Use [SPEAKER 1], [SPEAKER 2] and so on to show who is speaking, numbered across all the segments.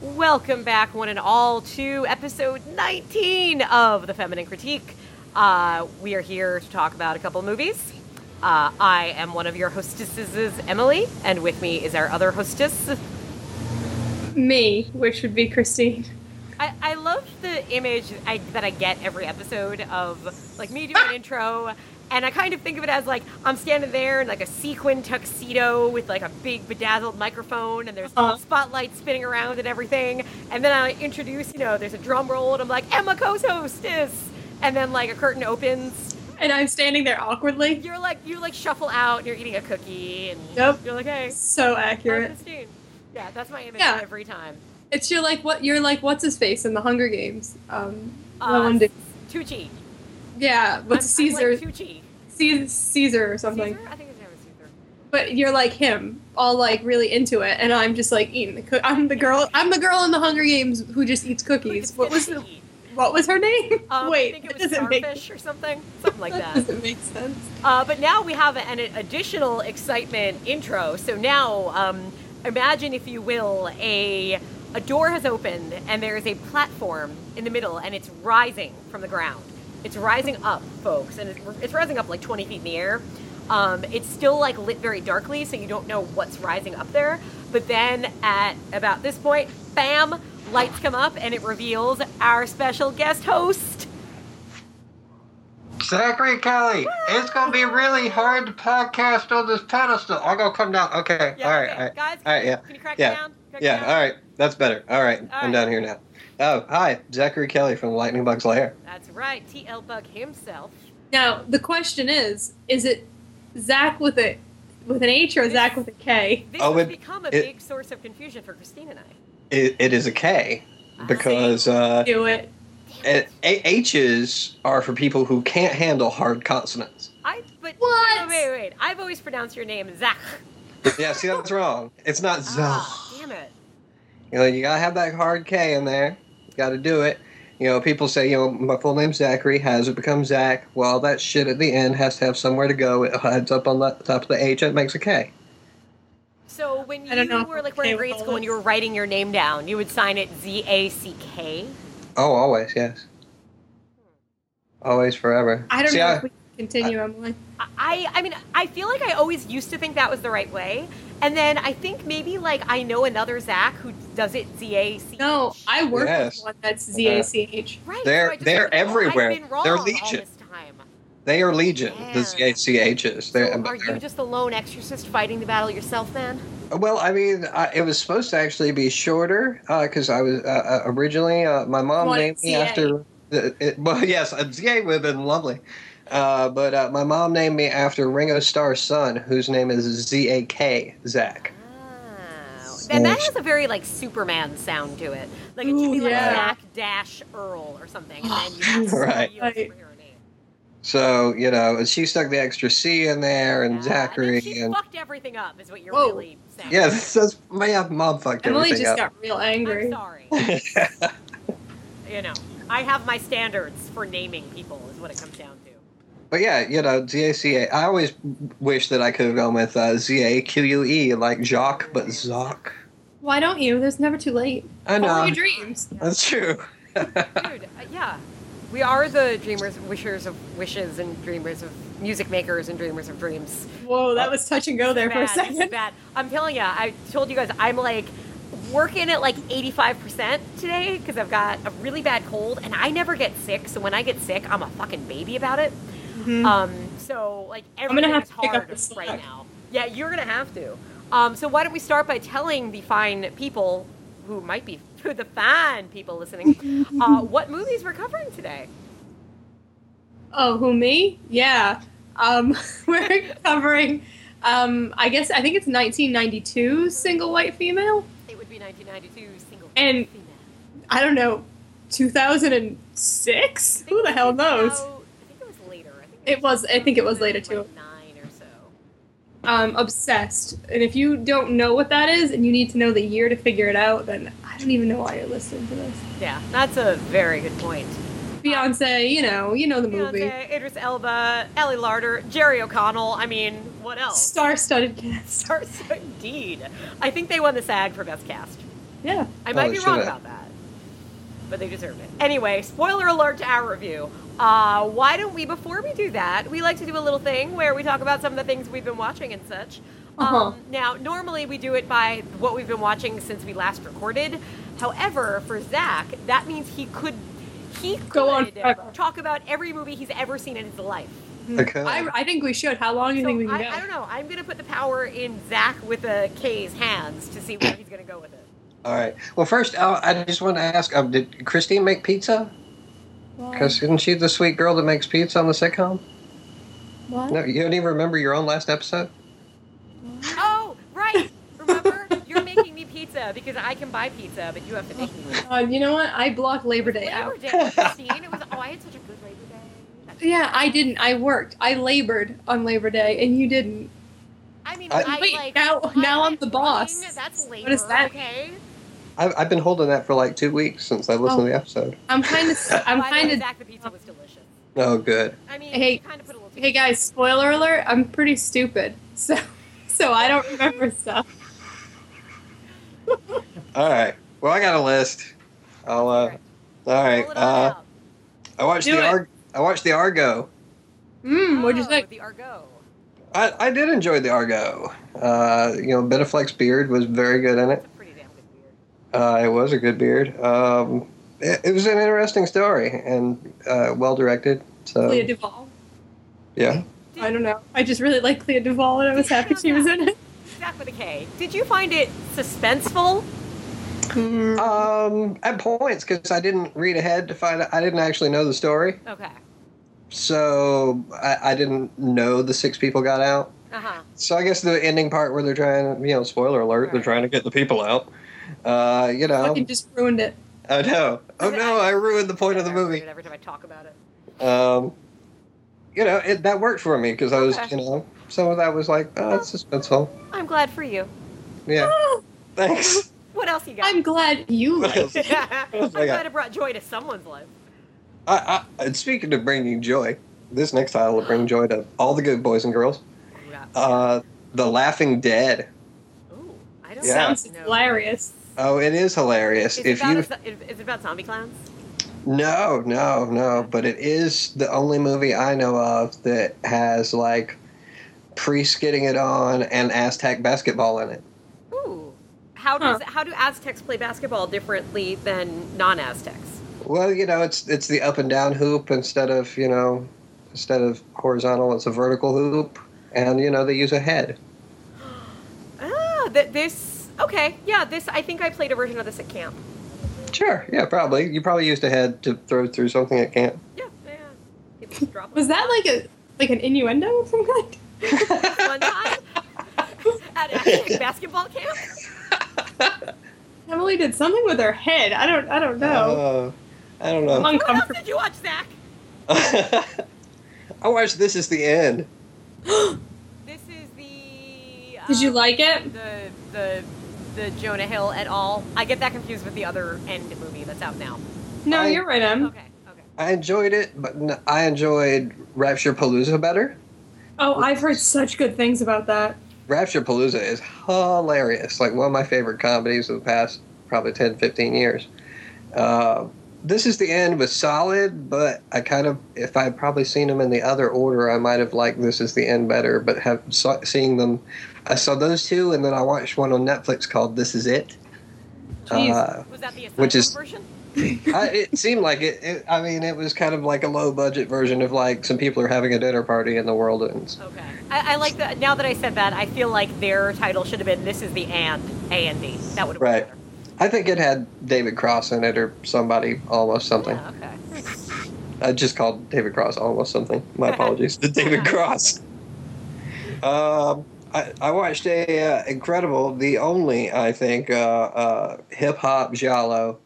[SPEAKER 1] Welcome back, one and all, to episode 19 of The Feminine Critique. Uh, we are here to talk about a couple movies. Uh, I am one of your hostesses, Emily, and with me is our other hostess.
[SPEAKER 2] Me, which would be Christine.
[SPEAKER 1] I, I love the image I, that I get every episode of like me doing an intro, and I kind of think of it as like I'm standing there in like a sequin tuxedo with like a big bedazzled microphone, and there's
[SPEAKER 2] Uh-huh.
[SPEAKER 1] spotlights spinning around and everything. And then I introduce, you know, there's a drum roll, and I'm like, Emma co-hostess, and then like a curtain opens.
[SPEAKER 2] And I'm standing there awkwardly.
[SPEAKER 1] You're like you like shuffle out, and you're eating a cookie, and
[SPEAKER 2] Yep.
[SPEAKER 1] you're like, hey,
[SPEAKER 2] So
[SPEAKER 1] I'm
[SPEAKER 2] accurate.
[SPEAKER 1] Christine. Yeah, that's my image
[SPEAKER 2] Yeah.
[SPEAKER 1] every time.
[SPEAKER 2] It's you're like what you're like what's his face in the Hunger Games. Um the
[SPEAKER 1] Uh,
[SPEAKER 2] one dude-
[SPEAKER 1] Tucci.
[SPEAKER 2] yeah,
[SPEAKER 1] I'm- I'm
[SPEAKER 2] but Caesar
[SPEAKER 1] like Tucci.
[SPEAKER 2] Caesar Caesar or something.
[SPEAKER 1] Caesar? I think his name was Caesar.
[SPEAKER 2] But you're like him, all like really into it, and I'm just like eating the coo- I'm the girl I'm the girl in the Hunger Games who just eats cookies. What was the, what was her name?
[SPEAKER 1] Um, I
[SPEAKER 2] Wait,
[SPEAKER 1] think it
[SPEAKER 2] that
[SPEAKER 1] was
[SPEAKER 2] doesn't make
[SPEAKER 1] starfish or something, something like that.
[SPEAKER 2] doesn't make sense.
[SPEAKER 1] Uh, but now we have an additional excitement intro. So now, um, imagine if you will, a a door has opened and there is a platform in the middle, and it's rising from the ground. It's rising up, folks, and it's, it's rising up like 20 feet in the air. Um, it's still like lit very darkly, so you don't know what's rising up there. But then at about this point, bam, lights come up, and it reveals our special guest host.
[SPEAKER 3] Zachary Kelly, it's gonna be really hard to podcast on this pedestal. I'll go come down. Okay, all right,
[SPEAKER 1] okay.
[SPEAKER 3] all right.
[SPEAKER 1] guys,
[SPEAKER 3] all
[SPEAKER 1] can,
[SPEAKER 3] right,
[SPEAKER 1] you,
[SPEAKER 3] yeah,
[SPEAKER 1] can you crack
[SPEAKER 3] yeah,
[SPEAKER 1] it down? Crack it
[SPEAKER 3] yeah.
[SPEAKER 1] down?
[SPEAKER 3] All right, that's better. All right,
[SPEAKER 1] All right.
[SPEAKER 3] I'm down here now. Oh, hi, Zachary Kelly from Lightning Bugs Lair.
[SPEAKER 1] That's right, TL Bug himself.
[SPEAKER 2] Now the question is, is it Zach with a with an H or
[SPEAKER 1] This-
[SPEAKER 2] Zach with a K?
[SPEAKER 1] This
[SPEAKER 3] Oh,
[SPEAKER 1] has
[SPEAKER 3] it-
[SPEAKER 1] become a
[SPEAKER 3] it-
[SPEAKER 1] big source of confusion for Christine and I.
[SPEAKER 3] It, it is a K
[SPEAKER 1] Ah,
[SPEAKER 3] because uh,
[SPEAKER 2] Do it.
[SPEAKER 3] it, a- H's are for people who can't handle hard consonants.
[SPEAKER 1] I but Wait,
[SPEAKER 2] What?
[SPEAKER 1] wait, wait. I've always pronounced your name Zach.
[SPEAKER 3] Yeah, see, that's wrong. It's not Zach.
[SPEAKER 1] Ah, damn it.
[SPEAKER 3] You know, you gotta have that hard K in there. You gotta do it. You know, people say, you know, my full name's Zachary. How does it become Zach? Well, that shit at the end has to have somewhere to go. It hides up on the top of the H. It makes a K.
[SPEAKER 1] So when
[SPEAKER 2] I don't know
[SPEAKER 1] you
[SPEAKER 2] if
[SPEAKER 1] were
[SPEAKER 2] I'm
[SPEAKER 1] like we're
[SPEAKER 2] okay
[SPEAKER 1] in
[SPEAKER 2] with
[SPEAKER 1] grade
[SPEAKER 2] all
[SPEAKER 1] school and
[SPEAKER 2] this.
[SPEAKER 1] you were writing your name down, you would sign it Z A C K.
[SPEAKER 3] Oh, always, yes. Always, forever.
[SPEAKER 2] I don't
[SPEAKER 3] See,
[SPEAKER 2] know
[SPEAKER 3] I-
[SPEAKER 2] if we can continue, Emily.
[SPEAKER 1] I I mean I feel like I always used to think that was the right way. And then I think maybe like I know another Zach who does it Z A C.
[SPEAKER 2] No, I work
[SPEAKER 3] Yes.
[SPEAKER 2] with one that's Z A C H.
[SPEAKER 1] Right.
[SPEAKER 3] They're-
[SPEAKER 1] so I just
[SPEAKER 3] they're
[SPEAKER 1] like, oh,
[SPEAKER 3] everywhere.
[SPEAKER 1] I've been wrong
[SPEAKER 3] They're
[SPEAKER 1] All
[SPEAKER 3] legion.
[SPEAKER 1] this time.
[SPEAKER 3] they are legion.
[SPEAKER 1] Yeah.
[SPEAKER 3] The Z A C H's. They're,
[SPEAKER 1] So are you just the lone exorcist fighting the battle yourself, man?
[SPEAKER 3] Well, I mean, I, it was supposed to actually be shorter because I was uh, uh, originally uh, my mom
[SPEAKER 2] Wanted
[SPEAKER 3] named me
[SPEAKER 2] CA.
[SPEAKER 3] after. The, it, well, yes, uh, a CA would have been lovely, uh, but uh, my mom named me after Ringo Starr's son, whose name is Z A K Zach.
[SPEAKER 1] Oh. And that has a very like Superman sound to it. Like it should be
[SPEAKER 2] Ooh,
[SPEAKER 1] like
[SPEAKER 3] yeah.
[SPEAKER 1] Zach Dash Earl or something. And then you have
[SPEAKER 3] Right.
[SPEAKER 1] your
[SPEAKER 2] Right.
[SPEAKER 1] superhero name.
[SPEAKER 3] So you know, she stuck the extra C in there and
[SPEAKER 1] Yeah, I mean,
[SPEAKER 3] Zachary
[SPEAKER 1] she
[SPEAKER 3] and
[SPEAKER 1] fucked everything up, is what you're
[SPEAKER 2] Whoa.
[SPEAKER 1] really saying.
[SPEAKER 3] yeah, that's, that's my mom fucked
[SPEAKER 2] Emily
[SPEAKER 3] everything
[SPEAKER 2] just
[SPEAKER 3] up.
[SPEAKER 2] got real
[SPEAKER 1] I'm
[SPEAKER 2] angry.
[SPEAKER 1] sorry. you know, I have my standards for naming people, is what it comes down to.
[SPEAKER 3] But yeah, you know, Z A C A. I always wish that I could have gone with uh, Z A Q U E like Jacques, but Zoc.
[SPEAKER 2] Why don't you? There's never too late.
[SPEAKER 3] I know.
[SPEAKER 2] Follow your dreams.
[SPEAKER 3] That's true.
[SPEAKER 1] Dude, uh, yeah. We are the dreamers, wishers of wishes, and dreamers of music makers and dreamers of dreams.
[SPEAKER 2] Whoa, that was touch and go there for a
[SPEAKER 1] Oh, Bad, this is
[SPEAKER 2] second.
[SPEAKER 1] bad. I'm telling you, I told you guys I'm like working at like 85% today because I've got a really bad cold and I never get sick. So when I get sick, I'm a fucking baby about it.
[SPEAKER 2] Mhm.
[SPEAKER 1] Um, so like
[SPEAKER 2] gonna
[SPEAKER 1] everything
[SPEAKER 2] have
[SPEAKER 1] is
[SPEAKER 2] to pick up
[SPEAKER 1] hard
[SPEAKER 2] the slack.
[SPEAKER 1] right now. Yeah, you're gonna have to. Um, so why don't we start by telling the fine people who might be who the fine people listening uh, what movies we're covering today?
[SPEAKER 2] Oh, who me? Yeah. Um, we're covering. Um, I guess I think it's 1992 single white female.
[SPEAKER 1] It would be 1992 single
[SPEAKER 2] And
[SPEAKER 1] female.
[SPEAKER 2] I don't know, 2006.
[SPEAKER 1] I think
[SPEAKER 2] Who the
[SPEAKER 1] it
[SPEAKER 2] hell
[SPEAKER 1] was
[SPEAKER 2] knows?
[SPEAKER 1] about- I think it was later. I think
[SPEAKER 2] It was- I think it was later, too.
[SPEAKER 1] like Nine or so.
[SPEAKER 2] Um, obsessed. And if you don't know what that is, and you need to know the year to figure it out, then I don't even know why you're listening to this.
[SPEAKER 1] Yeah, that's a very good point.
[SPEAKER 2] Beyonce, you know, you know the movie.
[SPEAKER 1] Beyonce, Idris Elba, Ellie Larder, Jerry O'Connell. I mean, what else?
[SPEAKER 2] Star-studded cast.
[SPEAKER 1] Stars indeed. I think they won the SAG for best cast.
[SPEAKER 2] Yeah.
[SPEAKER 1] I might
[SPEAKER 3] Oh,
[SPEAKER 1] be
[SPEAKER 3] should
[SPEAKER 1] wrong
[SPEAKER 3] I?
[SPEAKER 1] about that, but they deserve it. Anyway, spoiler alert to our review. Uh, why don't we, before we do that, we like to do a little thing where we talk about some of the things we've been watching and such.
[SPEAKER 2] Uh-huh.
[SPEAKER 1] Um, now, normally we do it by what we've been watching since we last recorded. However, for Zach, that means he could he could
[SPEAKER 2] Go on forever.
[SPEAKER 1] talk about every movie he's ever seen in his life.
[SPEAKER 3] Okay.
[SPEAKER 2] I, I think we should. How long do you
[SPEAKER 1] So
[SPEAKER 2] think we can
[SPEAKER 1] I,
[SPEAKER 2] go?
[SPEAKER 1] I don't know. I'm gonna put the power in Zach with a K's hands to see where he's gonna go with it.
[SPEAKER 3] All right. Well, first, I, I just want to ask: um, Did Christine make pizza?
[SPEAKER 2] Well,
[SPEAKER 3] Because isn't she the sweet girl that makes pizza on the sitcom?
[SPEAKER 2] what?
[SPEAKER 3] No, you don't even remember your own last episode.
[SPEAKER 1] Oh, right. Remember, you're making me pizza because I can buy pizza, but you have to make me. one.
[SPEAKER 2] Um, you know what? I blocked Labor Day
[SPEAKER 1] Labor
[SPEAKER 2] out.
[SPEAKER 1] Day, Christine. It was. Oh, I had such a good Labor Day.
[SPEAKER 2] Yeah, I didn't. I worked. I labored on Labor Day, and you didn't.
[SPEAKER 1] I mean,
[SPEAKER 3] I-
[SPEAKER 1] I,
[SPEAKER 2] Wait,
[SPEAKER 1] like.
[SPEAKER 2] now-
[SPEAKER 1] I
[SPEAKER 2] now I'm
[SPEAKER 1] went
[SPEAKER 2] the boss.
[SPEAKER 1] running, That's labor.
[SPEAKER 2] What is that?
[SPEAKER 1] Okay.
[SPEAKER 3] I've, I've been holding that for like two weeks sinds I listened
[SPEAKER 2] Oh.
[SPEAKER 3] to the episode.
[SPEAKER 2] I'm kind of. I'm
[SPEAKER 1] By the way,
[SPEAKER 2] kind of.
[SPEAKER 1] Zach, the pizza was delicious.
[SPEAKER 3] Oh, good.
[SPEAKER 1] I mean,
[SPEAKER 2] Hey-
[SPEAKER 1] you kind of put a little.
[SPEAKER 2] Hey guys, spoiler alert! I'm pretty stupid, so so I don't remember stuff.
[SPEAKER 3] All right. Well, I got a list. I'll. Uh, all right.
[SPEAKER 1] Pull it all
[SPEAKER 3] Uh,
[SPEAKER 1] out.
[SPEAKER 3] I watched
[SPEAKER 2] Do
[SPEAKER 3] the
[SPEAKER 2] it.
[SPEAKER 3] Ar- I watched the Argo.
[SPEAKER 2] Mm, what'd you
[SPEAKER 1] Oh,
[SPEAKER 2] think?
[SPEAKER 1] The Argo.
[SPEAKER 3] I, I did enjoy the Argo. Uh, you know, Ben Affleck's beard was very good in it.
[SPEAKER 1] It's a pretty damn good beer.
[SPEAKER 3] Uh, it was a good beard. Um, it, it was an interesting story and uh, well directed.
[SPEAKER 2] Clea
[SPEAKER 3] So
[SPEAKER 2] Duvall.
[SPEAKER 3] yeah,
[SPEAKER 1] Did-
[SPEAKER 2] I don't know. I just really like Clea Duvall, and I was happy she was in it.
[SPEAKER 1] Zach with a K. Did you find it suspenseful?
[SPEAKER 3] um, at points because I didn't read ahead to find. I didn't actually know the story,
[SPEAKER 1] Okay.
[SPEAKER 3] so I, I didn't know the six people got out.
[SPEAKER 1] Uh huh.
[SPEAKER 3] So I guess the ending part where they're trying, you know, spoiler alert, they're
[SPEAKER 1] Right.
[SPEAKER 3] trying to get the people out. Uh, you know,
[SPEAKER 2] Fucking just ruined it.
[SPEAKER 3] oh no, oh no, I ruined the point of the
[SPEAKER 1] Whatever,
[SPEAKER 3] movie.
[SPEAKER 1] Every time I talk about it.
[SPEAKER 3] um, you know, it, that worked for me because I was,
[SPEAKER 1] Okay.
[SPEAKER 3] you know, some of that was like, oh, it's suspenseful.
[SPEAKER 1] I'm glad for you.
[SPEAKER 3] Yeah,
[SPEAKER 2] Oh,
[SPEAKER 3] thanks.
[SPEAKER 1] What else you got?
[SPEAKER 2] I'm glad you
[SPEAKER 3] What
[SPEAKER 2] liked
[SPEAKER 3] else?
[SPEAKER 2] it.
[SPEAKER 1] I'm
[SPEAKER 3] I got?
[SPEAKER 1] glad it brought joy to someone's life.
[SPEAKER 3] I, I, and speaking of bringing joy, this next title will bring joy to all the good boys and girls. Uh, the Laughing Dead.
[SPEAKER 1] Ooh, I don't
[SPEAKER 3] Yeah.
[SPEAKER 2] Sounds
[SPEAKER 1] know.
[SPEAKER 2] hilarious.
[SPEAKER 3] Oh, it is hilarious.
[SPEAKER 1] Is it,
[SPEAKER 3] if
[SPEAKER 1] about,
[SPEAKER 3] you
[SPEAKER 1] a zo- is is it about zombie clowns?
[SPEAKER 3] no, no, no, but it is the only movie I know of that has like priests getting it on and Aztec basketball in it.
[SPEAKER 1] Ooh. How
[SPEAKER 2] Huh.
[SPEAKER 1] does how do Aztecs play basketball differently than non-Aztecs?
[SPEAKER 3] Well, you know, it's it's the up and down hoop instead of you know, instead of horizontal, it's a vertical hoop, and you know they use a head.
[SPEAKER 1] Ah, that this okay, yeah, this I think I played a version of this at camp.
[SPEAKER 3] Sure, yeah, probably. You probably used a head to throw through something at camp.
[SPEAKER 1] Yeah, yeah. People just drop
[SPEAKER 2] Was
[SPEAKER 1] them
[SPEAKER 2] that like a like an innuendo of some kind?
[SPEAKER 1] one time at Aztec basketball camp?
[SPEAKER 2] Emily did something with her head. I don't. I don't know.
[SPEAKER 3] Uh, I don't
[SPEAKER 2] I'm
[SPEAKER 3] know.
[SPEAKER 1] What else
[SPEAKER 2] uncomfortable.
[SPEAKER 1] did you watch, Zach?
[SPEAKER 3] I watched Oh, This Is the End.
[SPEAKER 1] This is the uh,
[SPEAKER 2] Did you like it?
[SPEAKER 1] the the the Jonah Hill at all. I get that confused with the other end movie that's out now.
[SPEAKER 2] No,
[SPEAKER 3] I-
[SPEAKER 2] you're right,
[SPEAKER 3] Hmm?
[SPEAKER 2] Em.
[SPEAKER 1] Okay, okay.
[SPEAKER 3] I enjoyed it, but n- I enjoyed Rapture Palooza better.
[SPEAKER 2] Oh, I've heard such good things about that.
[SPEAKER 3] Rapture Palooza is hilarious. Like one of my favorite comedies of the past probably 10, 15 years. Uh, this is the end was solid, but I kind of, if I had probably seen them in the other order, I might have liked This is the End better. But have saw, seeing them, I saw those two, and then I watched one on Netflix called This Is It.
[SPEAKER 2] Jeez.
[SPEAKER 3] Uh,
[SPEAKER 1] Was that the Asylum
[SPEAKER 3] Which is-
[SPEAKER 1] version?
[SPEAKER 3] I, it seemed like it, it. I mean, it was kind of like a low budget version of like some people are having a dinner party and the world ends.
[SPEAKER 1] Okay. I, I like that. Now that I said that, I feel like their title should have been "This is the and A and D." That would have
[SPEAKER 3] Right.
[SPEAKER 1] been
[SPEAKER 3] I think it had David Cross in it or somebody, almost something.
[SPEAKER 1] better. Yeah, okay.
[SPEAKER 3] I just called David Cross almost something. My apologies to David Cross. Um, I, I watched a uh, incredible, the only I think uh, uh, hip hop giallo.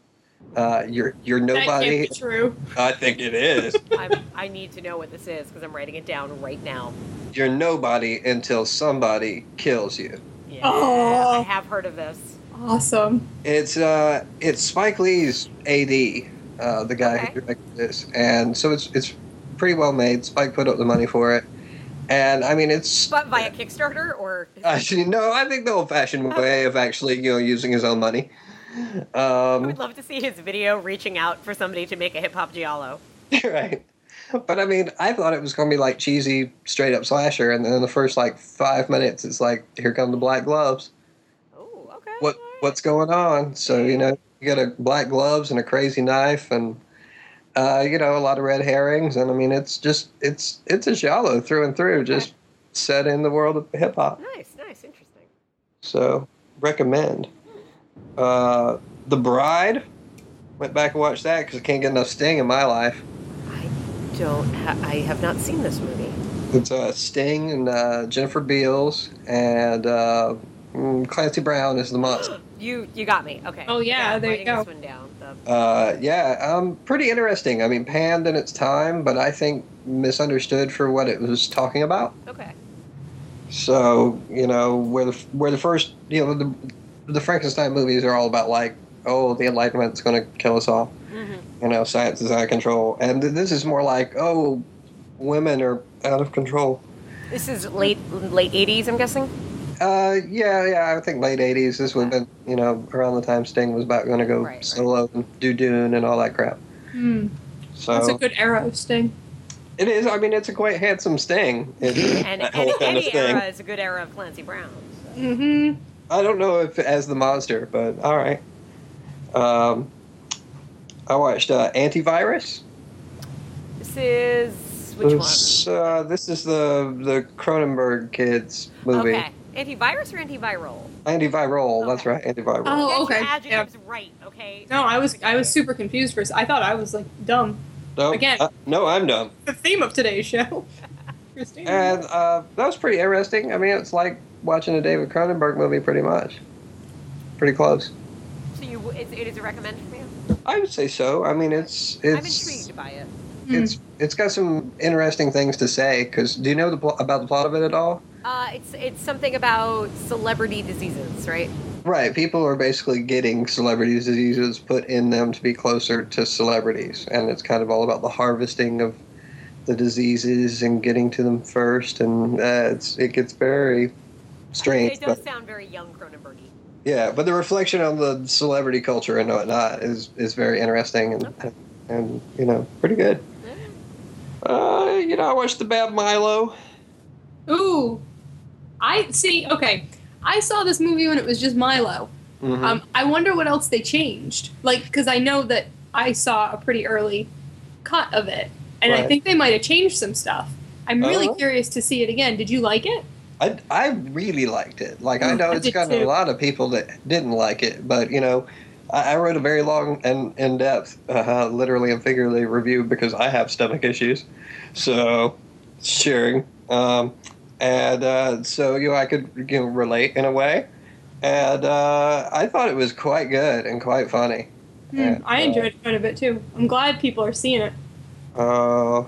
[SPEAKER 3] Uh, you're you're
[SPEAKER 2] That can't
[SPEAKER 3] nobody.
[SPEAKER 2] be true.
[SPEAKER 3] I think it is.
[SPEAKER 1] I'm, I need to know what this is because I'm writing it down right now.
[SPEAKER 3] you're nobody until somebody kills you.
[SPEAKER 1] Yeah,
[SPEAKER 2] Oh.
[SPEAKER 1] I have heard of this.
[SPEAKER 2] Awesome.
[SPEAKER 3] It's uh, it's Spike Lee's AD, uh, the guy
[SPEAKER 1] Okay.
[SPEAKER 3] who directed this, and so it's it's pretty well made. Spike put up the money for it, and I mean it's.
[SPEAKER 1] But via Kickstarter or
[SPEAKER 3] Actually, no, I think the old-fashioned way of actually you know using his own money.
[SPEAKER 1] I
[SPEAKER 3] Um,
[SPEAKER 1] would love to see his video reaching out for somebody to make a hip hop giallo.
[SPEAKER 3] right. But I mean, I thought it was going to be like cheesy, straight up slasher, and then in the first like five minutes, it's like, here come the black gloves.
[SPEAKER 1] Oh, okay.
[SPEAKER 3] What
[SPEAKER 1] all right.
[SPEAKER 3] what's going on? So you know, you got a black gloves and a crazy knife, and uh, you know, a lot of red herrings, and I mean, it's just it's it's a giallo through and through, just set in the world of hip hop.
[SPEAKER 1] Nice, nice, interesting.
[SPEAKER 3] So recommend. Uh, the Bride. Went back and watched that because I can't get enough Sting in my life.
[SPEAKER 1] I don't. Ha- I have not seen this movie.
[SPEAKER 3] It's uh, Sting and uh, Jennifer Beals and uh, mm, Clancy Brown is the monster.
[SPEAKER 1] You you got me. Okay.
[SPEAKER 2] Oh, yeah,
[SPEAKER 1] I'm
[SPEAKER 2] there you
[SPEAKER 1] writing
[SPEAKER 2] go.
[SPEAKER 1] This one down. The-
[SPEAKER 3] Uh, yeah, um, pretty interesting. I mean, panned in its time, but I think misunderstood for what it was talking about.
[SPEAKER 1] okay.
[SPEAKER 3] So you know, where the where the first you know the the Frankenstein movies are all about like, oh, the Enlightenment's going to kill us all.
[SPEAKER 1] Mhm.
[SPEAKER 2] Mm-hmm.
[SPEAKER 3] you know, science is out of control. And th- this is more like, oh, women are out of control.
[SPEAKER 1] This is late late 80s, I'm guessing.
[SPEAKER 3] Uh, yeah, yeah, I think late 80s. This would have been, you know, around the time Sting was about going to go
[SPEAKER 1] Right, right.
[SPEAKER 3] solo and do Dune and all that crap.
[SPEAKER 2] Hmm. That's a
[SPEAKER 3] So
[SPEAKER 2] good arrow, Sting.
[SPEAKER 3] it is, I mean, it's a quite handsome Sting. It-
[SPEAKER 1] And,
[SPEAKER 3] that
[SPEAKER 1] and
[SPEAKER 3] whole kind of
[SPEAKER 1] any
[SPEAKER 3] thing.
[SPEAKER 1] era is a good era of Clancy Brown. so.
[SPEAKER 2] hmm
[SPEAKER 3] I don't know if as the monster, but all right. Um, I watched uh, Antivirus.
[SPEAKER 1] This is which one?
[SPEAKER 3] this, Uh, this is the the Cronenberg kids movie.
[SPEAKER 1] Okay. Antivirus or antiviral?
[SPEAKER 3] Antiviral. That's
[SPEAKER 1] Okay.
[SPEAKER 3] right. Antiviral.
[SPEAKER 2] Oh,
[SPEAKER 1] Get your
[SPEAKER 2] okay,
[SPEAKER 1] adjectives right, okay?
[SPEAKER 2] No, I was I was super confused for a s- I thought I was like dumb.
[SPEAKER 3] No,
[SPEAKER 2] Again.
[SPEAKER 3] uh, no, I'm dumb.
[SPEAKER 2] The theme of today's show. Christine.
[SPEAKER 3] And uh, that was pretty interesting. I mean, it's like watching a David Cronenberg movie, pretty much. Pretty close.
[SPEAKER 1] So you, it, it is a recommend for you?
[SPEAKER 3] I would say so. I mean, it's it's
[SPEAKER 1] I'm intrigued by it.
[SPEAKER 3] it's it's got some interesting things to say. Because do you know the pl- about the plot of it at all?
[SPEAKER 1] Uh, it's it's something about celebrity diseases, right?
[SPEAKER 3] Right, people are basically getting celebrities' diseases put in them to be closer to celebrities, and it's kind of all about the harvesting of the diseases and getting to them first, and uh, it's it gets very strange.
[SPEAKER 1] It
[SPEAKER 3] but-
[SPEAKER 1] does sound very young Cronenbergy.
[SPEAKER 3] Yeah, but the reflection on the celebrity culture and whatnot is is very interesting and and you know pretty good. Uh, you know, I watched the Bad Milo.
[SPEAKER 2] Ooh, I see. Okay, I saw this movie when it was just Milo.
[SPEAKER 3] Mhm.
[SPEAKER 2] Um, I wonder what else they changed. Like, because I know that I saw a pretty early cut of it, and I
[SPEAKER 3] Right.
[SPEAKER 2] think they might have changed some stuff. I'm really
[SPEAKER 3] Oh.
[SPEAKER 2] curious to see it again. Did you like it?
[SPEAKER 3] I I really liked it. Like I
[SPEAKER 2] Mm,
[SPEAKER 3] know
[SPEAKER 2] I
[SPEAKER 3] it's
[SPEAKER 2] did
[SPEAKER 3] gotten a
[SPEAKER 2] too.
[SPEAKER 3] lot of people that didn't like it, but you know, I, I wrote a very long and in depth, uh, literally and figuratively review because I have stomach issues, so sharing. Um, and uh, so you know, I could you know, relate in a way, and uh, I thought it was quite good and quite funny.
[SPEAKER 2] Hmm,
[SPEAKER 3] Yeah,
[SPEAKER 2] I
[SPEAKER 3] uh,
[SPEAKER 2] enjoyed quite a bit too. I'm glad people are seeing it.
[SPEAKER 3] Uh,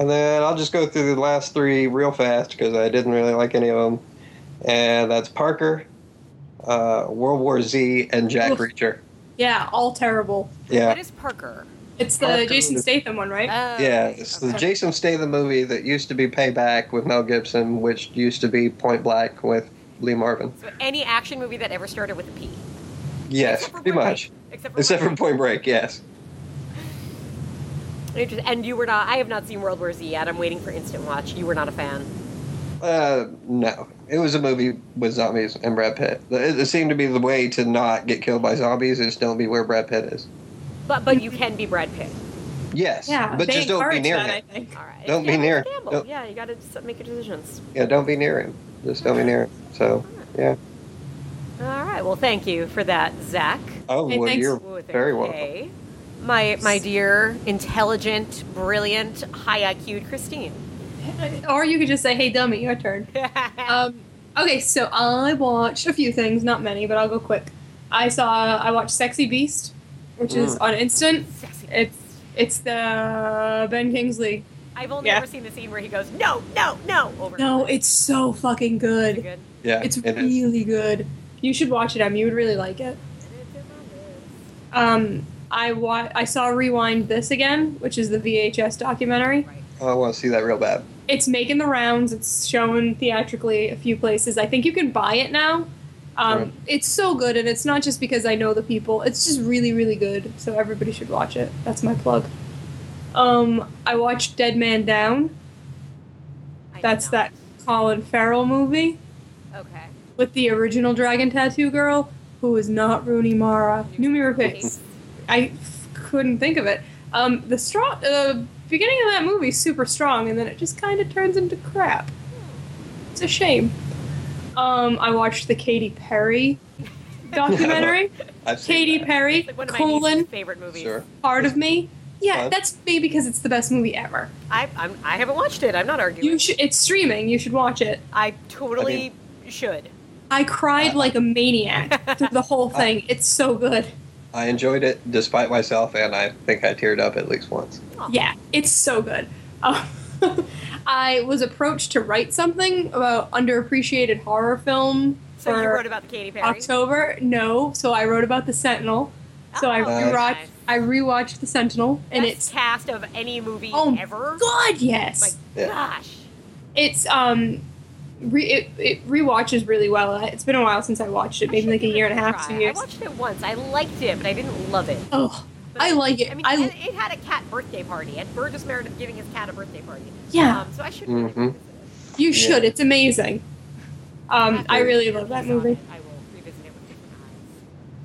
[SPEAKER 3] and then I'll just go through the last three real fast because I didn't really like any of them. And that's Parker, uh, World War Z, and Jack
[SPEAKER 2] Oof.
[SPEAKER 3] Reacher.
[SPEAKER 2] Yeah, all terrible.
[SPEAKER 1] What
[SPEAKER 3] Yeah,
[SPEAKER 1] is Parker?
[SPEAKER 2] It's the
[SPEAKER 3] Parker
[SPEAKER 2] Jason
[SPEAKER 3] was-
[SPEAKER 2] Statham one, right?
[SPEAKER 1] Oh,
[SPEAKER 3] yeah.
[SPEAKER 1] okay,
[SPEAKER 3] It's
[SPEAKER 1] okay.
[SPEAKER 3] the Jason Statham movie that used to be Payback with Mel Gibson, which used to be Point Blank with Lee Marvin.
[SPEAKER 1] So any action movie that ever started with a P.
[SPEAKER 3] Yes,
[SPEAKER 1] Except for
[SPEAKER 3] pretty
[SPEAKER 1] Point
[SPEAKER 3] much.
[SPEAKER 1] Break. Except for,
[SPEAKER 3] Except for
[SPEAKER 1] Point
[SPEAKER 3] Point Break, yes.
[SPEAKER 1] Break. Interest- And you were not. I have not seen World War Z yet. I'm waiting for instant watch. You were not a fan.
[SPEAKER 3] Uh, no. It was a movie with zombies and Brad Pitt. It, it seemed to be the way to not get killed by zombies is don't be where Brad Pitt is.
[SPEAKER 1] But but you can be Brad Pitt.
[SPEAKER 3] Yes,
[SPEAKER 2] yeah,
[SPEAKER 3] but
[SPEAKER 2] they
[SPEAKER 3] just don't be
[SPEAKER 2] encourage
[SPEAKER 3] near
[SPEAKER 2] that,
[SPEAKER 3] him.
[SPEAKER 2] I think.
[SPEAKER 1] All right.
[SPEAKER 3] Don't be
[SPEAKER 1] Yeah,
[SPEAKER 3] near.
[SPEAKER 1] Gamble.
[SPEAKER 3] Don't-
[SPEAKER 1] Yeah, you got to make your decisions.
[SPEAKER 3] Yeah, don't be near him. Just don't be near him. So, yeah.
[SPEAKER 1] All right. Well, thank you for that, Zach.
[SPEAKER 3] Oh,
[SPEAKER 2] Hey,
[SPEAKER 3] well,
[SPEAKER 2] thanks.
[SPEAKER 3] you're
[SPEAKER 1] Ooh,
[SPEAKER 3] very
[SPEAKER 1] thank-
[SPEAKER 3] welcome.
[SPEAKER 1] hey. My my dear, intelligent, brilliant, high IQ Christine.
[SPEAKER 2] Or you could just say, "Hey, dummy, your turn." Um, okay, so I watched a few things, not many, but I'll go quick. I saw I watched Sexy Beast, which is
[SPEAKER 3] Mm.
[SPEAKER 2] on Instant.
[SPEAKER 1] Sexy.
[SPEAKER 2] It's it's the Ben Kingsley.
[SPEAKER 1] I've only
[SPEAKER 2] yeah.
[SPEAKER 1] ever seen the scene where he goes no, no, no over. and
[SPEAKER 2] No,
[SPEAKER 1] over.
[SPEAKER 2] it's so fucking
[SPEAKER 1] Is it
[SPEAKER 2] good.
[SPEAKER 1] good.
[SPEAKER 3] Yeah,
[SPEAKER 2] It's
[SPEAKER 3] it is.
[SPEAKER 2] really good. You should watch it, Em. You would really like it. Um, I wa- I saw Rewind this again, which is the VHS documentary.
[SPEAKER 1] Right.
[SPEAKER 3] Oh, I want to see that real bad.
[SPEAKER 2] it's making the rounds. It's shown theatrically a few places. I think you can buy it now. Um,
[SPEAKER 3] Right.
[SPEAKER 2] It's so good, and it's not just because I know the people. It's just really, really good. So everybody should watch it. That's my plug. Um, I watched Dead Man Down.
[SPEAKER 1] I did
[SPEAKER 2] That's
[SPEAKER 1] not.
[SPEAKER 2] that Colin Farrell movie
[SPEAKER 1] Okay.
[SPEAKER 2] with the original Dragon Tattoo girl, who is not Rooney Mara. Numi Rapace. I f- couldn't think of it. Um, the strong, uh, beginning of that movie is super strong, and then it just kind of turns into crap. It's a shame. Um, I watched the Katy Perry documentary.
[SPEAKER 3] I've seen
[SPEAKER 2] Katy
[SPEAKER 3] that.
[SPEAKER 2] Perry,
[SPEAKER 1] It's like one of my
[SPEAKER 2] colon,
[SPEAKER 1] niece's favorite movies.
[SPEAKER 3] Sure.
[SPEAKER 2] part of me. Yeah,
[SPEAKER 3] Huh?
[SPEAKER 2] that's me because it's the best movie ever.
[SPEAKER 1] I I'm, I haven't watched it. I'm not arguing.
[SPEAKER 2] You should, it's streaming. You should watch it.
[SPEAKER 1] I totally should.
[SPEAKER 2] I cried
[SPEAKER 1] Uh,
[SPEAKER 2] like a maniac through the whole
[SPEAKER 3] I-
[SPEAKER 2] thing. It's so good.
[SPEAKER 3] I enjoyed it despite myself, and I think I teared up at least once.
[SPEAKER 1] Aw.
[SPEAKER 2] Yeah, it's so good. Uh, I was approached to write something about underappreciated horror film
[SPEAKER 1] So
[SPEAKER 2] for
[SPEAKER 1] you wrote about the Katy Perry.
[SPEAKER 2] October. No, so I wrote about the Sentinel. So I
[SPEAKER 1] Oh,
[SPEAKER 3] Nice.
[SPEAKER 2] rewatched.
[SPEAKER 1] nice.
[SPEAKER 2] I rewatched the Sentinel, and
[SPEAKER 1] Best
[SPEAKER 2] it's
[SPEAKER 1] cast of any movie
[SPEAKER 2] Oh,
[SPEAKER 1] ever.
[SPEAKER 2] God, yes.
[SPEAKER 1] My
[SPEAKER 3] Yeah.
[SPEAKER 1] gosh.
[SPEAKER 2] it's um re- it, it rewatches really well it's been a while since i watched it
[SPEAKER 1] I
[SPEAKER 2] maybe
[SPEAKER 1] should
[SPEAKER 2] like a
[SPEAKER 1] give
[SPEAKER 2] year
[SPEAKER 1] it
[SPEAKER 2] and a half two
[SPEAKER 1] try.
[SPEAKER 2] years
[SPEAKER 1] I watched it once. I liked it, but I didn't love it.
[SPEAKER 2] oh i like it
[SPEAKER 1] I
[SPEAKER 2] i,
[SPEAKER 1] mean, it, it had a cat birthday party, and Burgess Meredith giving his cat a birthday party.
[SPEAKER 2] yeah
[SPEAKER 1] Um, so I should.
[SPEAKER 3] Mhm.
[SPEAKER 1] revisit
[SPEAKER 2] you
[SPEAKER 3] Yeah.
[SPEAKER 2] should it's amazing um i really love that movie
[SPEAKER 1] it. I will revisit it with different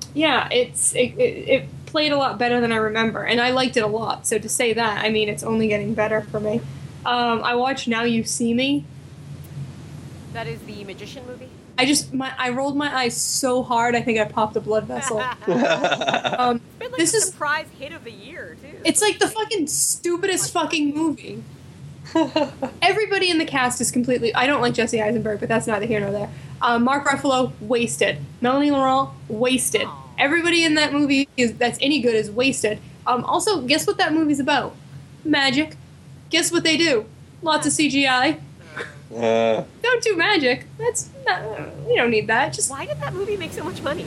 [SPEAKER 1] eyes.
[SPEAKER 2] yeah it's it, it, it played a lot better than i remember and i liked it a lot so to say that i mean it's only getting better for me um i watched now you see me
[SPEAKER 1] That is the magician movie.
[SPEAKER 2] i just my i rolled my eyes so hard i think i popped a blood vessel um
[SPEAKER 1] It's been like
[SPEAKER 2] This
[SPEAKER 1] a
[SPEAKER 2] is-
[SPEAKER 1] surprise hit of the year too.
[SPEAKER 2] It's like the fucking stupidest fucking movie. Everybody in the cast is completely. I don't like Jesse Eisenberg, but that's neither here nor there. Uh, Mark Ruffalo wasted. Melanie Laurent wasted.
[SPEAKER 1] Aw.
[SPEAKER 2] Everybody in that movie is that's any good is wasted. Um, also, guess what that movie's about? Magic. Guess what they do? Lots of CGI.
[SPEAKER 3] Uh,
[SPEAKER 2] Don't do magic. That's not, we don't need that. Just
[SPEAKER 1] Why did that movie make so much money?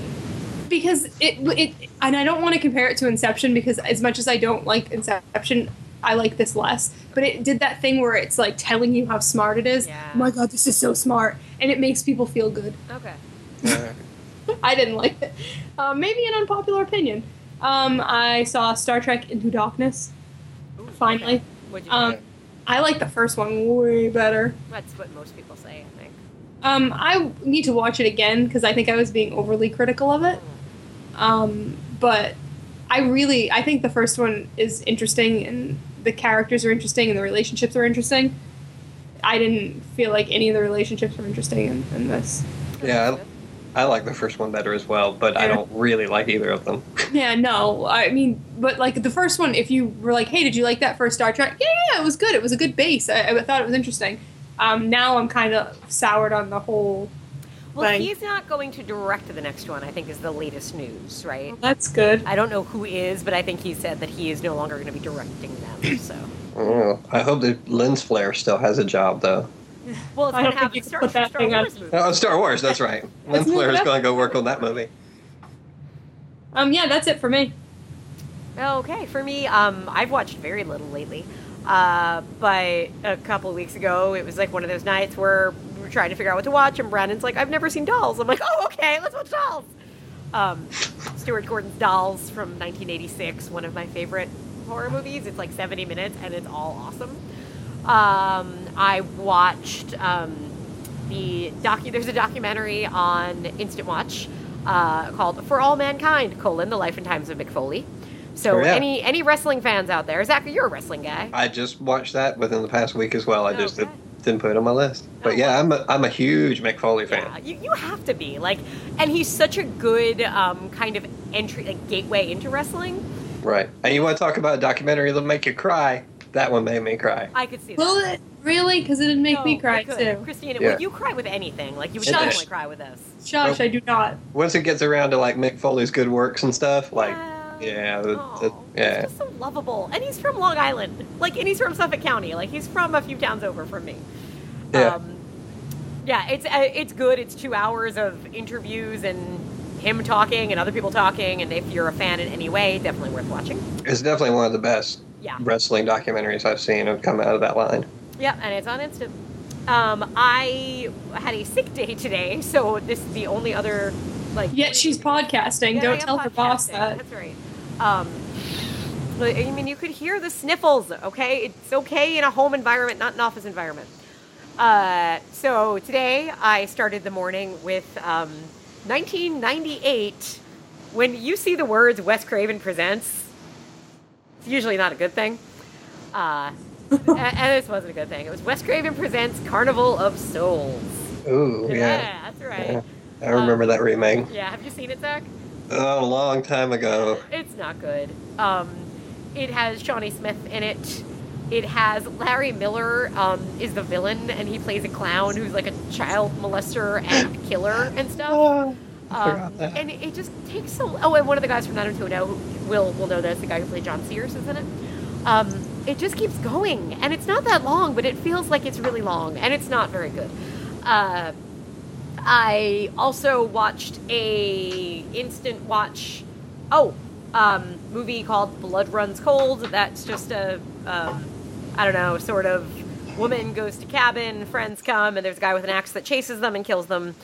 [SPEAKER 2] because it it and I don't want to compare it to Inception because as much as I don't like Inception, I like this less. But it did that thing where it's like telling you how smart it is.
[SPEAKER 1] Yeah.
[SPEAKER 2] My God, this is so smart, and it makes people feel good.
[SPEAKER 1] Okay.
[SPEAKER 3] uh,
[SPEAKER 2] I didn't like it. Uh, maybe an unpopular opinion. Um, I saw Star Trek Into Darkness.
[SPEAKER 1] Ooh,
[SPEAKER 2] Finally.
[SPEAKER 1] okay. What'd you
[SPEAKER 2] Um,
[SPEAKER 1] think?
[SPEAKER 2] I like the first one way better.
[SPEAKER 1] That's what most people say, I think.
[SPEAKER 2] Um, I need to watch it again because I think I was being overly critical of it. Um, but I really, I think the first one is interesting, and the characters are interesting, and the relationships are interesting. I didn't feel like any of the relationships were interesting in, in this.
[SPEAKER 3] Yeah, I like the first one better as well, but I
[SPEAKER 2] Yeah.
[SPEAKER 3] don't really like either of them.
[SPEAKER 2] Yeah, no, I mean, but like the first one, if you were like, "Hey, did you like that first Star Trek?" Yeah, yeah, it was good. It was a good base. I, I thought it was interesting. Um, now I'm kind of soured on the whole.
[SPEAKER 1] Well,
[SPEAKER 2] Right.
[SPEAKER 1] he's not going to direct the next one, I think, is the latest news, right?
[SPEAKER 2] That's good.
[SPEAKER 1] I don't know who is, but I think he said that he is no longer going to be directing them. So,
[SPEAKER 3] Oh, I hope that lens flare still has a job though.
[SPEAKER 1] well, it's
[SPEAKER 2] I
[SPEAKER 1] going
[SPEAKER 2] don't
[SPEAKER 1] to
[SPEAKER 2] think
[SPEAKER 1] have
[SPEAKER 2] you
[SPEAKER 1] a
[SPEAKER 2] can
[SPEAKER 1] Star,
[SPEAKER 2] put that
[SPEAKER 1] Star
[SPEAKER 2] thing on.
[SPEAKER 1] Wars movie.
[SPEAKER 3] Oh, Star Wars. That's right. lens
[SPEAKER 2] Isn't
[SPEAKER 3] flare is
[SPEAKER 2] that-
[SPEAKER 3] going to go work on that movie.
[SPEAKER 2] Um, yeah, that's it for me.
[SPEAKER 1] Okay, for me, um, I've watched very little lately. Uh, but a couple of weeks ago, it was like one of those nights where we were trying to figure out what to watch, and Brandon's like, I've never seen Dolls. I'm like, oh, okay, let's watch Dolls. Um, Stuart Gordon's Dolls from 1986, one of my favorite horror movies. It's like 70 minutes, and it's all awesome. Um, I watched um, the docu. There's a documentary on Instant Watch uh, called "For All Mankind: colon, The Life and Times of McFoley." So
[SPEAKER 3] Oh, yeah.
[SPEAKER 1] any any wrestling fans out there, Zach, you're a wrestling guy.
[SPEAKER 3] I just watched that within the past week as well. I just
[SPEAKER 1] Okay.
[SPEAKER 3] didn't put it on my list.
[SPEAKER 1] Oh,
[SPEAKER 3] But yeah, I'm a, I'm a huge McFoley fan.
[SPEAKER 1] Yeah, you, you have to be like, and he's such a good um, kind of entry, like gateway into wrestling.
[SPEAKER 3] Right. And you want to talk about a documentary that'll make you cry? That one made me cry.
[SPEAKER 1] I could see. that.
[SPEAKER 2] Will it really? Because it'd make
[SPEAKER 1] No,
[SPEAKER 2] me cry
[SPEAKER 1] it could.
[SPEAKER 2] too.
[SPEAKER 1] Christina.
[SPEAKER 3] Yeah.
[SPEAKER 1] Would you cry with anything? Like you would
[SPEAKER 3] It
[SPEAKER 1] definitely
[SPEAKER 3] does.
[SPEAKER 1] cry with this.
[SPEAKER 2] Shush, I do not.
[SPEAKER 3] Once it gets around to like McFoley's good works and stuff, like
[SPEAKER 1] Uh,
[SPEAKER 3] yeah, the,
[SPEAKER 1] Aw,
[SPEAKER 3] the,
[SPEAKER 1] He's
[SPEAKER 3] yeah.
[SPEAKER 1] just so lovable, and he's from Long Island. Like, and he's from Suffolk County. Like, he's from a few towns over from me.
[SPEAKER 3] Yeah.
[SPEAKER 1] Um, yeah, it's uh, it's good. It's two hours of interviews and him talking and other people talking. And if you're a fan in any way, definitely worth watching.
[SPEAKER 3] It's definitely one of the best
[SPEAKER 1] Yeah,
[SPEAKER 3] wrestling documentaries I've seen have come out of that line.
[SPEAKER 1] yeah, and it's on Instant. um, I had a sick day today, so this is the only other like.
[SPEAKER 2] Yet she's podcasting.
[SPEAKER 1] Yeah, I
[SPEAKER 2] Don't
[SPEAKER 1] am
[SPEAKER 2] tell her boss
[SPEAKER 1] podcasting.
[SPEAKER 2] that.
[SPEAKER 1] That's right. Um, but, I mean, you could hear the sniffles. Okay, it's okay in a home environment, not an office environment. Uh, so today I started the morning with um, 1998. When you see the words Wes Craven presents, it's usually not a good thing. Uh, a- and this wasn't a good thing. It was Wes Craven presents Carnival of Souls.
[SPEAKER 3] Ooh, yeah.
[SPEAKER 1] that's right. Um,
[SPEAKER 3] Yeah. I remember that remake.
[SPEAKER 1] Yeah, have you seen it, Zach?
[SPEAKER 3] Oh, a long time ago.
[SPEAKER 1] It's not good. Um, it has Shawnee Smith in it. It has Larry Miller um, is the villain, and he plays a clown who's like a child molester and killer and stuff.
[SPEAKER 3] Oh, I
[SPEAKER 1] Um,
[SPEAKER 3] forgot that.
[SPEAKER 1] and it just takes so. Oh, and one of the guys from 90210 who will will know this. The guy who played John Sears is in it. Um, it just keeps going, and it's not that long, but it feels like it's really long, and it's not very good. Uh, I also watched a instant watch. Oh, um, movie called Blood Runs Cold. That's just a, um, I don't know, sort of woman goes to cabin, friends come, and there's a guy with an axe that chases them and kills them.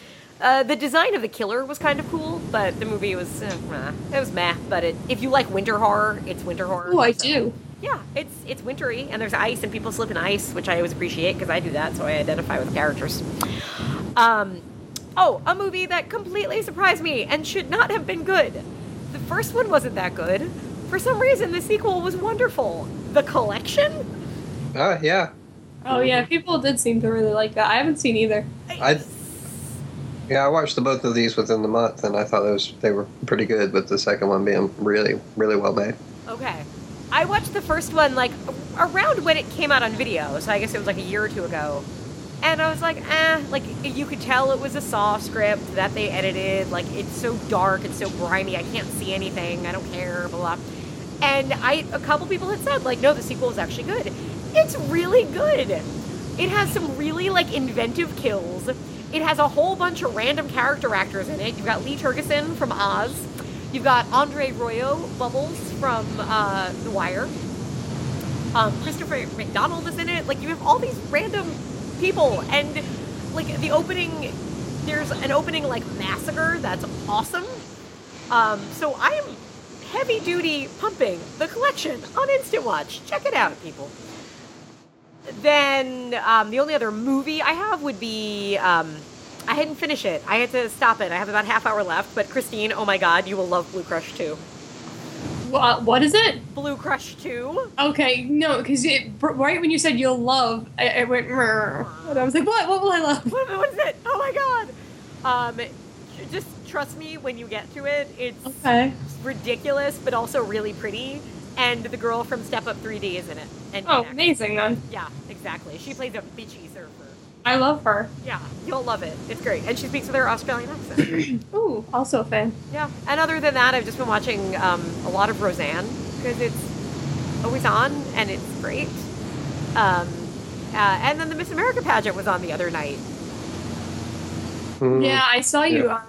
[SPEAKER 1] Uh, the design of the killer was kind of cool, but the movie was eh, meh. it was meh. But it, if you like winter horror, it's winter horror.
[SPEAKER 2] Oh, I
[SPEAKER 1] so-
[SPEAKER 2] do.
[SPEAKER 1] yeah, it's it's wintry and there's ice and people slip in ice, which I always appreciate because I do that, so I identify with the characters. Um, oh, a movie that completely surprised me and should not have been good. The first one wasn't that good. For some reason, the sequel was wonderful. The Collection.
[SPEAKER 3] Oh, yeah.
[SPEAKER 2] Oh yeah, people did seem to really like that. I haven't seen either.
[SPEAKER 3] I- Yeah, I watched the both of these within the month, and I thought those they were pretty good, with the second one being really, really well made.
[SPEAKER 1] Okay. I watched the first one like around when it came out on video, so I guess it was like a year or two ago. And I was like, eh, like you could tell it was a Saw script that they edited. Like it's so dark, it's so grimy, I can't see anything, I don't care, blah. blah. And I, a couple people had said like, no, the sequel is actually good. It's really good. It has some really like inventive kills. It has a whole bunch of random character actors in it. You've got Lee Turgeson from Oz. You've got Andre Royo Bubbles from uh, The Wire. Um, Christopher McDonald is in it. Like you have all these random people, and like the opening, there's an opening like massacre that's awesome. Um, so I am heavy duty pumping the collection on Instant Watch. Check it out, people. Then um, the only other movie I have would be um, I didn't finish it. I had to stop it. I have about half hour left. But Christine, oh my God, you will love Blue Crush Two.
[SPEAKER 2] Wh- uh, what is it?
[SPEAKER 1] Blue Crush Two.
[SPEAKER 2] Okay, no, because it right when you said you'll love, I, I went. "Mer." And I was like, what? What will I love?
[SPEAKER 1] What, what is it? Oh my God. Um, just trust me when you get to it. It's
[SPEAKER 2] Okay.
[SPEAKER 1] ridiculous, but also really pretty. And the girl from Step Up 3D is in it. And
[SPEAKER 2] Oh,
[SPEAKER 1] yeah,
[SPEAKER 2] amazing then.
[SPEAKER 1] yeah, exactly. She plays a bitchy surfer.
[SPEAKER 2] I love her.
[SPEAKER 1] Yeah, you'll love it. It's great, and she speaks with her Australian accent.
[SPEAKER 2] Ooh, also a fan.
[SPEAKER 1] yeah. And other than that, I've just been watching um, a lot of Roseanne because it's always on and it's great. Um, uh, and then the Miss America pageant was on the other night.
[SPEAKER 3] Mm.
[SPEAKER 2] Yeah, I saw you on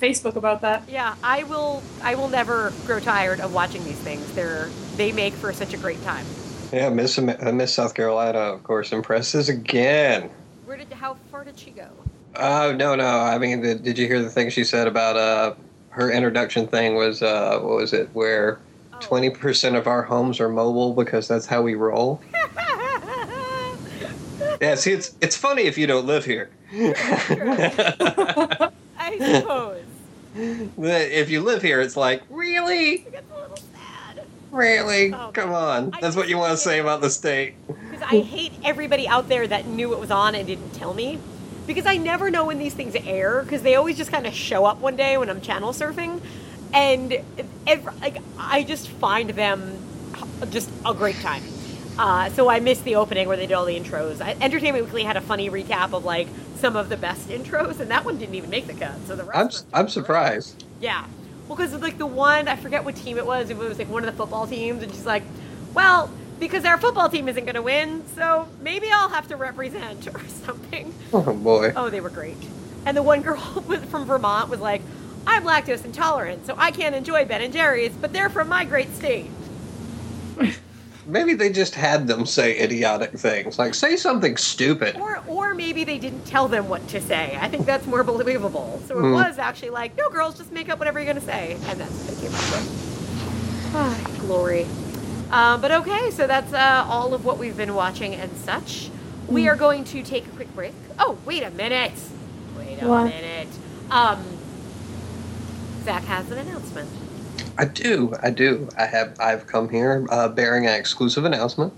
[SPEAKER 2] Facebook about that.
[SPEAKER 1] Yeah, I will. I will never grow tired of watching these things. They're they make for such a great time.
[SPEAKER 3] Yeah, Miss Am- uh, Miss South Carolina, of course, impresses again.
[SPEAKER 1] Where did how far did she go?
[SPEAKER 3] Oh no, no. I mean, did, did you hear the thing she said about uh, her introduction thing? Was uh, what was it? Where
[SPEAKER 1] Oh.
[SPEAKER 3] twenty percent of our homes are mobile because that's how we roll. Yeah, see, it's it's funny if you don't live here.
[SPEAKER 2] Sure.
[SPEAKER 1] I suppose.
[SPEAKER 3] if you live here, it's like really,
[SPEAKER 1] It gets a little sad.
[SPEAKER 3] really.
[SPEAKER 1] Oh,
[SPEAKER 3] Come on,
[SPEAKER 1] I
[SPEAKER 3] that's what you want to say about the state.
[SPEAKER 1] Because I hate everybody out there that knew it was on and didn't tell me. Because I never know when these things air, because they always just kind of show up one day when I'm channel surfing. And every, like, I just find them just a great time. Uh, so I missed the opening where they did all the intros. I, Entertainment Weekly had a funny recap of like some of the best intros, and that one didn't even make the cut. So the rest
[SPEAKER 3] I'm
[SPEAKER 1] were just
[SPEAKER 3] I'm
[SPEAKER 1] great.
[SPEAKER 3] surprised.
[SPEAKER 1] Yeah. Well, because like the one I forget what team it was. It was like one of the football teams, and she's like, "Well, because our football team isn't going to win, so maybe I'll have to represent or something."
[SPEAKER 3] Oh boy.
[SPEAKER 1] Oh, they were great. And the one girl was- from Vermont was like, "I'm lactose intolerant, so I can't enjoy Ben and Jerry's, but they're from my great state."
[SPEAKER 3] Maybe they just had them say idiotic things, like say something stupid.
[SPEAKER 1] Or, or maybe they didn't tell them what to say. I think that's more believable. So it was actually like, no, girls, just make up whatever you're going to say. And that's what they came up with. Ah, glory. Uh, but okay, so that's uh, all of what we've been watching and such. We are going to take a quick break. Oh, wait a minute. Wait a
[SPEAKER 2] What?
[SPEAKER 1] minute. Um, Zach has an announcement.
[SPEAKER 3] I do, I do. I have, I've come here uh, bearing an exclusive announcement.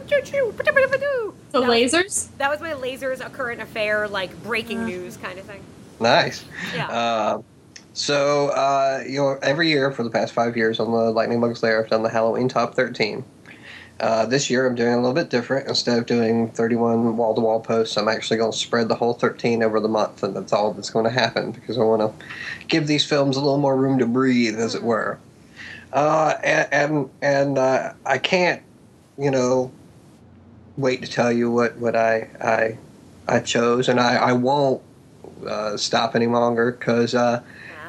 [SPEAKER 1] The
[SPEAKER 2] The lasers?
[SPEAKER 1] That was my lasers, a current affair, like breaking news kind of thing.
[SPEAKER 3] Nice.
[SPEAKER 1] Yeah.
[SPEAKER 3] Uh, so, uh, you know, every year for the past five years on the Lightning Bugs Lair, I've done the Halloween Top 13. Uh, this year, I'm doing a little bit different. Instead of doing 31 wall to wall posts, I'm actually going to spread the whole 13 over the month, and that's all that's going to happen because I want to give these films a little more room to breathe, as it were. Uh, and and, and uh, I can't, you know, wait to tell you what, what I, I I chose, and I, I won't uh, stop any longer because uh,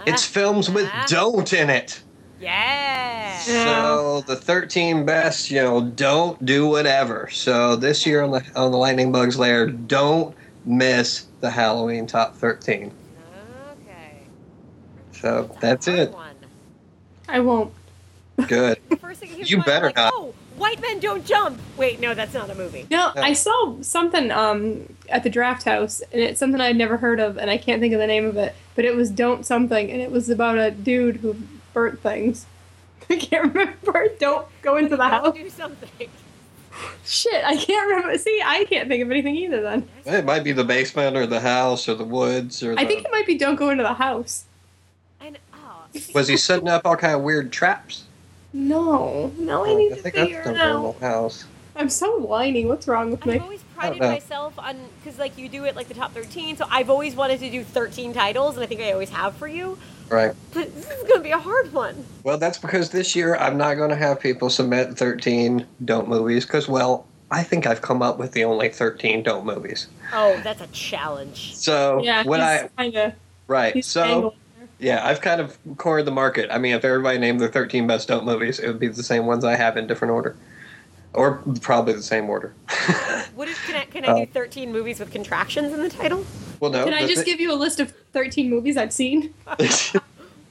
[SPEAKER 3] it's films with
[SPEAKER 1] Ah.
[SPEAKER 3] don't in it.
[SPEAKER 1] yeah.
[SPEAKER 3] So the 13 best, you know, don't do whatever. So this year on the on the Lightning Bugs Lair, don't miss the Halloween top 13.
[SPEAKER 1] Okay.
[SPEAKER 3] So that's
[SPEAKER 1] a hard
[SPEAKER 3] it.
[SPEAKER 1] one.
[SPEAKER 2] I won't.
[SPEAKER 3] Good.
[SPEAKER 1] The first thing he was
[SPEAKER 3] You
[SPEAKER 1] going,
[SPEAKER 3] better
[SPEAKER 1] like,
[SPEAKER 3] not.
[SPEAKER 1] Oh, white men don't jump. Wait, no, that's not a movie.
[SPEAKER 2] No,
[SPEAKER 3] Yeah.
[SPEAKER 2] I saw something um, at the draft house, and it's something I'd never heard of, and I can't think of the name of it, but it was Don't Something, and it was about a dude who burnt things. I can't remember. Don't go into the
[SPEAKER 1] Don't
[SPEAKER 2] house.
[SPEAKER 1] do something.
[SPEAKER 2] Shit, I can't remember. See, I can't think of anything either then.
[SPEAKER 3] It might be the basement or the house or the woods or the,
[SPEAKER 2] I think it might be Don't Go Into the House.
[SPEAKER 1] And oh,
[SPEAKER 3] was he setting up all kind of weird traps?
[SPEAKER 2] No, no,
[SPEAKER 3] Oh,
[SPEAKER 2] I need to figure it
[SPEAKER 3] the
[SPEAKER 2] out.
[SPEAKER 3] normal house.
[SPEAKER 2] I'm so whiny. What's wrong with
[SPEAKER 1] I've
[SPEAKER 2] me?
[SPEAKER 1] always prided
[SPEAKER 3] know.
[SPEAKER 1] myself on because like you do it like the top thirteen. So I've always wanted to do thirteen titles, and I think I always have for you.
[SPEAKER 3] Right.
[SPEAKER 1] But this is gonna be a hard one.
[SPEAKER 3] Well, that's because this year I'm not going to have people submit 13 don't movies because, well, I think I've come up with the only 13 don't movies.
[SPEAKER 1] Oh, that's a challenge.
[SPEAKER 3] So
[SPEAKER 2] Yeah,
[SPEAKER 3] when I
[SPEAKER 2] he's kind of.
[SPEAKER 3] right,
[SPEAKER 2] He's
[SPEAKER 3] so
[SPEAKER 2] angled.
[SPEAKER 3] yeah, I've kind of cornered the market. I mean, if everybody named their 13 best don't movies, it would be the same ones I have in different order, or probably the same order.
[SPEAKER 1] What if can I can I
[SPEAKER 3] Uh,
[SPEAKER 1] do thirteen movies with contractions in the title?
[SPEAKER 3] well, no.
[SPEAKER 2] Can I
[SPEAKER 3] the
[SPEAKER 2] just
[SPEAKER 3] thi-
[SPEAKER 2] give you a list of 13 movies I've seen?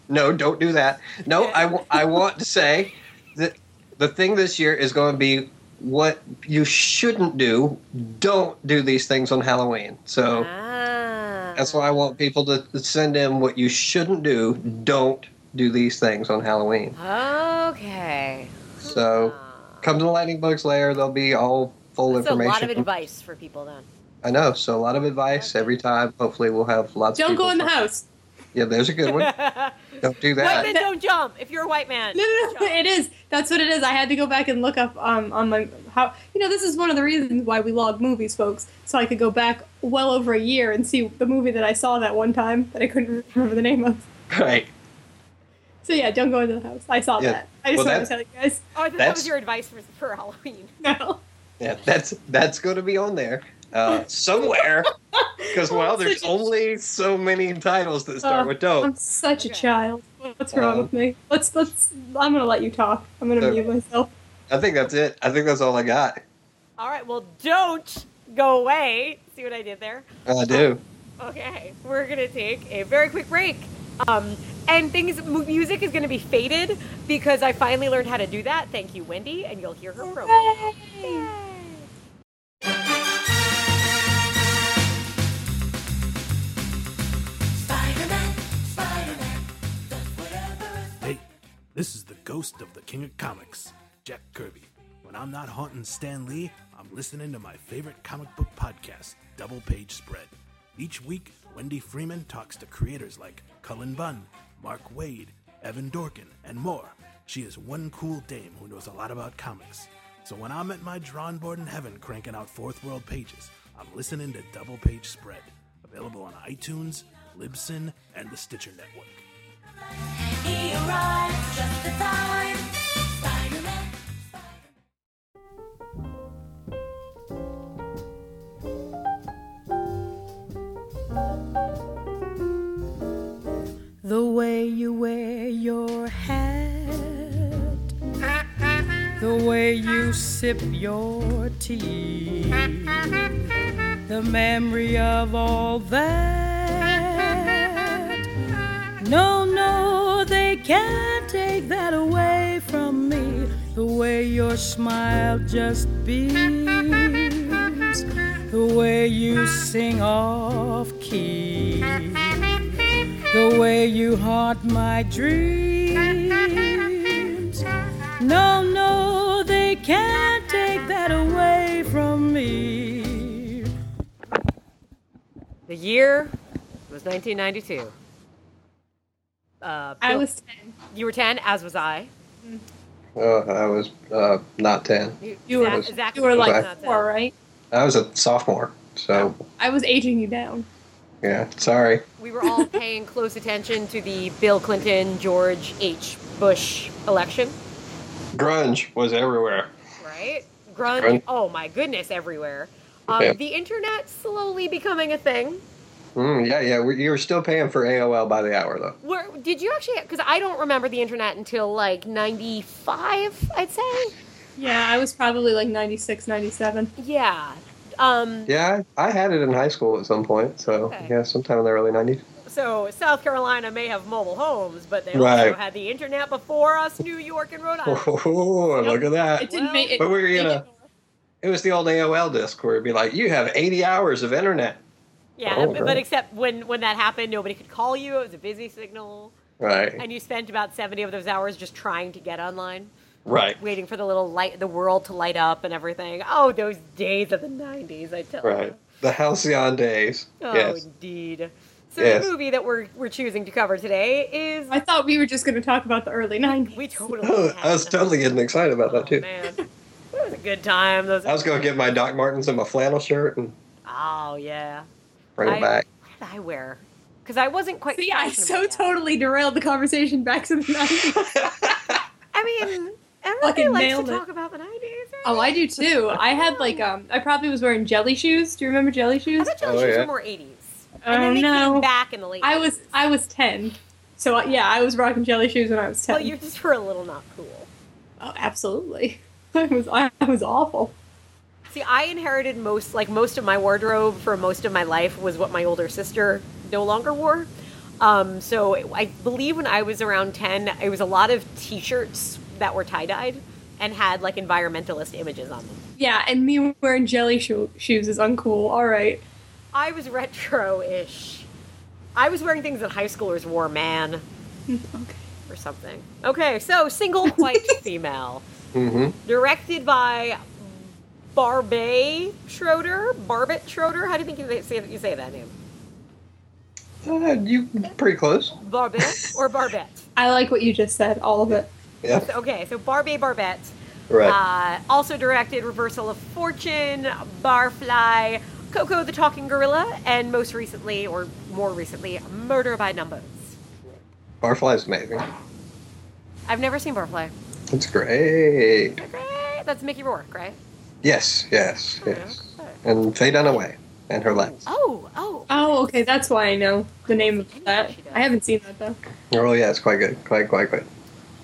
[SPEAKER 3] no, don't do that. No, I, w- I want to say that the thing this year is going to be what you shouldn't do. Don't do these things on Halloween. So
[SPEAKER 1] Ah.
[SPEAKER 3] that's why I want people to to send in what you shouldn't do. Don't do these things on Halloween.
[SPEAKER 1] Okay.
[SPEAKER 3] So come to the Lightning Bugs Lair. There'll be all full
[SPEAKER 1] Ah. That's a
[SPEAKER 3] information.
[SPEAKER 1] lot of advice for people then.
[SPEAKER 3] I know. So a lot of advice every time. Hopefully, we'll have lots. of
[SPEAKER 2] Don't go
[SPEAKER 3] people
[SPEAKER 2] in the
[SPEAKER 3] for-
[SPEAKER 2] house.
[SPEAKER 3] Yeah, there's a good one. don't do
[SPEAKER 1] White
[SPEAKER 3] that.
[SPEAKER 1] men don't jump. If you're a white man,
[SPEAKER 2] No, no,
[SPEAKER 1] don't
[SPEAKER 2] no.
[SPEAKER 1] jump.
[SPEAKER 2] It is. That's what it is. I had to go back and look up um, on my how. You know, this is one of the reasons why we log movies, folks, so I could go back well over a year and see the movie that I saw that one time that I couldn't remember the name of.
[SPEAKER 3] Right.
[SPEAKER 2] So yeah, don't go into the house. I saw
[SPEAKER 3] Yeah.
[SPEAKER 2] that. I just
[SPEAKER 3] Well,
[SPEAKER 2] wanted to tell you guys.
[SPEAKER 1] Oh, I thought that
[SPEAKER 3] That's-
[SPEAKER 1] was your advice for, for Halloween.
[SPEAKER 2] No.
[SPEAKER 3] Yeah, that's that's going to be on there uh, somewhere. Because well, there's
[SPEAKER 2] Such a-
[SPEAKER 3] only so many titles that start
[SPEAKER 2] Oh,
[SPEAKER 3] with
[SPEAKER 2] I'm
[SPEAKER 3] don't.
[SPEAKER 2] such a
[SPEAKER 1] Okay.
[SPEAKER 2] child. What's wrong
[SPEAKER 3] Um,
[SPEAKER 2] with me? Let's let's. I'm gonna let you talk. I'm gonna
[SPEAKER 3] Okay.
[SPEAKER 2] mute myself.
[SPEAKER 3] I think that's it. I think that's all I got.
[SPEAKER 1] All right, well, don't go away. See what I did there?
[SPEAKER 2] Oh.
[SPEAKER 3] I do.
[SPEAKER 1] Okay, we're gonna take a very quick break. Um, and things, mu- music is gonna be faded because I finally learned how to do that. Thank you, Wendy, and you'll hear her promo.
[SPEAKER 2] Yay!
[SPEAKER 4] Spider-Man, Spider-Man, does whatever is
[SPEAKER 5] Hey, this is the ghost of the King of Comics, Jack Kirby. When I'm not haunting Stan Lee, I'm listening to my favorite comic book podcast, Double Page Spread. Each week, Wendy Freeman talks to creators like Cullen Bunn, Mark Wade, Evan Dorkin, and more. She is one cool dame who knows a lot about comics. So when I'm at my drawing board in heaven cranking out fourth world pages, I'm listening to Double Page Spread, available on iTunes, Libsyn, and the Stitcher Network.
[SPEAKER 4] He arrives just in time. Spider-Man.
[SPEAKER 6] The way you wear your hat, the way way you sip your tea, the memory of all that. No, no, they can't take that away from me. The way your smile just beams, the way you sing off key, the way you haunt my dreams. No, no, they can't take that away from me.
[SPEAKER 1] The year was 1992. Uh,
[SPEAKER 2] I
[SPEAKER 1] Bill-
[SPEAKER 2] was 10.
[SPEAKER 1] you were 10, as was I.
[SPEAKER 3] Uh, I was uh, not 10.
[SPEAKER 1] You,
[SPEAKER 2] You
[SPEAKER 1] Zach-
[SPEAKER 2] were,
[SPEAKER 1] Zach
[SPEAKER 2] you were
[SPEAKER 1] was
[SPEAKER 2] like
[SPEAKER 1] not 10.
[SPEAKER 2] four, right?
[SPEAKER 3] I was a sophomore, so
[SPEAKER 2] I was aging you down.
[SPEAKER 3] yeah, sorry.
[SPEAKER 1] We were all paying close attention to the Bill Clinton, George H. Bush election,
[SPEAKER 3] Grunge was everywhere.
[SPEAKER 1] right? Grunge,
[SPEAKER 3] Grunge.
[SPEAKER 1] oh my goodness, everywhere. Um,
[SPEAKER 3] Yeah.
[SPEAKER 1] The internet slowly becoming a thing.
[SPEAKER 3] Mm, yeah, yeah, we, you were still paying for AOL by the hour, though.
[SPEAKER 1] Where, did you actually? Because I don't remember the internet until like '95, I'd say.
[SPEAKER 2] Yeah, I was probably like 96, 97.
[SPEAKER 1] Yeah. Um,
[SPEAKER 3] Yeah, I, I had it in high school at some point, so
[SPEAKER 1] Okay.
[SPEAKER 3] yeah, sometime in the early 90s.
[SPEAKER 1] So South Carolina may have mobile homes, but they also
[SPEAKER 3] Right.
[SPEAKER 1] had the internet before us. New York and Rhode Island.
[SPEAKER 3] Oh, look at that.
[SPEAKER 2] It didn't
[SPEAKER 1] Well,
[SPEAKER 2] make it.
[SPEAKER 3] but we were
[SPEAKER 2] make
[SPEAKER 3] gonna- It was the old AOL disc where it'd be like, you have 80 hours of internet.
[SPEAKER 1] Yeah,
[SPEAKER 3] Oh,
[SPEAKER 1] but, but
[SPEAKER 3] right.
[SPEAKER 1] except when when that happened, nobody could call you. It was a busy signal,
[SPEAKER 3] Right,
[SPEAKER 1] and you spent about seventy of those hours just trying to get online,
[SPEAKER 3] right,
[SPEAKER 1] waiting for the little light, the world to light up, and everything. Oh, those days of the nineties! I tell
[SPEAKER 3] right.
[SPEAKER 1] you.
[SPEAKER 3] The Halcyon days.
[SPEAKER 1] Oh,
[SPEAKER 3] yes.
[SPEAKER 1] indeed. So
[SPEAKER 3] Yes.
[SPEAKER 1] the movie that we're we're choosing to cover today is
[SPEAKER 2] I thought we were just going to talk about the early 90s.
[SPEAKER 1] we totally.
[SPEAKER 3] Oh, I was
[SPEAKER 1] had-
[SPEAKER 3] totally getting excited about that,
[SPEAKER 1] Oh,
[SPEAKER 3] too.
[SPEAKER 1] man, it was a good time. Those.
[SPEAKER 3] I was going to get my Doc Martens and my flannel shirt and
[SPEAKER 1] Oh yeah.
[SPEAKER 3] bring
[SPEAKER 1] I-
[SPEAKER 3] it back.
[SPEAKER 1] What did I wear? Because I wasn't quite.
[SPEAKER 2] See, I so
[SPEAKER 1] fashionable yet.
[SPEAKER 2] totally derailed the conversation back to the 90s.
[SPEAKER 1] I mean, everybody
[SPEAKER 2] Fucking
[SPEAKER 1] likes to
[SPEAKER 2] nailed it.
[SPEAKER 1] talk about the nineties.
[SPEAKER 2] oh, I do too. I had like, um, I probably was wearing jelly shoes. Do you remember jelly
[SPEAKER 1] I
[SPEAKER 2] shoes?
[SPEAKER 1] thought jelly
[SPEAKER 3] Oh,
[SPEAKER 1] shoes
[SPEAKER 3] yeah.
[SPEAKER 1] were more eighties, and then
[SPEAKER 2] Oh,
[SPEAKER 1] they
[SPEAKER 2] no.
[SPEAKER 1] came back in the late.
[SPEAKER 2] I was, I was 10. So uh, yeah, I was rocking jelly shoes when I was 10.
[SPEAKER 1] Well, you just were a little not cool.
[SPEAKER 2] Oh, absolutely. I was, I, I was awful.
[SPEAKER 1] See, I inherited most, like most of my wardrobe for most of my life was what my older sister no longer wore. Um, so it- I believe when I was around ten, it was a lot of T-shirts that were tie dyed and had like environmentalist images on them.
[SPEAKER 2] Yeah, and me wearing jelly sho- shoes is uncool. All right.
[SPEAKER 1] I was retro-ish. I was wearing things that high schoolers wore, man,
[SPEAKER 2] Okay.
[SPEAKER 1] or something. Okay, so single white female,
[SPEAKER 3] hmm
[SPEAKER 1] directed by Barbe Schroeder. Barbet Schroeder. How do you think you say, you say that name?
[SPEAKER 3] Uh, you pretty close.
[SPEAKER 1] Barbet or Barbette?
[SPEAKER 2] I like what you just said, all of it.
[SPEAKER 3] Yeah,
[SPEAKER 1] So- okay, so Barbe Barbette.
[SPEAKER 3] right.
[SPEAKER 1] Uh, also directed Reversal of Fortune, Barfly, Coco the Talking Gorilla, and most recently, or more recently, Murder by Numbers.
[SPEAKER 3] Barfly's amazing.
[SPEAKER 1] I've never seen Barfly.
[SPEAKER 3] It's great.
[SPEAKER 1] Right? That's Mickey Rourke, right?
[SPEAKER 3] Yes, yes, yes.
[SPEAKER 1] Oh, Okay.
[SPEAKER 3] And Faye Dunaway and her legs.
[SPEAKER 1] Oh, oh.
[SPEAKER 2] Oh, okay, that's why I know the name of that. I haven't seen that though.
[SPEAKER 3] Oh yeah, it's quite good. Quite, quite good.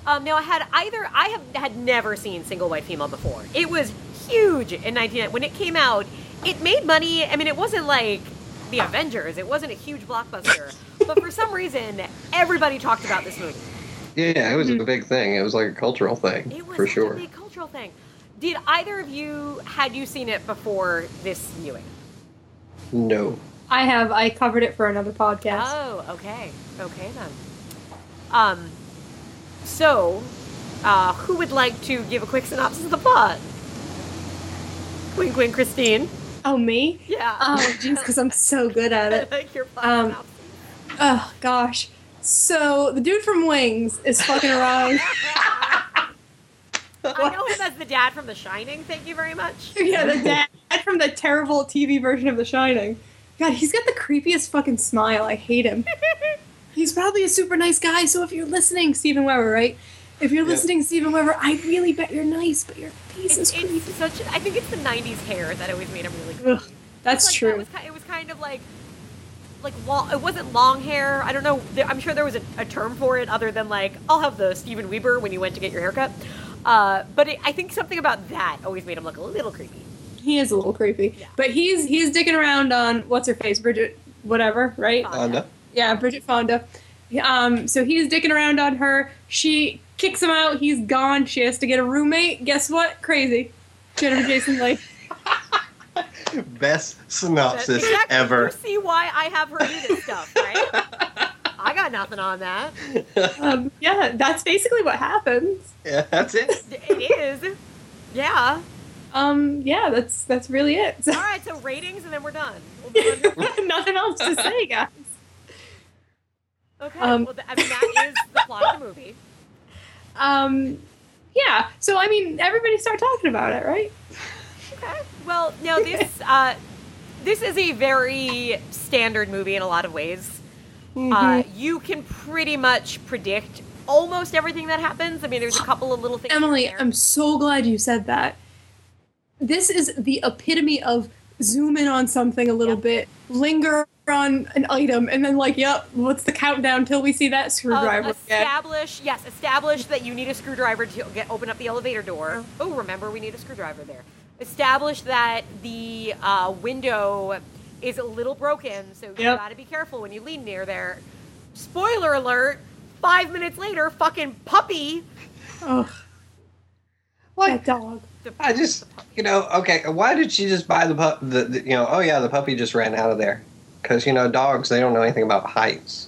[SPEAKER 1] Um, now I had either I have had never seen Single White Female before. It was huge in 19 when it came out. It made money. I mean, it wasn't like the Avengers. It wasn't a huge blockbuster. but for some reason, everybody talked about this movie.
[SPEAKER 3] Yeah, it was a big thing. It was like a cultural thing
[SPEAKER 1] Mm-hmm. It was
[SPEAKER 3] for
[SPEAKER 1] such
[SPEAKER 3] sure.
[SPEAKER 1] a big cultural thing. Did either of you had you seen it before this viewing?
[SPEAKER 3] No.
[SPEAKER 2] I have. I covered it for another podcast.
[SPEAKER 1] Oh, okay. Okay then. Um so uh who would like to give a quick synopsis of the plot? Queen Queen Christine.
[SPEAKER 2] oh, me?
[SPEAKER 1] Yeah.
[SPEAKER 2] Oh, jeez, because I'm so good at
[SPEAKER 1] I
[SPEAKER 2] it.
[SPEAKER 1] like your plot
[SPEAKER 2] um,
[SPEAKER 1] synopsis.
[SPEAKER 2] Oh gosh. So the dude from Wings is fucking around.
[SPEAKER 1] I know him as the dad from The Shining, thank you very much.
[SPEAKER 2] yeah, the dad from the terrible TV version of The Shining. God, he's got the creepiest fucking smile. I hate him. he's probably a super nice guy. So if you're listening, Stephen Weber, right? If you're
[SPEAKER 3] Yep.
[SPEAKER 2] listening, Stephen Weber, I really bet you're nice, but your face
[SPEAKER 1] It's,
[SPEAKER 2] is creepy.
[SPEAKER 1] it's such I think it's the nineties hair that always made him really cool.
[SPEAKER 2] Ugh, that's
[SPEAKER 1] like, It
[SPEAKER 2] true.
[SPEAKER 1] was, ki- it was kind of like, like long, it wasn't long hair. I don't know. There, I'm sure there was a, a term for it other than like, I'll have the Steven Weber when you went to get your haircut. Uh, but it, I think something about that always made him look a little creepy.
[SPEAKER 2] He is a little creepy,
[SPEAKER 1] Yeah.
[SPEAKER 2] but he's he's dicking around on what's her face, Bridget, whatever, right?
[SPEAKER 1] Fonda.
[SPEAKER 3] Fonda.
[SPEAKER 2] Yeah, Bridget Fonda. Um, so he's dicking around on her. She kicks him out. He's gone. She has to get a roommate. Guess what? Crazy. Jennifer Jason Leigh.
[SPEAKER 3] Best
[SPEAKER 1] That's
[SPEAKER 3] synopsis
[SPEAKER 1] exactly- You
[SPEAKER 3] ever.
[SPEAKER 1] see why I have her do this stuff, right? I got nothing on that.
[SPEAKER 2] Um, yeah, that's basically what happens.
[SPEAKER 3] Yeah, that's it.
[SPEAKER 1] It is. Yeah.
[SPEAKER 2] Um, yeah, that's that's really it. So,
[SPEAKER 1] All right, so ratings and then we're done. We'll move on
[SPEAKER 2] nothing else to say, guys.
[SPEAKER 1] to- Okay.
[SPEAKER 2] Um.
[SPEAKER 1] well, th- I mean, that is the plot of the movie.
[SPEAKER 2] Um, yeah. So I mean, everybody start talking about it, right?
[SPEAKER 1] Okay. Well, no, this uh, this is a very standard movie in a lot of ways. Uh,
[SPEAKER 2] Mm-hmm.
[SPEAKER 1] you can pretty much predict almost everything that happens. I mean, there's a couple of little things. here and
[SPEAKER 2] Emily,
[SPEAKER 1] there.
[SPEAKER 2] I'm so glad you said that. This is the epitome of zoom in on something a little
[SPEAKER 1] Yep.
[SPEAKER 2] bit, linger on an item, and then like, yep, what's the countdown till we see that screwdriver
[SPEAKER 1] Um,
[SPEAKER 2] again?
[SPEAKER 1] establish, yes, establish that you need a screwdriver to get open up the elevator door. Oh, remember we need a screwdriver there. Establish that the uh, window is a little broken, so you
[SPEAKER 2] Yep.
[SPEAKER 1] got to be careful when you lean near there. Spoiler alert: five minutes later, fucking puppy.
[SPEAKER 2] Ugh,
[SPEAKER 3] Like,
[SPEAKER 2] that dog.
[SPEAKER 1] The,
[SPEAKER 3] I just, you know, okay. Why did she just buy the pup? The, the you know, oh yeah, the puppy just ran out of there because you know dogs they don't know anything about heights,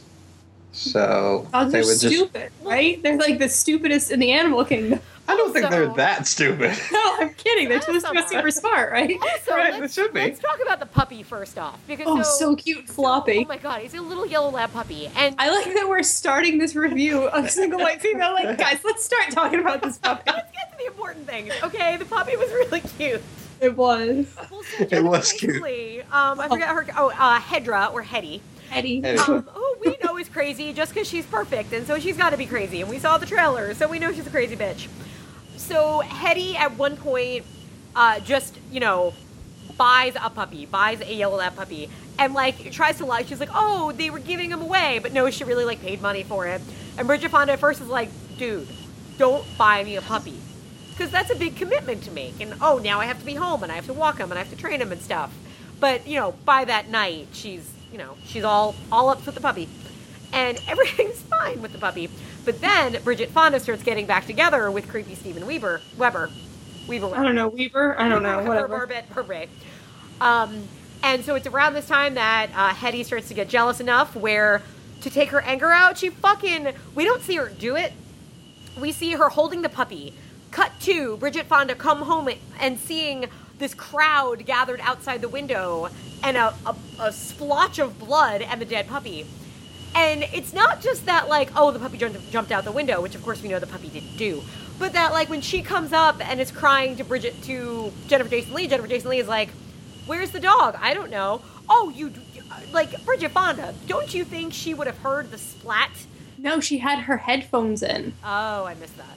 [SPEAKER 3] so
[SPEAKER 2] Dogs
[SPEAKER 3] they
[SPEAKER 2] are
[SPEAKER 3] would just.
[SPEAKER 2] stupid, right? They're like the stupidest in the animal kingdom.
[SPEAKER 3] I don't think they're
[SPEAKER 1] Also-
[SPEAKER 3] that stupid.
[SPEAKER 2] No, I'm kidding. They're supposed to be
[SPEAKER 1] Awesome.
[SPEAKER 2] super smart, right?
[SPEAKER 1] also,
[SPEAKER 3] Right,
[SPEAKER 1] let's,
[SPEAKER 3] it should be.
[SPEAKER 1] let's talk about the puppy first off, because
[SPEAKER 2] Oh,
[SPEAKER 1] so,
[SPEAKER 2] so cute, and floppy.
[SPEAKER 1] Oh my god, he's a little yellow lab puppy, and
[SPEAKER 2] I like that we're starting this review of single white female. Like, guys, let's start talking about this puppy.
[SPEAKER 1] let's get to the important things. Okay, the puppy was really cute.
[SPEAKER 2] It was
[SPEAKER 1] Well, so
[SPEAKER 3] It
[SPEAKER 1] Jennifer
[SPEAKER 3] was cute.
[SPEAKER 1] Paisley, Um, I forget her. Oh, uh, Hedra or Hetty,
[SPEAKER 2] Eddie.
[SPEAKER 3] Eddie.
[SPEAKER 1] um, who we know is crazy just because she's perfect, and so she's got to be crazy. And we saw the trailer, so we know she's a crazy bitch. So Hetty, at one point, uh, just you know, buys a puppy, buys a yellow lab puppy, and like tries to lie. She's like, "Oh, they were giving him away," but no, she really like paid money for it. And Bridget Fonda at first is like, "Dude, don't buy me a puppy." because that's a big commitment to make. And oh, now I have to be home and I have to walk him and I have to train him and stuff. But you know, by that night, she's you know she's all all up with the puppy, and everything's fine with the puppy. But then Bridget Fonda starts getting back together with creepy Steven Weber, Weber, Weber.
[SPEAKER 2] I don't know Weaver. I don't know whatever.
[SPEAKER 1] Burbet, Burbet. Um, and so it's around this time that uh, Hetty starts to get jealous enough where to take her anger out, she fucking. We don't see her do it. We see her holding the puppy. Cut to Bridget Fonda come home and seeing this crowd gathered outside the window and a, a, a splotch of blood and the dead puppy. And it's not just that, like, oh, the puppy jumped, jumped out the window, which of course we know the puppy didn't do, but that, like, when she comes up and is crying to Bridget, to Jennifer Jason Lee, Jennifer Jason Lee is like, where's the dog? I don't know. Oh, you, like, Bridget Fonda, don't you think she would have heard the splat?
[SPEAKER 2] No, she had her headphones in.
[SPEAKER 1] Oh, I missed that.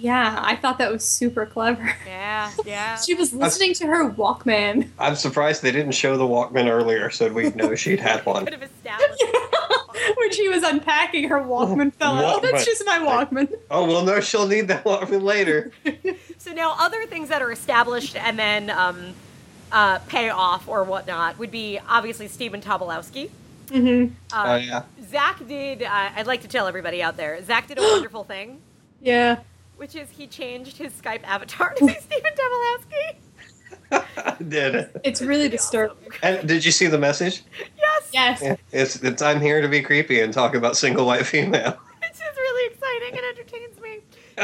[SPEAKER 2] Yeah, I thought that was super clever.
[SPEAKER 1] Yeah, yeah.
[SPEAKER 2] She was listening to her Walkman.
[SPEAKER 3] I'm surprised they didn't show the Walkman earlier, so we'd know she'd had one.
[SPEAKER 1] could have established.
[SPEAKER 2] when she was unpacking her Walkman fell out.
[SPEAKER 3] Oh, Walkman.
[SPEAKER 2] That's just my Walkman.
[SPEAKER 3] Oh well, no, she'll need that Walkman later.
[SPEAKER 1] So now, other things that are established and then um, uh, pay off or whatnot would be obviously Stephen Tobolowski.
[SPEAKER 2] Mm-hmm.
[SPEAKER 3] oh yeah,
[SPEAKER 1] Zach did. Uh, I'd like to tell everybody out there. Zach did a wonderful thing,
[SPEAKER 2] Yeah.
[SPEAKER 1] which is he changed his Skype avatar to be Stephen Tobolowski.
[SPEAKER 3] I did it.
[SPEAKER 2] It's really disturbing.
[SPEAKER 3] And did you see the message?
[SPEAKER 1] Yes,
[SPEAKER 2] Yes.
[SPEAKER 3] Yeah, It's it's I'm here to be creepy and talk about single white female.
[SPEAKER 1] which is really exciting and entertains me.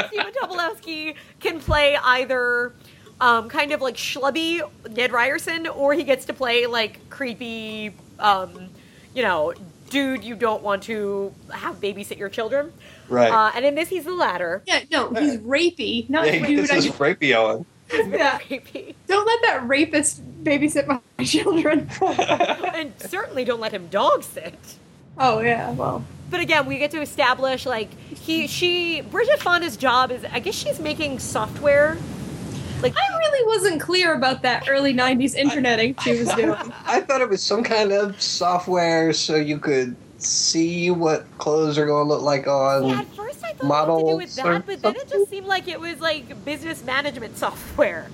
[SPEAKER 1] Stephen Tobolowski can play either um, kind of like schlubby Ned Ryerson, or he gets to play like creepy, um, you know, dude you don't want to have babysit your children.
[SPEAKER 3] Right.
[SPEAKER 1] Uh, and in this, he's the latter.
[SPEAKER 2] Yeah, no, he's rapey, not
[SPEAKER 3] Yeah,
[SPEAKER 2] dude.
[SPEAKER 3] this
[SPEAKER 2] I
[SPEAKER 3] is
[SPEAKER 2] just-
[SPEAKER 3] rapey Owen.
[SPEAKER 2] yeah.
[SPEAKER 1] Creepy.
[SPEAKER 2] Don't let that rapist babysit my children.
[SPEAKER 1] And certainly don't let him dog sit.
[SPEAKER 2] oh yeah, well.
[SPEAKER 1] But again, we get to establish like he, she, Bridget Fonda's job is. I guess she's making software. Like
[SPEAKER 2] I really wasn't clear about that early '90s interneting she was doing.
[SPEAKER 3] I thought it was some kind of software so you could see what clothes are going to look like
[SPEAKER 1] See,
[SPEAKER 3] on.
[SPEAKER 1] at first I thought it had to do
[SPEAKER 3] models
[SPEAKER 1] with
[SPEAKER 3] or
[SPEAKER 1] that, but then it just seemed like it was like business management software.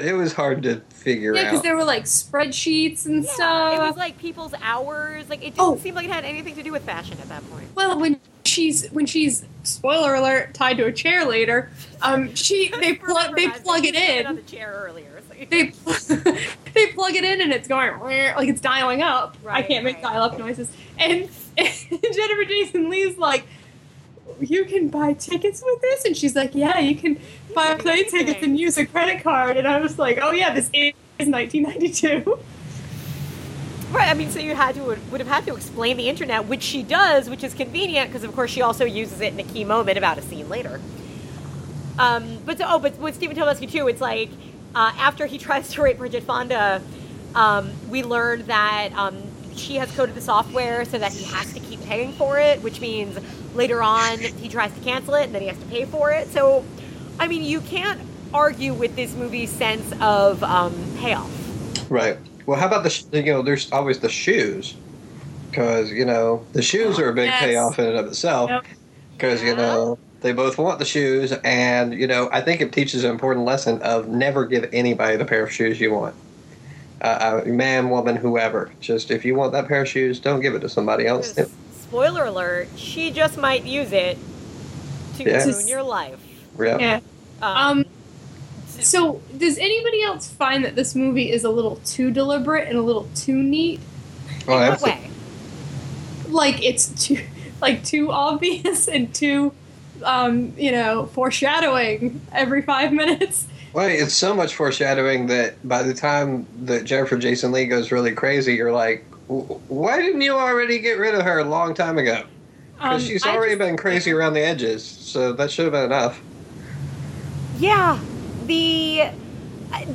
[SPEAKER 3] it was hard to figure
[SPEAKER 2] Yeah, because
[SPEAKER 3] out.
[SPEAKER 2] there were like spreadsheets and
[SPEAKER 1] Yeah, it
[SPEAKER 2] stuff.
[SPEAKER 1] was like people's hours. Like it didn't
[SPEAKER 2] Oh.
[SPEAKER 1] seem like it had anything to do with fashion at that point.
[SPEAKER 2] well, when she's when she's spoiler alert tied to a chair later, um, she they plug they
[SPEAKER 1] Remember,
[SPEAKER 2] plug it
[SPEAKER 1] I was on
[SPEAKER 2] in.
[SPEAKER 1] the chair earlier. so-
[SPEAKER 2] They pl- they plug it in and it's going "Wah," like it's dialing up. I
[SPEAKER 1] Right,
[SPEAKER 2] can't make
[SPEAKER 1] right.
[SPEAKER 2] dial up noises. And, and Jennifer Jason Lee's like, "You can buy tickets with this," and she's like, "Yeah, you can buy
[SPEAKER 1] do
[SPEAKER 2] plane tickets
[SPEAKER 1] anything."
[SPEAKER 2] and use a credit card." And I was like, "Oh yeah, this is 1992."
[SPEAKER 1] Right. I mean, so you had to would have had to explain the internet, which she does, which is convenient because, of course, she also uses it in a key moment about a scene later. Um, but so, oh, but with Stephen Tobolsky too, it's like uh, after he tries to rape Bridget Fonda, um, we learn that um, she has coded the software so that he has to keep paying for it, which means later on he tries to cancel it and then he has to pay for it. So, I mean, you can't argue with this movie's sense of um, payoff.
[SPEAKER 3] Right. Well, how about the sh- you know? There's always the shoes, because you know the shoes are a big
[SPEAKER 2] Yes.
[SPEAKER 3] payoff in and of itself.
[SPEAKER 2] Yep.
[SPEAKER 3] Because you
[SPEAKER 1] Yeah.
[SPEAKER 3] know they both want the shoes, and you know I think it teaches an important lesson of never give anybody the pair of shoes you want. Uh, uh, man, woman, whoever. Just if you want that pair of shoes, don't give it to somebody else.
[SPEAKER 1] Because, Spoiler alert, she just might use it to
[SPEAKER 3] Yeah.
[SPEAKER 1] ruin your life.
[SPEAKER 3] Yeah.
[SPEAKER 2] Yeah.
[SPEAKER 1] Um,
[SPEAKER 2] Um, so does anybody else find that this movie is a little too deliberate and a little too neat?
[SPEAKER 3] Well,
[SPEAKER 1] in what
[SPEAKER 3] that's-
[SPEAKER 1] way?
[SPEAKER 2] Like it's too like too obvious and too um, you know, foreshadowing every five minutes.
[SPEAKER 3] Well, it's so much foreshadowing that by the time that Jennifer Jason Lee goes really crazy, you're like, "W- why didn't you already get rid of her a long time ago?
[SPEAKER 2] Um,
[SPEAKER 3] Because she's
[SPEAKER 2] I
[SPEAKER 3] already
[SPEAKER 2] just-
[SPEAKER 3] been crazy around the edges, so that should have been enough.
[SPEAKER 1] Yeah, the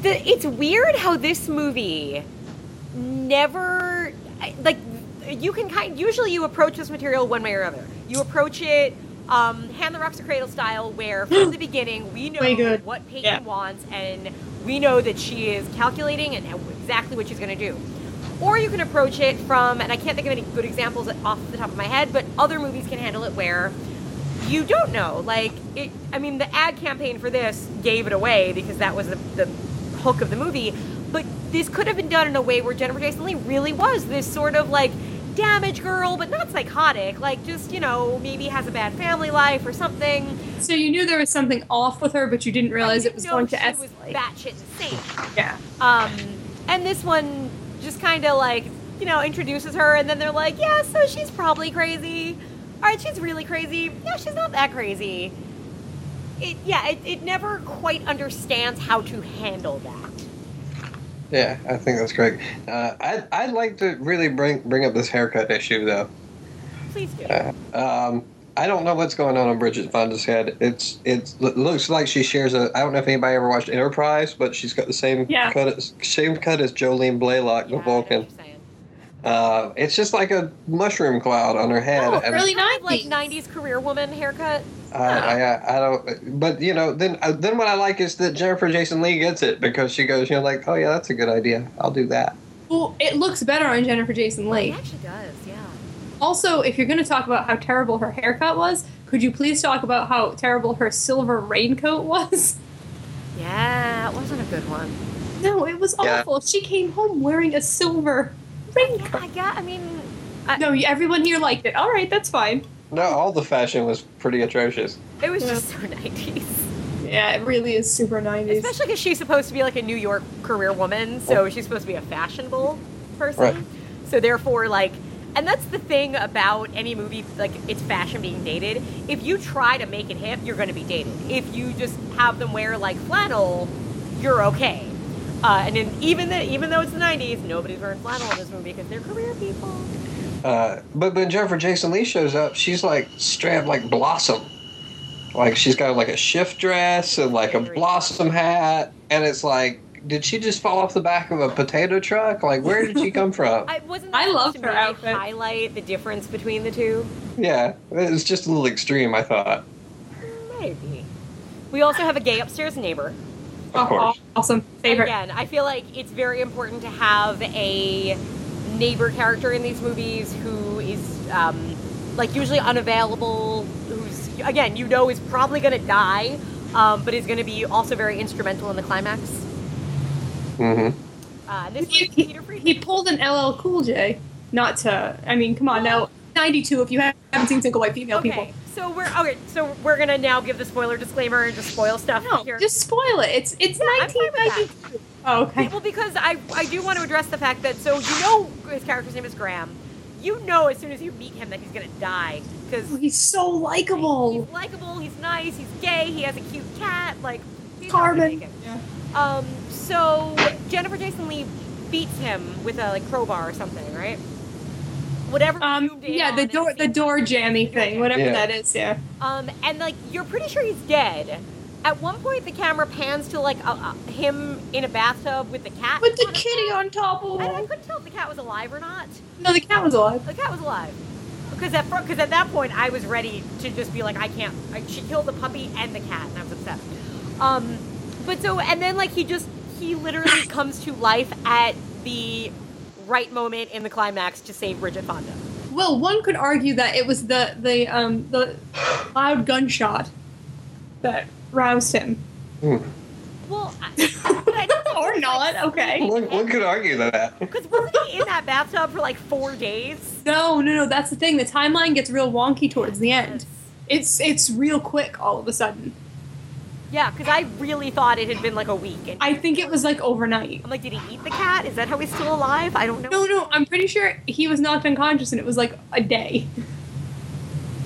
[SPEAKER 1] the it's weird how this movie never like you can kind usually you approach this material one way or other. You approach it um, hand the rocks to cradle style, where from the beginning we know
[SPEAKER 2] Way good.
[SPEAKER 1] what Peyton
[SPEAKER 2] Yeah.
[SPEAKER 1] wants, and we know that she is calculating and how- exactly what she's going to do. Or you can approach it from, and I can't think of any good examples off the top of my head, but other movies can handle it where you don't know. Like, it, I mean, the ad campaign for this gave it away because that was the, the hook of the movie. But this could have been done in a way where Jennifer Jason Lee really was this sort of like damage girl, but not psychotic. Like, just, you know, maybe has a bad family life or something.
[SPEAKER 2] So you knew there was something off with her, but you didn't realize it was
[SPEAKER 1] No,
[SPEAKER 2] going to
[SPEAKER 1] she was
[SPEAKER 2] escalate.
[SPEAKER 1] batshit insane.
[SPEAKER 2] yeah.
[SPEAKER 1] Um, and this one just kind of like, you know, introduces her, and then they're like, yeah, so she's probably crazy. All right, she's really crazy. No, she's not that crazy. It, yeah, it, it never quite understands how to handle that.
[SPEAKER 3] Yeah, I think that's correct. Uh, I, I'd like to really bring bring up this haircut issue, though.
[SPEAKER 1] Please
[SPEAKER 3] Uh,
[SPEAKER 1] do.
[SPEAKER 3] Um, I don't know what's going on in Bridget Fonda's head. It's it's- it looks like she shares a. I don't know if anybody ever watched Enterprise, but she's got the same
[SPEAKER 2] Yeah.
[SPEAKER 3] cut as, same cut as Jolene Blaylock,
[SPEAKER 1] Yeah, I
[SPEAKER 3] the
[SPEAKER 1] know what
[SPEAKER 3] Vulcan.
[SPEAKER 1] you're saying.
[SPEAKER 3] Uh, it's just like a mushroom cloud on her head.
[SPEAKER 2] Oh,
[SPEAKER 3] and
[SPEAKER 2] early
[SPEAKER 1] Kind of like
[SPEAKER 2] 90s.
[SPEAKER 1] 90s career woman haircut.
[SPEAKER 3] I, I, I don't. But you know, then uh, then what I like is that Jennifer Jason Lee gets it because she goes, you know, like, oh yeah, that's a good idea. I'll do that.
[SPEAKER 2] Well, it looks better on Jennifer Jason Leigh.
[SPEAKER 1] It actually does, yeah.
[SPEAKER 2] Also, if you're going to talk about how terrible her haircut was, could you please talk about how terrible her silver raincoat was?
[SPEAKER 1] Yeah, it wasn't a good one.
[SPEAKER 2] No, it was
[SPEAKER 3] Yeah.
[SPEAKER 2] awful. She came home wearing a silver
[SPEAKER 1] Yeah,
[SPEAKER 2] raincoat.
[SPEAKER 1] I got, I mean,
[SPEAKER 2] No, everyone here liked it. All right, that's fine.
[SPEAKER 3] No, all the fashion was pretty atrocious.
[SPEAKER 1] it was
[SPEAKER 2] Yeah.
[SPEAKER 1] just so 90s.
[SPEAKER 2] Yeah, it really is super 90s.
[SPEAKER 1] Especially because she's supposed to be like a New York career woman, so she's supposed to be a fashionable person.
[SPEAKER 3] Right.
[SPEAKER 1] So therefore, like, and that's the thing about any movie, like it's fashion being dated. If you try to make it hip, you're going to be dated. If you just have them wear like flannel, you're okay. Uh, and then even the, even though it's the '90s, nobody's wearing flannel in this movie because they're career people.
[SPEAKER 3] Uh, but when Jennifer Jason Lee shows up, she's like strapped like Blossom. Like she's got like a shift dress and like a Blossom hat, and it's like, did she just fall off the back of a potato truck? Like, where did she come from?
[SPEAKER 1] I wasn't.
[SPEAKER 2] I
[SPEAKER 1] that
[SPEAKER 2] loved
[SPEAKER 1] to
[SPEAKER 2] her
[SPEAKER 1] maybe
[SPEAKER 2] outfit.
[SPEAKER 1] Highlight the difference between the two.
[SPEAKER 3] yeah, it was just a little extreme, I thought.
[SPEAKER 1] Maybe. We also have a gay upstairs neighbor.
[SPEAKER 3] Of course.
[SPEAKER 2] Oh, Awesome. Favorite.
[SPEAKER 1] Again, I feel like it's very important to have a neighbor character in these movies who is um, like usually unavailable, who's again you know is probably going to die, um, but is going to be also very instrumental in the climax.
[SPEAKER 3] Mm-hmm.
[SPEAKER 1] Uh, this
[SPEAKER 2] He,
[SPEAKER 1] is Peter
[SPEAKER 2] he,
[SPEAKER 1] Friedkin.
[SPEAKER 2] he pulled an LL Cool J. Not to, I mean, come on now. 92 if you haven't seen single white female
[SPEAKER 1] okay,
[SPEAKER 2] people.
[SPEAKER 1] so we're okay. So we're gonna now give the spoiler disclaimer and just spoil stuff
[SPEAKER 2] No,
[SPEAKER 1] here.
[SPEAKER 2] just spoil it. It's it's
[SPEAKER 1] I'm fine with that.
[SPEAKER 2] 1992. Oh, okay.
[SPEAKER 1] Well, because I, I do want to address the fact that so you know his character's name is Graham. You know as soon as you meet him that he's gonna die because
[SPEAKER 2] He's so likable.
[SPEAKER 1] he's likable, he's nice, he's gay, he has a cute cat, like he's not gonna make
[SPEAKER 2] Carmen.
[SPEAKER 1] it. Um, so Jennifer Jason Lee beats him with a like crowbar or something, right? Whatever.
[SPEAKER 2] Um,
[SPEAKER 1] zoomed in
[SPEAKER 2] yeah,
[SPEAKER 1] on
[SPEAKER 2] the
[SPEAKER 1] and
[SPEAKER 2] door, the
[SPEAKER 1] seen.
[SPEAKER 2] door jammy thing, whatever
[SPEAKER 3] Yeah.
[SPEAKER 2] that is. Yeah.
[SPEAKER 1] Um, and like you're pretty sure he's dead. At one point, the camera pans to like a, a, him in a bathtub with the cat.
[SPEAKER 2] With the
[SPEAKER 1] on his
[SPEAKER 2] kitty
[SPEAKER 1] back.
[SPEAKER 2] on top of
[SPEAKER 1] And I
[SPEAKER 2] him.
[SPEAKER 1] couldn't tell if the cat was alive or not.
[SPEAKER 2] No, the cat was alive.
[SPEAKER 1] The cat was alive. Because at, because at that point, I was ready to just be like, I can't. I, she killed the puppy and the cat, and I was upset. Um, but so, and then, like, he just, he literally comes to life at the right moment in the climax to save Bridget Fonda.
[SPEAKER 2] Well, one could argue that it was the the um the loud gunshot that roused him.
[SPEAKER 3] Mm.
[SPEAKER 1] Well, I, but I don't
[SPEAKER 2] Or not, okay.
[SPEAKER 3] One, one could argue that.
[SPEAKER 1] Because wasn't he in that bathtub for like four days?
[SPEAKER 2] No, no, no. That's the thing. The timeline gets real wonky towards the end. It's it's real quick all of a sudden.
[SPEAKER 1] Yeah, because I really thought it had been like a week. And
[SPEAKER 2] I think it was like overnight.
[SPEAKER 1] I'm like, did he eat the cat? Is that how he's still alive? I don't know.
[SPEAKER 2] No, no. I'm pretty sure he was knocked unconscious, and it was like a day.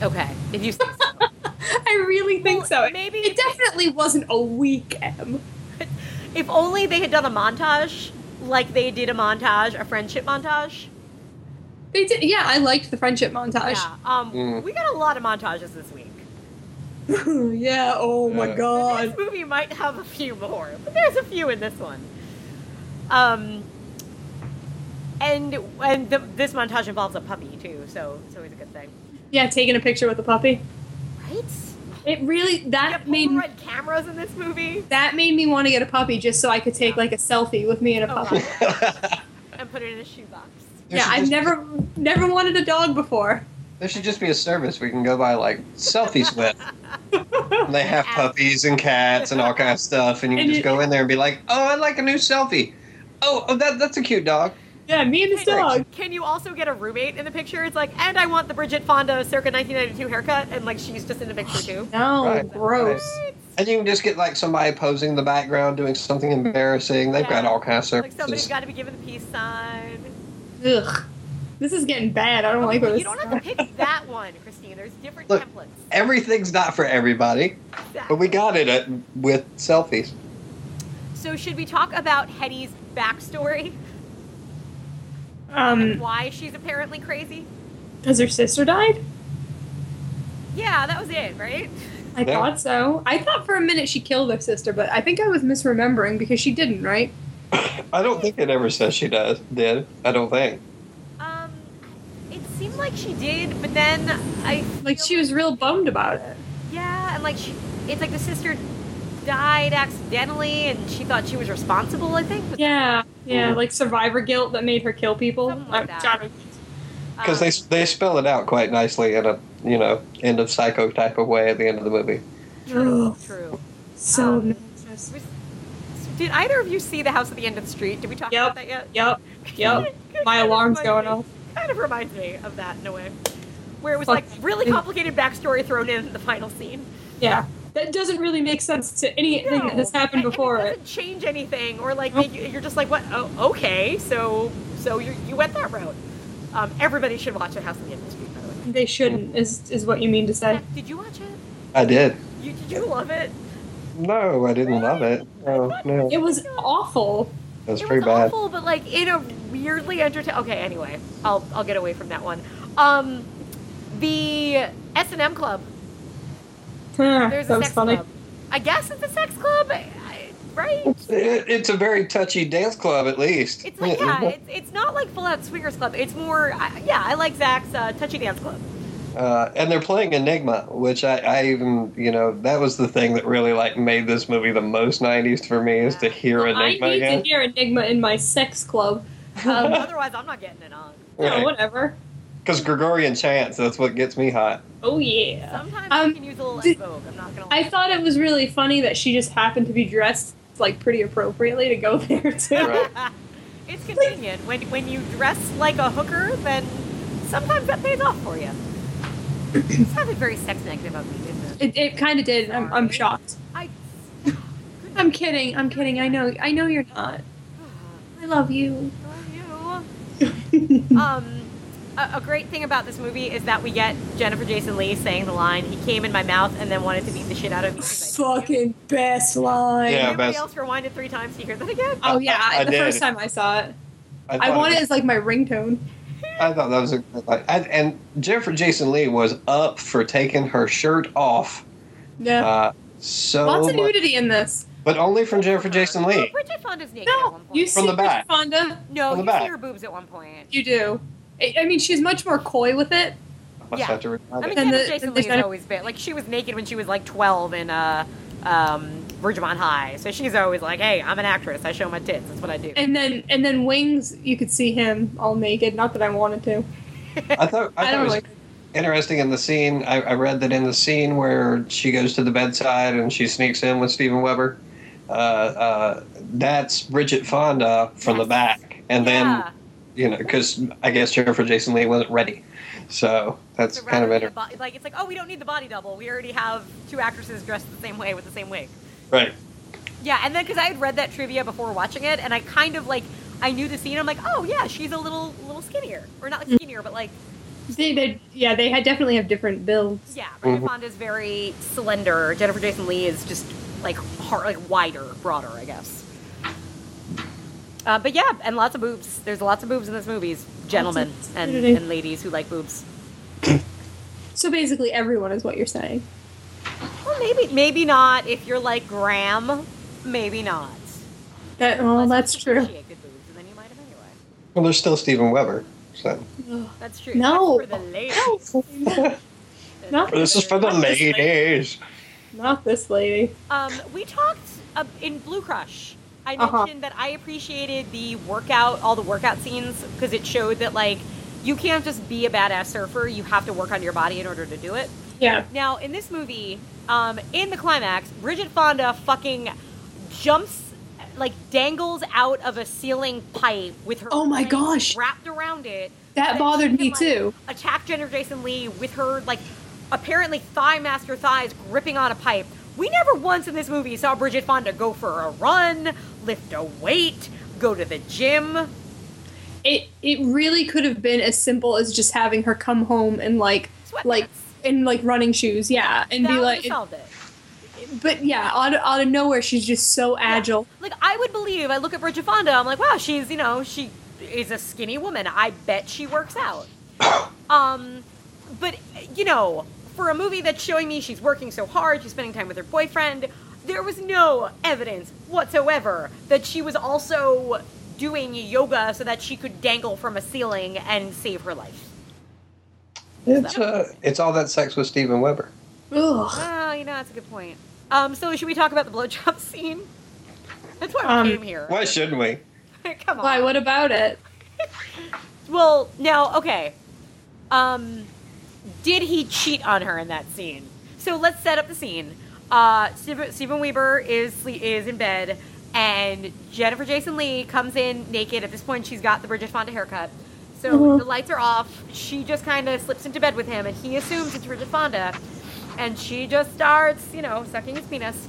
[SPEAKER 1] Okay. If you say so.
[SPEAKER 2] I really think
[SPEAKER 1] Well,
[SPEAKER 2] so. It-
[SPEAKER 1] maybe-
[SPEAKER 2] it definitely wasn't a week M.
[SPEAKER 1] If only they had done a montage, like they did a montage, a friendship montage.
[SPEAKER 2] They did. Yeah, I liked the friendship montage.
[SPEAKER 1] Yeah. Um,
[SPEAKER 3] Mm.
[SPEAKER 1] we got a lot of montages this week.
[SPEAKER 2] Yeah. oh my
[SPEAKER 3] Yeah.
[SPEAKER 2] god.
[SPEAKER 1] This movie might have a few more, but there's a few in this one. Um, and and the, this montage involves a puppy too, so it's always a good thing,
[SPEAKER 2] Yeah, taking a picture with a puppy.
[SPEAKER 1] right?
[SPEAKER 2] It really that
[SPEAKER 1] That
[SPEAKER 2] made
[SPEAKER 1] Polaroid cameras in this movie
[SPEAKER 2] that made me want to get a puppy just so I could take like a selfie with me and a
[SPEAKER 1] Oh,
[SPEAKER 2] puppy.
[SPEAKER 1] wow. and put it in a shoebox.
[SPEAKER 3] There
[SPEAKER 2] Yeah,
[SPEAKER 3] should
[SPEAKER 2] I've
[SPEAKER 3] just-
[SPEAKER 2] never never wanted a dog before.
[SPEAKER 3] There should just be a service we can go buy like selfies with. And they have puppies and cats and all kind of stuff, and you can
[SPEAKER 2] And
[SPEAKER 3] just
[SPEAKER 2] you-
[SPEAKER 3] go in there and be like, "Oh, I'd like a new selfie." Oh, oh that, that's a cute dog.
[SPEAKER 2] Yeah, me and this dog.
[SPEAKER 1] Can you also get a roommate in the picture? It's like, and I want the Bridget Fonda circa 1992 haircut, and like she's just in the picture too.
[SPEAKER 2] No,
[SPEAKER 3] Right,
[SPEAKER 2] Oh, gross.
[SPEAKER 3] And you can just get like somebody posing in the background doing something embarrassing. They've got
[SPEAKER 1] Yeah.
[SPEAKER 3] all kinds of
[SPEAKER 1] Like somebody's
[SPEAKER 3] services.
[SPEAKER 1] got to be given the peace sign.
[SPEAKER 2] Ugh. This is getting bad. I don't like where
[SPEAKER 1] you
[SPEAKER 2] this
[SPEAKER 1] don't
[SPEAKER 2] is
[SPEAKER 1] have to
[SPEAKER 2] going.
[SPEAKER 1] pick that one, Christine. There's different
[SPEAKER 3] Look,
[SPEAKER 1] templates.
[SPEAKER 3] Everything's not for everybody,
[SPEAKER 1] Exactly.
[SPEAKER 3] but we got it at, with selfies.
[SPEAKER 1] So should we talk about Hetty's backstory?
[SPEAKER 2] Um,
[SPEAKER 1] Why she's apparently crazy?
[SPEAKER 2] because her sister died.
[SPEAKER 1] Yeah, that was it, right?
[SPEAKER 2] I
[SPEAKER 3] Yeah.
[SPEAKER 2] thought so. I thought for a minute she killed her sister, but I think I was misremembering because she didn't, right?
[SPEAKER 3] I don't think it ever says she does. Did I don't think.
[SPEAKER 1] Um, it seemed like she did, but then I
[SPEAKER 2] Like
[SPEAKER 1] feel
[SPEAKER 2] she was real bummed about it.
[SPEAKER 1] yeah, and like she, it's like the sister died accidentally, and she thought she was responsible. I think. but-
[SPEAKER 2] Yeah, yeah,
[SPEAKER 3] Mhm.
[SPEAKER 2] like survivor guilt that made her kill people.
[SPEAKER 1] Something like
[SPEAKER 2] I-
[SPEAKER 1] that.
[SPEAKER 3] because
[SPEAKER 1] um,
[SPEAKER 3] they they spell it out quite nicely in a you know end of psycho type of way at the end of the movie.
[SPEAKER 1] true.
[SPEAKER 2] Ugh.
[SPEAKER 1] true.
[SPEAKER 2] So
[SPEAKER 1] Um,
[SPEAKER 2] obnoxious.
[SPEAKER 1] Was- Did either of you see the house at the end of the street? Did we talk about
[SPEAKER 2] Yep.
[SPEAKER 1] that yet?
[SPEAKER 2] Yep. Yep. My alarm's going off.
[SPEAKER 1] Kind of reminds me of that in a way, where it was like
[SPEAKER 2] Fuck.
[SPEAKER 1] really complicated backstory thrown in at the final scene.
[SPEAKER 2] Yeah. That doesn't really make sense to anything that has happened
[SPEAKER 1] And- and
[SPEAKER 2] before
[SPEAKER 1] it.
[SPEAKER 2] it.
[SPEAKER 1] Doesn't change anything, or like
[SPEAKER 2] Nope.
[SPEAKER 1] you- you're just like, what? Oh, okay. So, so you you went that route. Um, everybody should watch a House in the End of the Street, by the way.
[SPEAKER 2] They shouldn't is is what you mean to say.
[SPEAKER 1] Matt, Did you watch it?
[SPEAKER 3] I did.
[SPEAKER 1] You did you love it?
[SPEAKER 3] No, I didn't love it. No, no,
[SPEAKER 2] It was awful.
[SPEAKER 3] that's
[SPEAKER 1] it was
[SPEAKER 3] pretty bad.
[SPEAKER 1] awful, but like in a weirdly entertaining. Okay, anyway, I'll I'll get away from that one. Um, the S and M Club.
[SPEAKER 2] Huh,
[SPEAKER 1] There's
[SPEAKER 2] that
[SPEAKER 1] a
[SPEAKER 2] was
[SPEAKER 1] sex
[SPEAKER 2] funny.
[SPEAKER 1] club. I guess it's a sex club, I- I- right?
[SPEAKER 3] It, it's a very touchy dance club, at least.
[SPEAKER 1] It's like yeah, it's, it's not like full out swingers club. It's more I, yeah, I like Zach's uh, touchy dance club.
[SPEAKER 3] Uh, and they're playing Enigma, which I, I even you know that was the thing that really like made this movie the most '90s for me is to hear
[SPEAKER 2] I
[SPEAKER 3] Enigma
[SPEAKER 2] need
[SPEAKER 3] again.
[SPEAKER 2] to hear Enigma in my sex club.
[SPEAKER 1] Um,
[SPEAKER 2] Um,
[SPEAKER 1] otherwise, I'm not getting it on.
[SPEAKER 2] no,
[SPEAKER 3] Right.
[SPEAKER 2] whatever.
[SPEAKER 3] Because Gregorian chants, that's what gets me hot.
[SPEAKER 2] Oh yeah.
[SPEAKER 1] Sometimes
[SPEAKER 2] Um,
[SPEAKER 1] you can use a little
[SPEAKER 2] did-
[SPEAKER 1] did, I'm not gonna lie.
[SPEAKER 2] I thought it was really funny that she just happened to be dressed like pretty appropriately to go there too.
[SPEAKER 3] Right.
[SPEAKER 1] it's convenient when when you dress like a hooker, then sometimes that pays off for you. it sounded very sex negative of me, didn't it?
[SPEAKER 2] It, it kind of did. I'm, I'm shocked.
[SPEAKER 1] I
[SPEAKER 2] I'm kidding. I'm kidding. I know. I know you're not. I love you.
[SPEAKER 1] love you. um, a, a great thing about this movie is that we get Jennifer Jason Lee saying the line, "He came in my mouth and then wanted to beat the shit out of me." 'cause I told you."
[SPEAKER 2] Fucking best line.
[SPEAKER 3] Yeah,
[SPEAKER 1] Anybody
[SPEAKER 3] best.
[SPEAKER 1] else rewinded three times to hear that again?
[SPEAKER 2] Oh yeah.
[SPEAKER 3] I- I
[SPEAKER 2] the
[SPEAKER 3] did.
[SPEAKER 2] first time I saw it,
[SPEAKER 3] thought
[SPEAKER 2] I
[SPEAKER 3] it
[SPEAKER 2] want
[SPEAKER 3] was-
[SPEAKER 2] it as like my ringtone.
[SPEAKER 3] I thought that was a good line. I, and Jennifer Jason Lee was up for taking her shirt off.
[SPEAKER 2] Yeah.
[SPEAKER 3] Uh, so
[SPEAKER 2] Lots of
[SPEAKER 3] much-
[SPEAKER 2] nudity in this.
[SPEAKER 3] but only from Jennifer Jason Lee.
[SPEAKER 1] Bridget Fonda's naked at
[SPEAKER 2] No,
[SPEAKER 1] one point.
[SPEAKER 2] you
[SPEAKER 3] From
[SPEAKER 2] see
[SPEAKER 3] the back.
[SPEAKER 2] Bridget Fonda.
[SPEAKER 1] no,
[SPEAKER 3] from the
[SPEAKER 1] you
[SPEAKER 3] back.
[SPEAKER 1] see her boobs at one point.
[SPEAKER 2] You do. I, I mean, she's much more coy with it.
[SPEAKER 3] I must
[SPEAKER 1] Yeah.
[SPEAKER 3] have to
[SPEAKER 1] I mean,
[SPEAKER 3] remind it.
[SPEAKER 2] And
[SPEAKER 1] Jennifer
[SPEAKER 2] the-
[SPEAKER 1] Jason
[SPEAKER 2] and the
[SPEAKER 1] Lee's
[SPEAKER 2] Jennifer-
[SPEAKER 1] always been like she was naked when she was like twelve in uh, um, Virgimon High, so she's always like, "Hey, I'm an actress. I show my tits. That's what I do."
[SPEAKER 2] And then, and then Wings, you could see him all naked. Not that I wanted to.
[SPEAKER 3] I thought I,
[SPEAKER 2] I,
[SPEAKER 3] thought it
[SPEAKER 2] don't
[SPEAKER 3] was
[SPEAKER 2] really.
[SPEAKER 3] interesting in the scene. I, I read that in the scene where she goes to the bedside and she sneaks in with Steven Weber. Uh, uh, that's Bridget Fonda from the back, and
[SPEAKER 1] Yeah.
[SPEAKER 3] then you know because I guess Jennifer Jason Lee wasn't ready, so that's
[SPEAKER 1] So
[SPEAKER 3] kind of
[SPEAKER 1] rather than
[SPEAKER 3] interesting.
[SPEAKER 1] the bo- like it's like, oh, we don't need the body double. We already have two actresses dressed the same way with the same wig.
[SPEAKER 3] Right.
[SPEAKER 1] Yeah, and then because I had read that trivia before watching it, and I kind of like I knew the scene. I'm like, oh yeah, she's a little little skinnier, or not like
[SPEAKER 2] Mm.
[SPEAKER 1] skinnier, but like
[SPEAKER 2] They, they, yeah, they had definitely have different builds.
[SPEAKER 1] yeah, Bridget
[SPEAKER 3] Mhm.
[SPEAKER 1] Fonda's very slender. Jennifer Jason Lee is just like hard, like wider, broader, I guess. Uh, but yeah, and lots of boobs. There's lots of boobs in this movie, gentlemen and,
[SPEAKER 2] nudity.
[SPEAKER 1] and ladies who like boobs.
[SPEAKER 2] So basically, everyone is what you're saying.
[SPEAKER 1] Well, maybe maybe not if you're like Graham. Maybe not.
[SPEAKER 2] That well,
[SPEAKER 1] Unless
[SPEAKER 2] that's
[SPEAKER 1] you
[SPEAKER 2] true.
[SPEAKER 1] appreciate good boobs, and then you might have anyway.
[SPEAKER 3] Well, there's still Steven Weber. So
[SPEAKER 1] That's true.
[SPEAKER 2] No.
[SPEAKER 1] That's for the ladies.
[SPEAKER 2] No.
[SPEAKER 3] this is for the ladies.
[SPEAKER 2] Not this lady.
[SPEAKER 1] Um, we talked uh, in Blue Crush. I
[SPEAKER 2] Uh-huh.
[SPEAKER 1] mentioned that I appreciated the workout, all the workout scenes, because it showed that like you can't just be a badass surfer. You have to work on your body in order to do it.
[SPEAKER 2] Yeah.
[SPEAKER 1] Now in this movie, um, in the climax, Bridget Fonda fucking jumps. Like dangles out of a ceiling pipe with her
[SPEAKER 2] Oh my
[SPEAKER 1] legs
[SPEAKER 2] gosh.
[SPEAKER 1] wrapped around it.
[SPEAKER 2] That
[SPEAKER 1] And
[SPEAKER 2] bothered
[SPEAKER 1] she
[SPEAKER 2] me
[SPEAKER 1] like,
[SPEAKER 2] too.
[SPEAKER 1] Attacked Jennifer Jason Lee with her like apparently thigh master thighs gripping on a pipe. We never once in this movie saw Bridget Fonda go for a run, lift a weight, go to the gym.
[SPEAKER 2] It it really could have been as simple as just having her come home and like
[SPEAKER 1] Sweatpants.
[SPEAKER 2] like in like running shoes, yeah, and
[SPEAKER 1] that
[SPEAKER 2] be
[SPEAKER 1] would
[SPEAKER 2] like,
[SPEAKER 1] have solved it.
[SPEAKER 2] but yeah, out of, out of nowhere, she's just so agile.
[SPEAKER 1] Like I would believe. I look at Bridget Fonda. I'm like, wow, she's you know she is a skinny woman. I bet she works out. um, but you know, for a movie that's showing me she's working so hard, she's spending time with her boyfriend, there was no evidence whatsoever that she was also doing yoga so that she could dangle from a ceiling and save her life.
[SPEAKER 3] It's uh, it's all that sex with Steven Weber.
[SPEAKER 2] Ugh.
[SPEAKER 1] Well, you know that's a good point. Um, so should we talk about the blowjob scene? That's why we
[SPEAKER 2] Um,
[SPEAKER 1] came here.
[SPEAKER 3] Why shouldn't we?
[SPEAKER 1] Come on.
[SPEAKER 2] Why? What about it?
[SPEAKER 1] Well, now, okay. Um, did he cheat on her in that scene? So let's set up the scene. Uh, Steven, Steven Weber is sle- is in bed, and Jennifer Jason Lee comes in naked. At this point, she's got the Bridget Fonda haircut. So
[SPEAKER 2] Mm-hmm.
[SPEAKER 1] the lights are off. She just kind of slips into bed with him, and he assumes it's Bridget Fonda, and she just starts, you know, sucking his penis.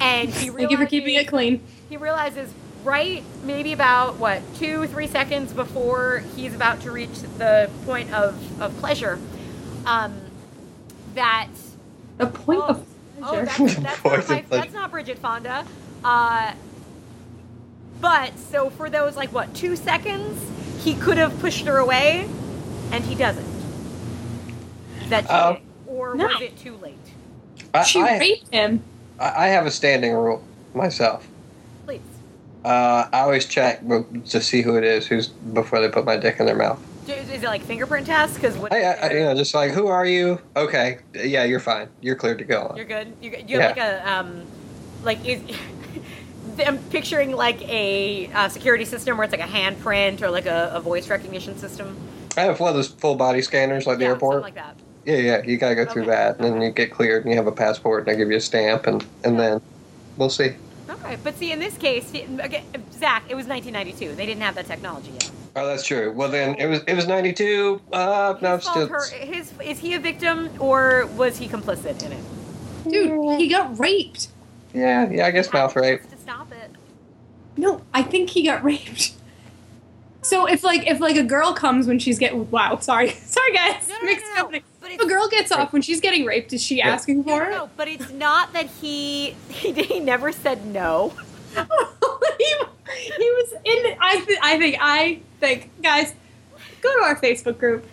[SPEAKER 1] And he
[SPEAKER 2] Thank you for keeping
[SPEAKER 1] realizes-
[SPEAKER 2] it clean.
[SPEAKER 1] he realizes right maybe about what two three seconds before he's about to reach the point of, of pleasure um, that
[SPEAKER 2] The point
[SPEAKER 1] Oh.
[SPEAKER 2] of
[SPEAKER 1] oh
[SPEAKER 2] pleasure.
[SPEAKER 1] that's, that's,
[SPEAKER 3] Point
[SPEAKER 1] not,
[SPEAKER 3] of
[SPEAKER 1] my, that's
[SPEAKER 3] pleasure.
[SPEAKER 1] not bridget fonda uh, but so for those like what two seconds he could have pushed her away and he doesn't that's
[SPEAKER 3] Oh.
[SPEAKER 1] it. or
[SPEAKER 2] No.
[SPEAKER 1] was it too late
[SPEAKER 3] I,
[SPEAKER 2] she
[SPEAKER 3] I,
[SPEAKER 2] raped him.
[SPEAKER 3] I have a standing rule myself.
[SPEAKER 1] please
[SPEAKER 3] Uh, I always check b- to see who it is who's before they put my dick in their mouth.
[SPEAKER 1] Do- is it like fingerprint test because what
[SPEAKER 3] I, I, I- you know, just like, who are you? Okay, yeah, you're fine. You're cleared to go on.
[SPEAKER 1] You're good. You, you have like a um, like is. I'm picturing like a uh, security system where it's like a handprint or like a, a voice recognition system.
[SPEAKER 3] I have one of those full body scanners like the
[SPEAKER 1] yeah,
[SPEAKER 3] airport.
[SPEAKER 1] something like that.
[SPEAKER 3] yeah, yeah. You gotta go through
[SPEAKER 1] Okay.
[SPEAKER 3] that, and then you get cleared, and you have a passport, and I give you a stamp, and and then we'll see.
[SPEAKER 1] Okay, but see, in this case, see, okay, Zach, it was 1992. They didn't have that technology yet.
[SPEAKER 3] Oh, that's true. Well, then it was it was ninety two. Uh, no, I'm
[SPEAKER 1] His fault,
[SPEAKER 3] still.
[SPEAKER 1] her, his, is he a victim or was he complicit in it?
[SPEAKER 2] Dude, he got raped.
[SPEAKER 3] Yeah, yeah. I guess mouth rape.
[SPEAKER 1] To stop it.
[SPEAKER 2] No, I think he got raped. So if like if like a girl comes when she's getting wow sorry sorry guys
[SPEAKER 1] No, no, no,
[SPEAKER 2] mixed
[SPEAKER 1] no, no.
[SPEAKER 2] up. If
[SPEAKER 1] But
[SPEAKER 2] a
[SPEAKER 1] it's-
[SPEAKER 2] girl gets off when she's getting raped, is she asking
[SPEAKER 1] No,
[SPEAKER 2] for
[SPEAKER 1] no, no, but it's not that he he, he never said no.
[SPEAKER 2] it? he, he was in. I th- I think I think guys, go to our Facebook group.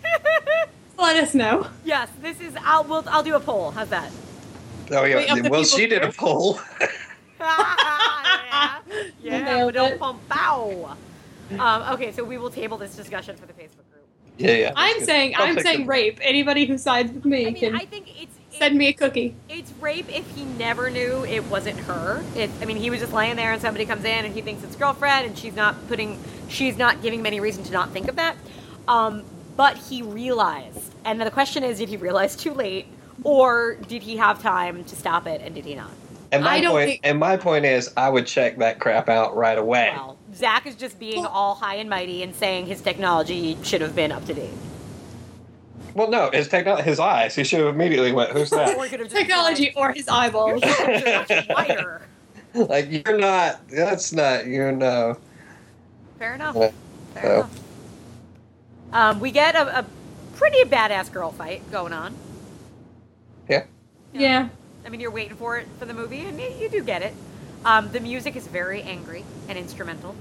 [SPEAKER 2] Let us know.
[SPEAKER 1] yes, this is. I'll we'll, I'll do a poll. How's that?
[SPEAKER 3] Oh
[SPEAKER 2] Wait,
[SPEAKER 3] yeah.
[SPEAKER 2] of the people
[SPEAKER 3] well, she did a
[SPEAKER 2] here?
[SPEAKER 3] poll.
[SPEAKER 1] yeah, yeah.
[SPEAKER 2] Nailed it.
[SPEAKER 1] ba-dum-bum, bow. Um, okay, so we will table this discussion for the Facebook group.
[SPEAKER 3] yeah, yeah.
[SPEAKER 2] I'm
[SPEAKER 3] Good.
[SPEAKER 2] saying
[SPEAKER 3] I'll
[SPEAKER 2] I'm
[SPEAKER 3] take
[SPEAKER 2] saying
[SPEAKER 3] it.
[SPEAKER 2] rape. Anybody who sides with me
[SPEAKER 1] I
[SPEAKER 2] can
[SPEAKER 1] mean, I think it's
[SPEAKER 2] send me a cookie.
[SPEAKER 1] It's rape if he never knew it wasn't her. It, I mean, he was just laying there and somebody comes in and he thinks it's girlfriend and she's not putting, she's not giving him any reason to not think of that. Um, but he realized. And then the question is, did he realize too late or did he have time to stop it and did he not?
[SPEAKER 3] And my
[SPEAKER 2] I don't
[SPEAKER 3] point.
[SPEAKER 2] think-
[SPEAKER 3] And my point is, I would check that crap out right away.
[SPEAKER 1] Well, Zach is just being
[SPEAKER 2] Well-
[SPEAKER 1] all high and mighty and saying his technology should have been up to date.
[SPEAKER 3] Well, no, his technology, his eyes. He should have immediately went, "Who's
[SPEAKER 1] Or
[SPEAKER 3] that?"
[SPEAKER 1] he could have just
[SPEAKER 2] Technology or his eyeballs.
[SPEAKER 1] realized you're much whiter.
[SPEAKER 3] like you're not. That's not. You know.
[SPEAKER 1] Fair enough.
[SPEAKER 3] Yeah.
[SPEAKER 1] Fair
[SPEAKER 3] So-
[SPEAKER 1] enough. Um, we get a, a pretty badass girl fight going on.
[SPEAKER 3] Yeah.
[SPEAKER 2] yeah.
[SPEAKER 1] I mean, you're waiting for it for the movie, and you, you do get it. Um, the music is very angry and instrumental.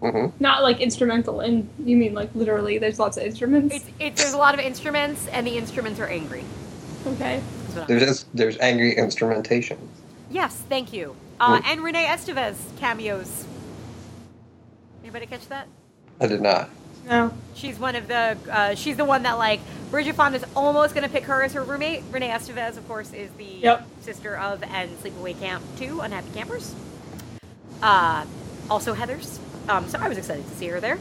[SPEAKER 3] hmm
[SPEAKER 2] Not like instrumental, and you mean like literally? There's lots of instruments.
[SPEAKER 1] It's, it, there's a lot of instruments, and the instruments are angry.
[SPEAKER 2] okay.
[SPEAKER 1] is what I'm-
[SPEAKER 3] There's just, there's angry instrumentation.
[SPEAKER 1] yes, thank you. Uh,
[SPEAKER 3] Mm.
[SPEAKER 1] and Renee Estevez cameos. Anybody catch that?
[SPEAKER 3] I did not.
[SPEAKER 2] No.
[SPEAKER 1] She's one of the. Uh, she's the one that like Bridget Fonda's almost gonna pick her as her roommate. Renee Estevez, of course, is the
[SPEAKER 2] Yep.
[SPEAKER 1] sister of and Sleepaway Camp two Unhappy Campers. Uh, also Heather's. Um, so I was excited to see her there.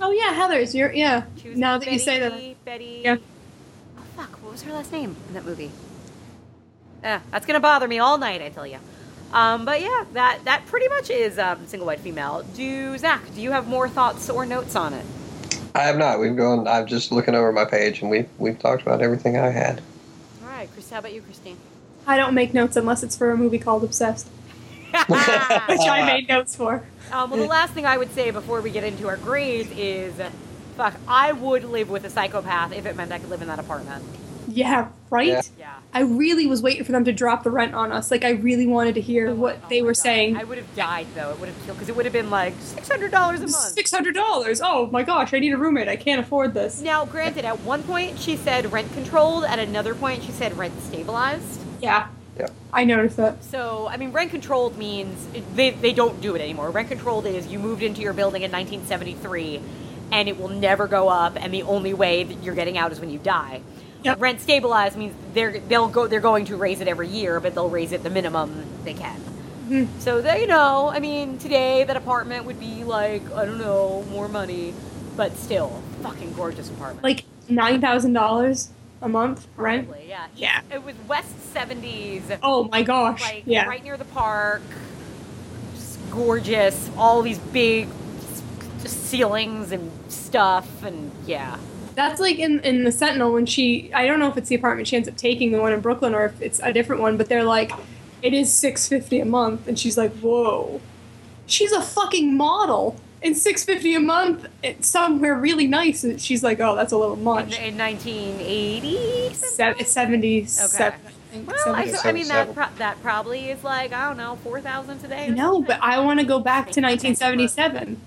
[SPEAKER 2] Oh yeah, Heather's. You're yeah.
[SPEAKER 1] She was
[SPEAKER 2] Now that you say that,
[SPEAKER 1] Betty- Betty.
[SPEAKER 2] Yeah.
[SPEAKER 1] Oh fuck! What was her last name in that movie? Uh, that's gonna bother me all night, I tell you. Um, but yeah, that that pretty much is um, single white female. Do Zach? Do you have more thoughts or notes on it?
[SPEAKER 3] I have not. We've gone. I'm just looking over my page, and we've we've talked about everything I had.
[SPEAKER 1] All right, Chris. How about you, Christine?
[SPEAKER 2] I don't make notes unless it's for a movie called Obsessed, which I made notes for.
[SPEAKER 1] Um, well, the last thing I would say before we get into our grades is, fuck, I would live with a psychopath if it meant I could live in that apartment.
[SPEAKER 2] Yeah, right.
[SPEAKER 3] Yeah.
[SPEAKER 1] Yeah.
[SPEAKER 2] I really was waiting for them to drop the rent on us. Like I really wanted to hear what
[SPEAKER 1] Oh
[SPEAKER 2] they
[SPEAKER 1] my
[SPEAKER 2] were
[SPEAKER 1] God.
[SPEAKER 2] saying.
[SPEAKER 1] I would have died though. It would have killed because it would have been like six hundred dollars a month.
[SPEAKER 2] Six hundred dollars. Oh my gosh, I need a roommate. I can't afford this.
[SPEAKER 1] now, granted, at one point she said rent controlled. At another point, she said rent stabilized.
[SPEAKER 2] Yeah.
[SPEAKER 3] Yeah.
[SPEAKER 2] I noticed that.
[SPEAKER 1] So, I mean, rent controlled means they, they don't do it anymore. Rent controlled is you moved into your building in 1973 and it will never go up, and the only way that you're getting out is when you die.
[SPEAKER 2] Yep.
[SPEAKER 1] Rent stabilized means they're they'll go they're going to raise it every year, but they'll raise it the minimum they can.
[SPEAKER 2] Mhm.
[SPEAKER 1] So they you know, I mean, today that apartment would be like I don't know more money, but still fucking gorgeous apartment.
[SPEAKER 2] Like nine thousand dollars a month rent.
[SPEAKER 1] Probably, yeah,
[SPEAKER 2] Yeah.
[SPEAKER 1] It was West 70s.
[SPEAKER 2] Oh my gosh.
[SPEAKER 1] like
[SPEAKER 2] yeah.
[SPEAKER 1] right near the park, just gorgeous, all these big s- just ceilings and stuff, and yeah.
[SPEAKER 2] That's like in, in the Sentinel when she I don't know if it's the apartment she ends up taking, the one in Brooklyn, or if it's a different one, but they're like, it is six fifty a month, and she's like, Whoa. She's a fucking model. And six fifty a month it's somewhere really nice, and she's like, Oh, that's a little
[SPEAKER 1] In,
[SPEAKER 2] much.
[SPEAKER 1] in 1980,
[SPEAKER 2] Se-
[SPEAKER 1] something?
[SPEAKER 2] it's seventy seven.
[SPEAKER 1] Okay.
[SPEAKER 2] I think,
[SPEAKER 1] well, I,
[SPEAKER 2] 70.
[SPEAKER 1] so, I mean that pro- that probably is like I don't know, four thousand today. or
[SPEAKER 2] No,
[SPEAKER 1] something.
[SPEAKER 2] but I want to go back to 1977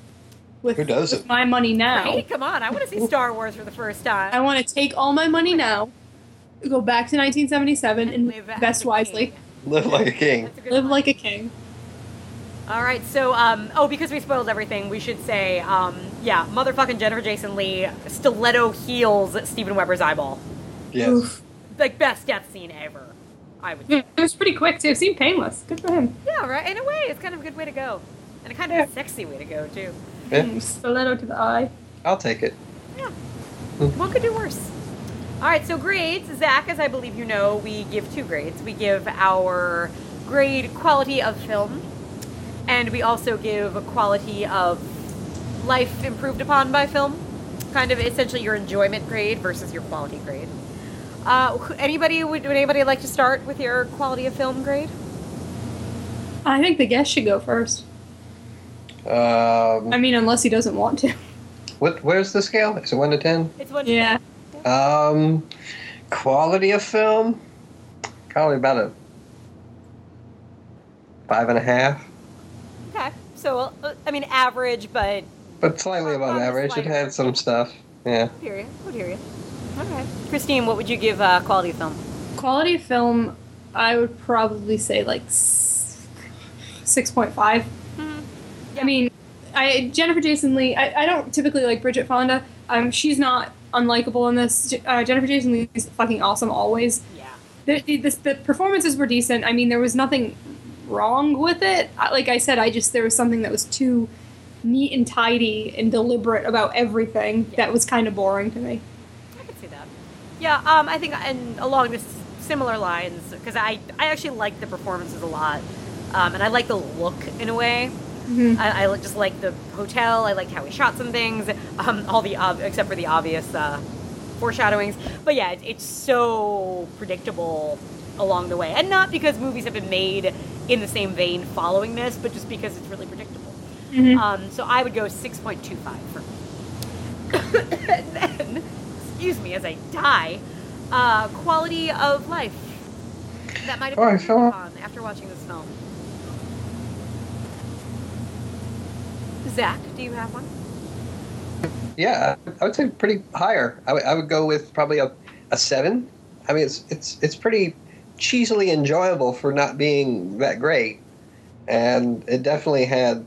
[SPEAKER 2] with,
[SPEAKER 3] Who doesn't?
[SPEAKER 2] with my money now.
[SPEAKER 1] Hey, come on! I want to see Star Wars for the first time.
[SPEAKER 2] I want to take all my money now, go back to 1977 and
[SPEAKER 1] Live as a
[SPEAKER 2] invest
[SPEAKER 1] king.
[SPEAKER 2] wisely,
[SPEAKER 3] Live like a king.
[SPEAKER 1] That's a good
[SPEAKER 2] live
[SPEAKER 1] one.
[SPEAKER 2] like a king.
[SPEAKER 1] All right, so um, oh, because we spoiled everything, we should say um, yeah, motherfucking Jennifer Jason Lee stiletto heels Stephen Weber's eyeball.
[SPEAKER 3] Yes.
[SPEAKER 1] like best death scene ever. I would.
[SPEAKER 2] It
[SPEAKER 1] Say.
[SPEAKER 2] was pretty quick too. It seemed painless. Good for him.
[SPEAKER 1] Hmm. Yeah, right. In a way, it's kind of a good way to go, and a kind of a sexy way to go too.
[SPEAKER 3] Yeah.
[SPEAKER 2] Mm, Stiletto to the eye.
[SPEAKER 3] I'll take it.
[SPEAKER 1] Yeah. Hmm. What could do worse? All right, so grades. Zach, as I believe you know, we give two grades. We give our grade quality of film, and we also give a quality of life improved upon by film. Kind of essentially your enjoyment grade versus your quality grade. Uh, who- anybody would, would anybody like to start with your quality of film grade?
[SPEAKER 2] I think the guest should go first. I
[SPEAKER 3] Um,
[SPEAKER 2] mean, unless he doesn't want to.
[SPEAKER 3] what? Where's the scale? Is it one to ten?
[SPEAKER 1] It's one.
[SPEAKER 2] Yeah.
[SPEAKER 3] Um, quality of film, probably about a five and a half,
[SPEAKER 1] Okay. So uh, I mean, average, but
[SPEAKER 3] but slightly above
[SPEAKER 1] Not
[SPEAKER 3] average. It
[SPEAKER 1] slightly.
[SPEAKER 3] had some stuff. Yeah.
[SPEAKER 1] would hear you. Would hear you. Okay. Christine, what would you give uh, quality of film?
[SPEAKER 2] Quality of film, I would probably say like s- 6.5.
[SPEAKER 1] Yeah.
[SPEAKER 2] I mean, I Jennifer Jason Lee, I, I don't typically like Bridget Fonda. Um, she's not unlikable in this. J- Uh, Jennifer Jason Lee is fucking awesome always.
[SPEAKER 1] Yeah.
[SPEAKER 2] The, the, the, the performances were decent. I mean, there was nothing wrong with it. I, like I said, I just, there was something that was too neat and tidy and deliberate about everything that was kind of boring to me.
[SPEAKER 1] I can see that. Yeah, um, I think, and along this similar lines, because I, I actually like the performances a lot, um, and I like the look in a way. I, I li- just like the hotel. I liked how we shot some things, um, all the ob- except for the obvious uh, foreshadowings. But yeah, it, it's so predictable along the way, and not because movies have been made in the same vein following this, but just because it's really predictable.
[SPEAKER 3] Mm-hmm.
[SPEAKER 1] Um, so I would go six point two five for me and then, excuse me as I die, uh, quality of life. That might have
[SPEAKER 3] All
[SPEAKER 1] been
[SPEAKER 3] right, so- uh,
[SPEAKER 1] improved upon after watching this film. Zach, do you have one?
[SPEAKER 3] Yeah, I would say pretty higher. I would, I would go with probably a, a seven. I mean, it's it's it's pretty cheesily enjoyable for not being that great, and it definitely had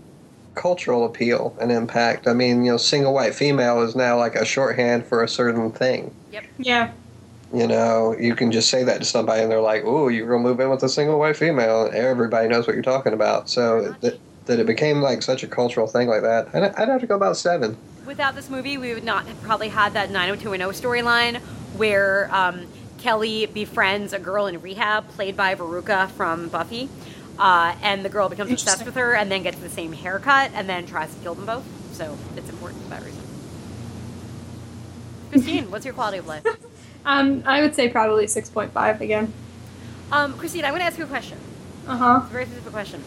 [SPEAKER 3] cultural appeal and impact. I mean, you know, single white female is now like a shorthand for a certain thing.
[SPEAKER 2] Yeah.
[SPEAKER 3] You know, you can just say that to somebody, and they're like, "Oh, you're gonna move in with a single white female," and everybody knows what you're talking about. So that that it became like such a cultural thing like that. And I'd have to go about seven.
[SPEAKER 1] Without this movie, we would not have probably had that 90210 storyline where um, Kelly befriends a girl in rehab played by Veruca from Buffy, uh, and the girl becomes obsessed
[SPEAKER 2] Interesting.
[SPEAKER 1] with her and then gets the same haircut and then tries to kill them both. So it's important for that reason. Christine, what's your quality of life?
[SPEAKER 2] Um, I would say probably 6.5 again.
[SPEAKER 1] Um, Christine, I'm going to ask you a question.
[SPEAKER 2] Uh huh.
[SPEAKER 1] It's a very specific question.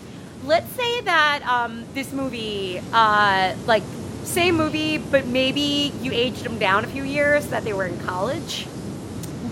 [SPEAKER 1] Let's say that um, this movie, uh, like same movie, but maybe you aged them down a few years that they were in college,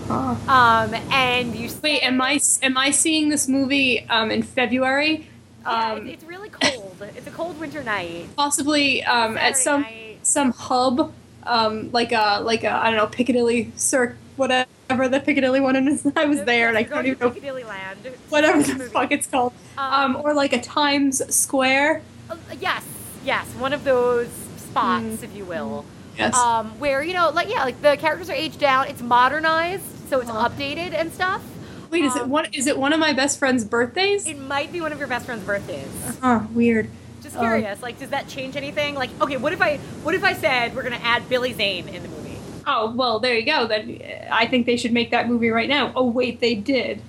[SPEAKER 2] Uh-huh.
[SPEAKER 1] um, and you
[SPEAKER 2] Wait, am I am I seeing this movie um, in February?
[SPEAKER 1] Yeah,
[SPEAKER 2] Um,
[SPEAKER 1] it's, it's really cold. It's a cold winter night.
[SPEAKER 2] possibly um,
[SPEAKER 1] Saturday
[SPEAKER 2] at some
[SPEAKER 1] night.
[SPEAKER 2] some hub, um, like a like a I don't know Piccadilly Cirque, whatever the Piccadilly one is. I was there and I
[SPEAKER 1] You're
[SPEAKER 2] don't
[SPEAKER 1] going
[SPEAKER 2] even
[SPEAKER 1] to
[SPEAKER 2] know
[SPEAKER 1] Piccadilly Land. It's
[SPEAKER 2] whatever
[SPEAKER 1] a
[SPEAKER 2] the
[SPEAKER 1] movie.
[SPEAKER 2] fuck it's called.
[SPEAKER 1] Um,
[SPEAKER 2] Um, or like a Times Square.
[SPEAKER 1] Uh, yes, yes, one of those spots, if you will.
[SPEAKER 2] Mm. Yes.
[SPEAKER 1] um, where you know, like yeah, like the characters are aged down. It's modernized, so it's
[SPEAKER 2] Uh-huh.
[SPEAKER 1] updated and stuff.
[SPEAKER 2] Wait, is it
[SPEAKER 1] um,
[SPEAKER 2] one? Is it one of my best friend's birthdays?
[SPEAKER 1] It might be one of your best friend's birthdays.
[SPEAKER 2] Huh, weird.
[SPEAKER 1] Just
[SPEAKER 2] Um,
[SPEAKER 1] curious, like, does that change anything? Like, okay, what if I, what if I said we're gonna add Billy Zane in the movie?
[SPEAKER 2] Oh well, there you go. Then uh, I think they should make that movie right now. Oh wait, they did.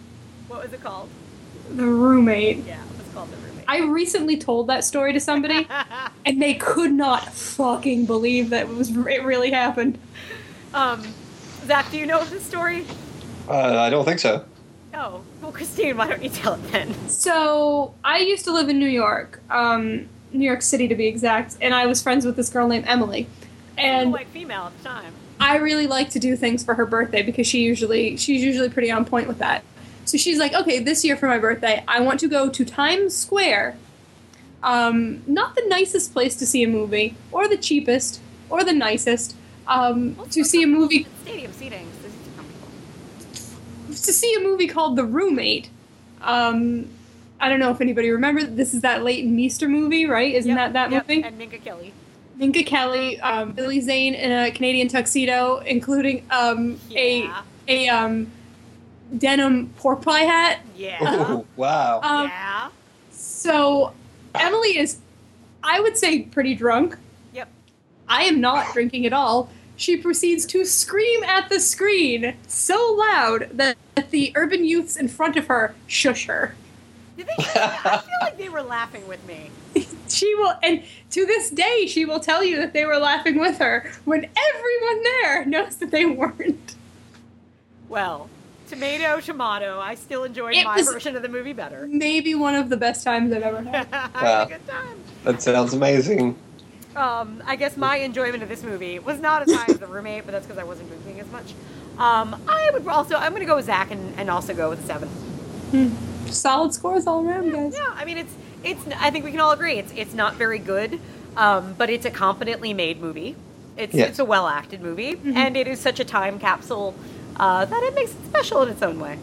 [SPEAKER 1] What was it called?
[SPEAKER 2] The roommate.
[SPEAKER 1] Yeah, it was called The Roommate.
[SPEAKER 2] I recently told that story to somebody, and they could not fucking believe that it was it really happened.
[SPEAKER 1] um, Zach, do you know of this story?
[SPEAKER 3] Uh, I don't think so.
[SPEAKER 1] Oh, well, Christine, why don't you tell it then?
[SPEAKER 2] So I used to live in New York, um, New York City to be exact, and I was friends with this girl named Emily,
[SPEAKER 1] Little
[SPEAKER 2] and
[SPEAKER 1] white female at the time.
[SPEAKER 2] I really like to do things for her birthday because she usually she's usually pretty on point with that. So she's like, okay, this year for my birthday, I want to go to Times Square. Um, not the nicest place to see a movie, or the cheapest, or the nicest. Um,
[SPEAKER 1] Well, it's
[SPEAKER 2] to
[SPEAKER 1] not
[SPEAKER 2] see a
[SPEAKER 1] comfortable.
[SPEAKER 2] movie,
[SPEAKER 1] It's stadium seating, so it's comfortable.
[SPEAKER 2] to see a movie called The Roommate. Um, I don't know if anybody remembers. This is that Leighton Meester movie, right? Isn't
[SPEAKER 1] Yep,
[SPEAKER 2] that that
[SPEAKER 1] yep,
[SPEAKER 2] movie?
[SPEAKER 1] And Minka Kelly.
[SPEAKER 2] Minka Kelly, um, Billy Zane in a Canadian tuxedo, including um,
[SPEAKER 1] Yeah.
[SPEAKER 2] a a um, denim pork pie hat.
[SPEAKER 1] Yeah.
[SPEAKER 3] Ooh, wow.
[SPEAKER 2] Um,
[SPEAKER 1] yeah.
[SPEAKER 2] So Emily is, I would say, pretty drunk.
[SPEAKER 1] Yep.
[SPEAKER 2] I am not drinking at all. she proceeds to scream at the screen so loud that the urban youths in front of her shush her.
[SPEAKER 7] Did they? I feel like they were laughing with me.
[SPEAKER 2] She will, and to this day, she will tell you that they were laughing with her when everyone there knows that they weren't.
[SPEAKER 1] Well, tomato, tomato. I still enjoyed
[SPEAKER 2] It
[SPEAKER 1] my
[SPEAKER 2] was-
[SPEAKER 1] version of the movie better.
[SPEAKER 2] Maybe one of the best times I've ever had.
[SPEAKER 1] I
[SPEAKER 3] Wow.
[SPEAKER 1] had a good time.
[SPEAKER 3] That sounds amazing.
[SPEAKER 1] um, I guess my enjoyment of this movie was not as high as the roommate, but that's because I wasn't drinking as much. Um, I would also I'm gonna go with Zach and, and also go with a seven.
[SPEAKER 2] Solid scores all around, guys.
[SPEAKER 1] Yeah, I mean it's it's I think we can all agree it's it's not very good, um, but it's a competently made movie. It's
[SPEAKER 3] Yes.
[SPEAKER 1] it's a well acted movie, and it is such a time capsule uh, that it makes it special in its own way.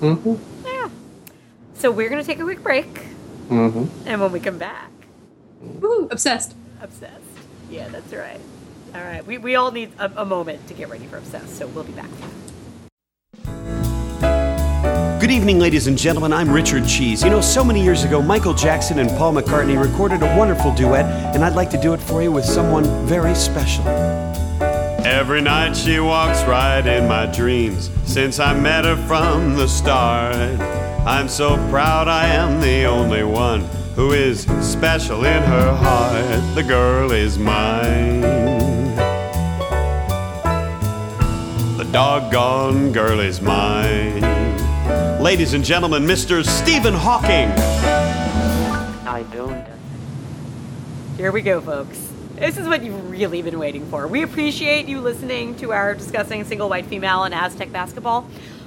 [SPEAKER 3] Mm-hmm.
[SPEAKER 1] Yeah. So we're gonna take a quick break,
[SPEAKER 3] Mm-hmm.
[SPEAKER 1] and when we come back,
[SPEAKER 2] Woo, obsessed.
[SPEAKER 1] obsessed. Yeah, that's right. All right, we, we all need a, a moment to get ready for obsessed, so we'll be back.
[SPEAKER 8] Good evening, ladies and gentlemen. I'm Richard Cheese. You know, so many years ago, Michael Jackson and Paul McCartney recorded a wonderful duet, and I'd like to do it for you with someone very special.
[SPEAKER 9] Every night she walks right in my dreams since I met her from the start. I'm so proud I am the only one who is special in her heart. The girl is mine. The doggone girl is mine. Ladies and gentlemen, Mr. Stephen Hawking.
[SPEAKER 1] Here we go, folks. This is what you've really been waiting for. We appreciate you listening to our discussing single white female and Aztec basketball,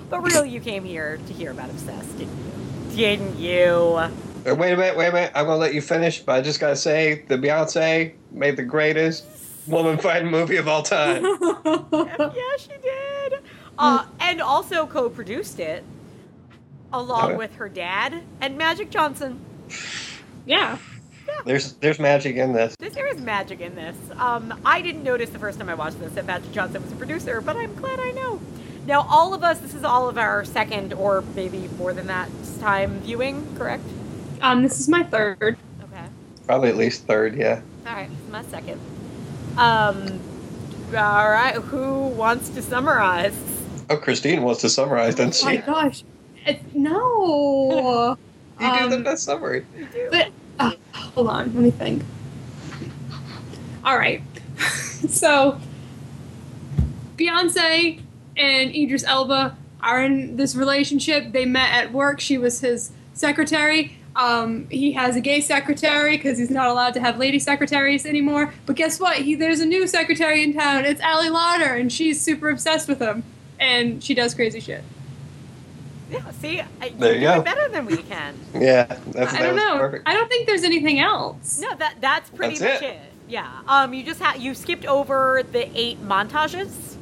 [SPEAKER 1] but really, you came here to hear about Obsessed, didn't you? Didn't you?
[SPEAKER 3] Uh, Wait a minute, wait a minute. I'm gonna let you finish, but I just gotta say, the Beyonce made the greatest woman fighting movie of all time.
[SPEAKER 1] yeah, she did. Uh, and also co produced it along
[SPEAKER 3] Okay.
[SPEAKER 1] with her dad and Magic Johnson.
[SPEAKER 2] Yeah.
[SPEAKER 3] There's there's magic in this.
[SPEAKER 1] This, there is magic in this. Um, I didn't notice the first time I watched this that Magic Johnson was a producer, but I'm glad I know. Now, all of us, this is all of our second or maybe more than that time viewing, correct?
[SPEAKER 2] Um, this is my third.
[SPEAKER 1] Okay.
[SPEAKER 3] Probably at least third, yeah.
[SPEAKER 1] All right, this is my second. Um, all right, who wants to summarize?
[SPEAKER 3] Oh, Christine wants to summarize, doesn't
[SPEAKER 2] Oh my
[SPEAKER 3] she?
[SPEAKER 2] gosh. It, no.
[SPEAKER 3] You do the
[SPEAKER 2] Um,
[SPEAKER 3] best summary.
[SPEAKER 2] But uh, hold on, let me think. All right, so Beyonce and Idris Elba are in this relationship. They met at work. She was his secretary. Um, he has a gay secretary because he's not allowed to have lady secretaries anymore. But guess what? He there's a new secretary in town. It's Allie Lauder, and she's super obsessed with him, and she does crazy shit.
[SPEAKER 1] Yeah, see, I, you
[SPEAKER 3] There you
[SPEAKER 1] do
[SPEAKER 3] go.
[SPEAKER 1] it better than we can.
[SPEAKER 3] Yeah, that's,
[SPEAKER 2] I
[SPEAKER 3] that
[SPEAKER 2] don't
[SPEAKER 3] was
[SPEAKER 2] know.
[SPEAKER 3] perfect.
[SPEAKER 2] I don't think there's anything else.
[SPEAKER 1] No, that that's pretty
[SPEAKER 3] That's
[SPEAKER 1] much
[SPEAKER 3] it.
[SPEAKER 1] it. Yeah. Um, you just ha- you skipped over the eight montages.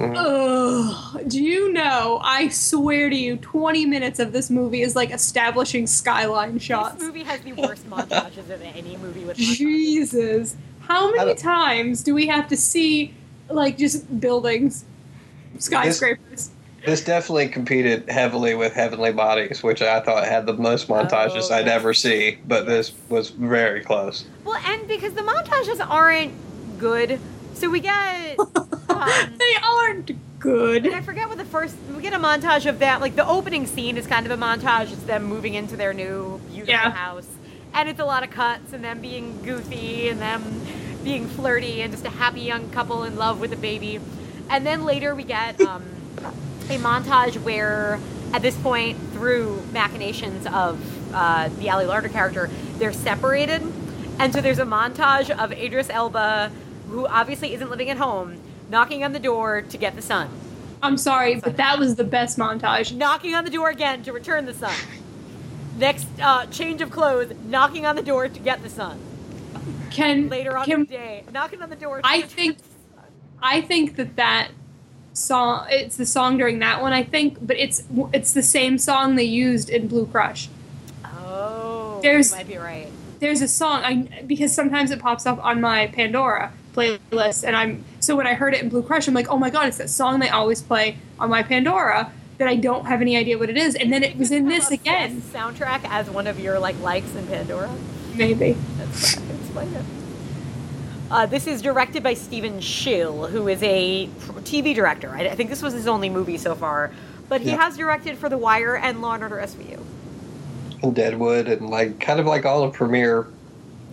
[SPEAKER 2] Ugh, do you know? I swear to you, 20 minutes of this movie is like establishing skyline
[SPEAKER 1] This
[SPEAKER 2] shots.
[SPEAKER 1] movie has the worst montages of any movie with montages.
[SPEAKER 2] Jesus. How
[SPEAKER 3] I
[SPEAKER 2] many
[SPEAKER 3] don't-
[SPEAKER 2] times do we have to see, like, just buildings, skyscrapers?
[SPEAKER 3] This definitely competed heavily with Heavenly Bodies, which I thought had the most montages
[SPEAKER 1] Oh,
[SPEAKER 3] I'd
[SPEAKER 1] yes.
[SPEAKER 3] ever see, but this was very close.
[SPEAKER 1] Well, and because the montages aren't good, so we get. Um,
[SPEAKER 2] they aren't good.
[SPEAKER 1] I forget what the first. We get a montage of that. Like the opening scene is kind of a montage. It's them moving into their new beautiful
[SPEAKER 2] Yeah.
[SPEAKER 1] house, and it's a lot of cuts and them being goofy and them being flirty and just a happy young couple in love with a baby. And then later we get um, a montage where, at this point, through machinations of uh, the Ali Larder character, they're separated, and so there's a montage of Idris Elba, who obviously isn't living at home, knocking on the door to get the son
[SPEAKER 2] I'm sorry, but that was the best montage.
[SPEAKER 1] knocking on the door again to return the sun. Next uh, change of clothes, knocking on the door to get the sun.
[SPEAKER 2] Can
[SPEAKER 1] Later on in
[SPEAKER 2] can,
[SPEAKER 1] the day, knocking on the door. To
[SPEAKER 2] I think I think that that song it's the song during that one I think but it's it's the same song they used in Blue Crush.
[SPEAKER 1] Oh,
[SPEAKER 2] There's-
[SPEAKER 1] you might be right.
[SPEAKER 2] There's a song I because sometimes it pops up on my Pandora playlist and I'm so when I heard it in Blue Crush I'm like, "Oh my god, it's that song they always play on my Pandora that I don't have any idea what it is." And then it was in this
[SPEAKER 1] Obsessed
[SPEAKER 2] again.
[SPEAKER 1] soundtrack as one of your like likes in Pandora.
[SPEAKER 2] Maybe.
[SPEAKER 1] That's why I can explain it. Uh, this is directed by Steven Schill, who is a TV director. I, I think this was his only movie so far, but he
[SPEAKER 3] Yeah.
[SPEAKER 1] has directed for The Wire and Law and Order SVU.
[SPEAKER 3] and Deadwood and like kind of like all of Premiere.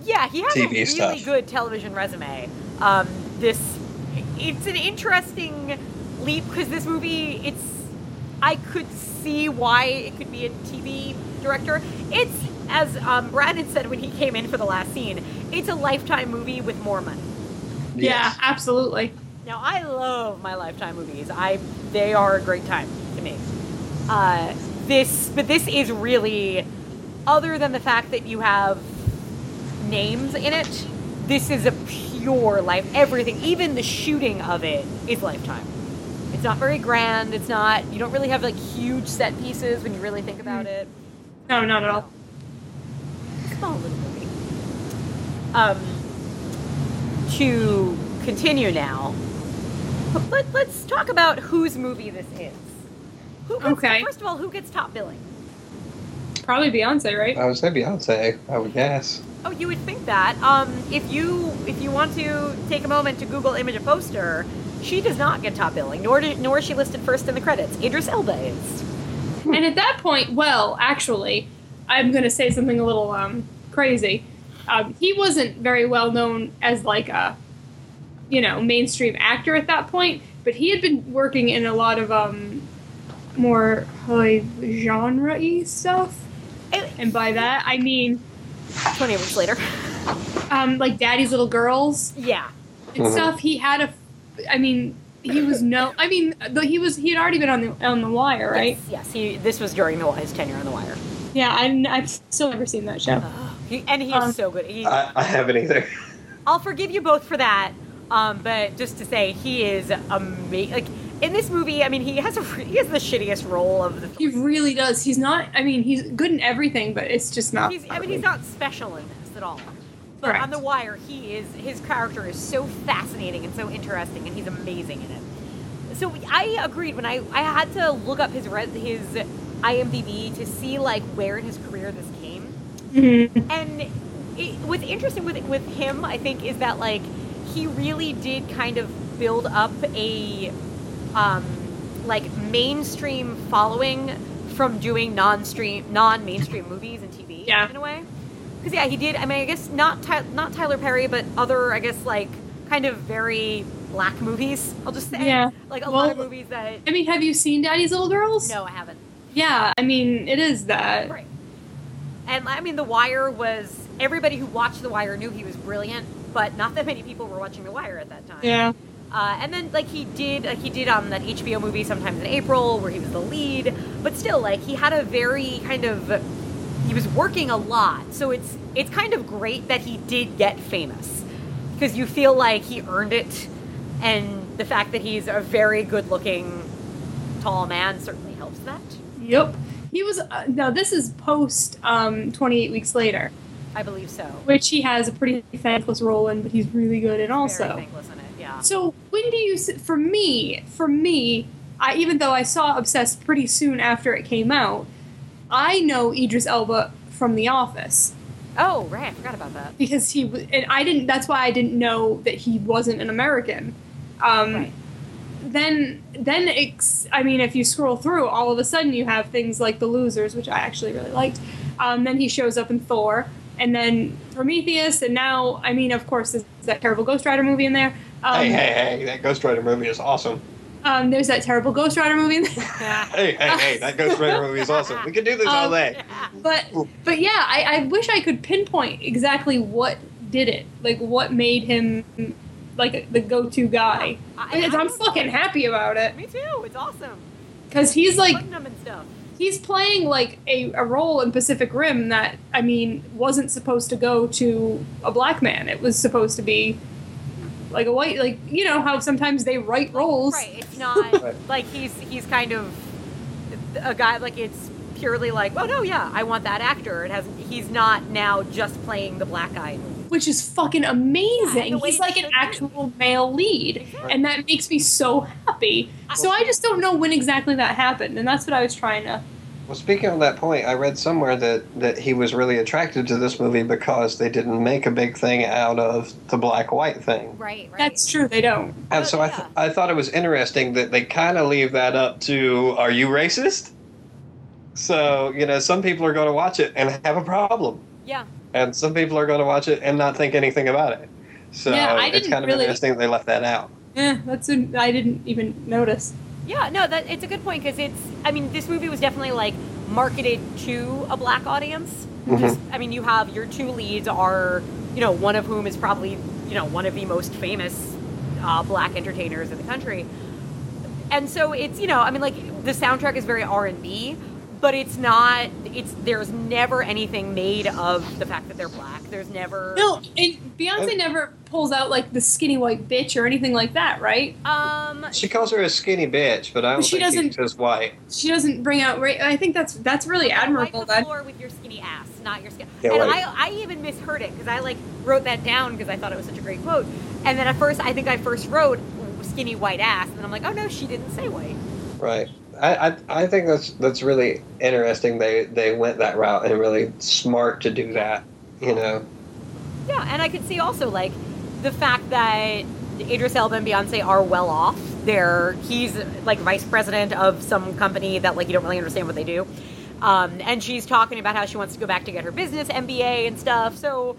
[SPEAKER 1] Yeah, he has a
[SPEAKER 3] TV
[SPEAKER 1] really
[SPEAKER 3] stuff.
[SPEAKER 1] good television resume. Um, this, it's an interesting leap because this movie, it's, I could see why it could be a TV director. It's as um, Brandon said when he came in for the last scene, it's a lifetime movie with more money.
[SPEAKER 2] Yeah, absolutely.
[SPEAKER 1] Now I love my Lifetime movies. I they are a great time to me. Uh, this, but this is really, other than the fact that you have names in it, this is a pure life. Everything, even the shooting of it, is Lifetime. It's not very grand. It's not. You don't really have like huge set pieces when you really think about it.
[SPEAKER 2] No, not at all.
[SPEAKER 1] Small little movie. Um, to continue now, but let, let's talk about whose movie this is. Who gets,
[SPEAKER 2] Okay.
[SPEAKER 1] First of all, who gets top billing?
[SPEAKER 2] Probably Beyonce, right?
[SPEAKER 3] I would say Beyonce. I would guess.
[SPEAKER 1] Oh, you would think that. Um, if you if you want to take a moment to Google image a poster, she does not get top billing, nor do, nor is she listed first in the credits. Idris Elba is.
[SPEAKER 2] And at that point, well, actually, I'm going to say something a little um, crazy. Um, he wasn't very well known as like a, you know, mainstream actor at that point, but he had been working in a lot of um, more like genre-y stuff. And by that, I mean
[SPEAKER 1] Twenty weeks later.
[SPEAKER 2] um, like Daddy's Little Girls
[SPEAKER 1] yeah.
[SPEAKER 2] and stuff. He had a, I mean, he was no, I mean, though he was he had already been on the on the Wire, right?
[SPEAKER 1] Yes. yes he, this was during the, his tenure on The Wire.
[SPEAKER 2] Yeah, I, I've still never seen that show.
[SPEAKER 1] He, and he
[SPEAKER 2] Um,
[SPEAKER 1] is so good. He,
[SPEAKER 3] I, I haven't either.
[SPEAKER 1] I'll forgive you both for that. Um, but just to say, he is amazing. Like in this movie, I mean, he has a re- he has the shittiest role of the.
[SPEAKER 2] He really does. He's not. I mean, he's good in everything, but it's just not.
[SPEAKER 1] He's, I mean, he's not special in this at all. But
[SPEAKER 2] Correct.
[SPEAKER 1] on The Wire, he is his character is so fascinating and so interesting, and he's amazing in it. So I agreed when I I had to look up his res, his IMDb to see like where in his career this came.
[SPEAKER 2] Mhm.
[SPEAKER 1] And it, what's interesting with with him, I think, is that like he really did kind of build up a um, like mainstream following from doing non-stream non-mainstream movies and TV
[SPEAKER 2] Yeah.
[SPEAKER 1] in a way. Because yeah, he did. I mean, I guess not Ty- not Tyler Perry, but other I guess like kind of very black movies. I'll just say
[SPEAKER 2] Yeah.
[SPEAKER 1] like a
[SPEAKER 2] Well-
[SPEAKER 1] lot of movies that
[SPEAKER 2] I mean, have you seen Daddy's Little Girls?
[SPEAKER 1] no, I haven't.
[SPEAKER 2] Yeah, I mean, it is that.
[SPEAKER 1] Right. And I mean, The Wire was everybody who watched The Wire knew he was brilliant, but not that many people were watching The Wire at that time.
[SPEAKER 2] Yeah.
[SPEAKER 1] Uh, and then like he did, like he did on that HBO movie sometimes in April where he was the lead, but still like he had a very kind of he was working a lot, so it's it's kind of great that he did get famous because you feel like he earned it, and the fact that he's a very good looking tall man certainly helps that.
[SPEAKER 2] Yep. He was. Uh, now this is post um, 28 weeks later,
[SPEAKER 1] I believe so.
[SPEAKER 2] which he has a pretty thankless role in, but he's really good in also.
[SPEAKER 1] very thankless in it, yeah.
[SPEAKER 2] So when do you? s- For me, for me, I even though I saw Obsessed pretty soon after it came out, I know Idris Elba from The Office.
[SPEAKER 1] Oh right, I forgot about that.
[SPEAKER 2] because he w- and I didn't. That's why I didn't know that he wasn't an American. Um,
[SPEAKER 1] Right.
[SPEAKER 2] Then, then it's, I mean, if you scroll through, all of a sudden you have things like the losers, which I actually really liked. Um, then he shows up in Thor, and then Prometheus, and now, I mean, of course, there's that terrible Ghost Rider movie in there. Um,
[SPEAKER 3] hey, hey, hey! That Ghost Rider movie is awesome.
[SPEAKER 2] um, there's that terrible Ghost Rider movie in there.
[SPEAKER 3] Hey, hey, hey! That Ghost Rider movie is awesome. We can do this all
[SPEAKER 2] Um,
[SPEAKER 3] day.
[SPEAKER 2] but but yeah, I, I wish I could pinpoint exactly what did it, like what made him like the go-to guy.
[SPEAKER 1] I-
[SPEAKER 2] And
[SPEAKER 1] I
[SPEAKER 2] I'm
[SPEAKER 1] don't-
[SPEAKER 2] fucking happy about it
[SPEAKER 1] Me too. It's awesome.
[SPEAKER 2] because he's like
[SPEAKER 1] Putting them and stuff.
[SPEAKER 2] he's playing like a, a role in Pacific Rim that I mean wasn't supposed to go to a black man. It was supposed to be like a white, like you know how sometimes they write roles.
[SPEAKER 1] Right. It's not
[SPEAKER 3] Right.
[SPEAKER 1] like he's he's kind of a guy like it's purely like oh no yeah I want that actor. It has he's not now just playing the black guy. in movies.
[SPEAKER 2] which is fucking
[SPEAKER 1] Yeah, the
[SPEAKER 2] amazing.
[SPEAKER 1] way
[SPEAKER 2] He's like
[SPEAKER 1] it should
[SPEAKER 2] an
[SPEAKER 1] be.
[SPEAKER 2] actual male lead, and that makes me so happy. So I just don't know when exactly that happened, and that's what I was trying to
[SPEAKER 3] Well, speaking on that point, I read somewhere that, that he was really attracted to this movie because they didn't make a big thing out of the black white thing.
[SPEAKER 10] Right, right.
[SPEAKER 2] That's true. They don't.
[SPEAKER 3] And so I, th- I thought it was interesting that they kind of leave that up to are you racist? So, you know, some people are going to watch it and have a problem.
[SPEAKER 1] Yeah.
[SPEAKER 3] And some people are going to watch it and not think anything about it. So
[SPEAKER 2] Yeah, I
[SPEAKER 3] it's
[SPEAKER 2] didn't
[SPEAKER 3] kind of
[SPEAKER 2] really-
[SPEAKER 3] interesting they left that out.
[SPEAKER 2] Yeah, Eh, that's. A, I didn't even notice.
[SPEAKER 1] Yeah, no, that it's a good point because it's. I mean, this movie was definitely like marketed to a black audience. Just, I mean, you have your two leads are, you know, one of whom is probably, you know, one of the most famous uh, black entertainers in the country, and so it's, you know, I mean, like the soundtrack is very R and B, but it's not. It's there's never anything made of the fact that they're black. There's never.
[SPEAKER 2] No, and Beyonce
[SPEAKER 3] Oh.
[SPEAKER 2] never pulls out like the skinny white bitch or anything like that, right?
[SPEAKER 1] Um.
[SPEAKER 3] She calls her a skinny bitch, but I don't
[SPEAKER 2] She
[SPEAKER 3] think
[SPEAKER 2] doesn't-
[SPEAKER 3] she's just white.
[SPEAKER 2] She doesn't bring out. Ra- I think that's that's really admirable.
[SPEAKER 1] Wipe the
[SPEAKER 2] That
[SPEAKER 1] floor with your skinny ass, not your skin.
[SPEAKER 3] Yeah,
[SPEAKER 1] and
[SPEAKER 3] right.
[SPEAKER 1] I, I even misheard it because I like wrote that down because I thought it was such a great quote. And then at first, I think I first wrote skinny white ass, and then I'm like, oh no, she didn't say white.
[SPEAKER 3] Right. I, I, I think that's that's really interesting. They they went that route and really smart to do that. You know.
[SPEAKER 1] Yeah, and I could see also like the fact that Idris Elba and Beyonce are well off. They're he's like vice president of some company that like you don't really understand what they do. Um, and she's talking about how she wants to go back to get her business MBA and stuff. So,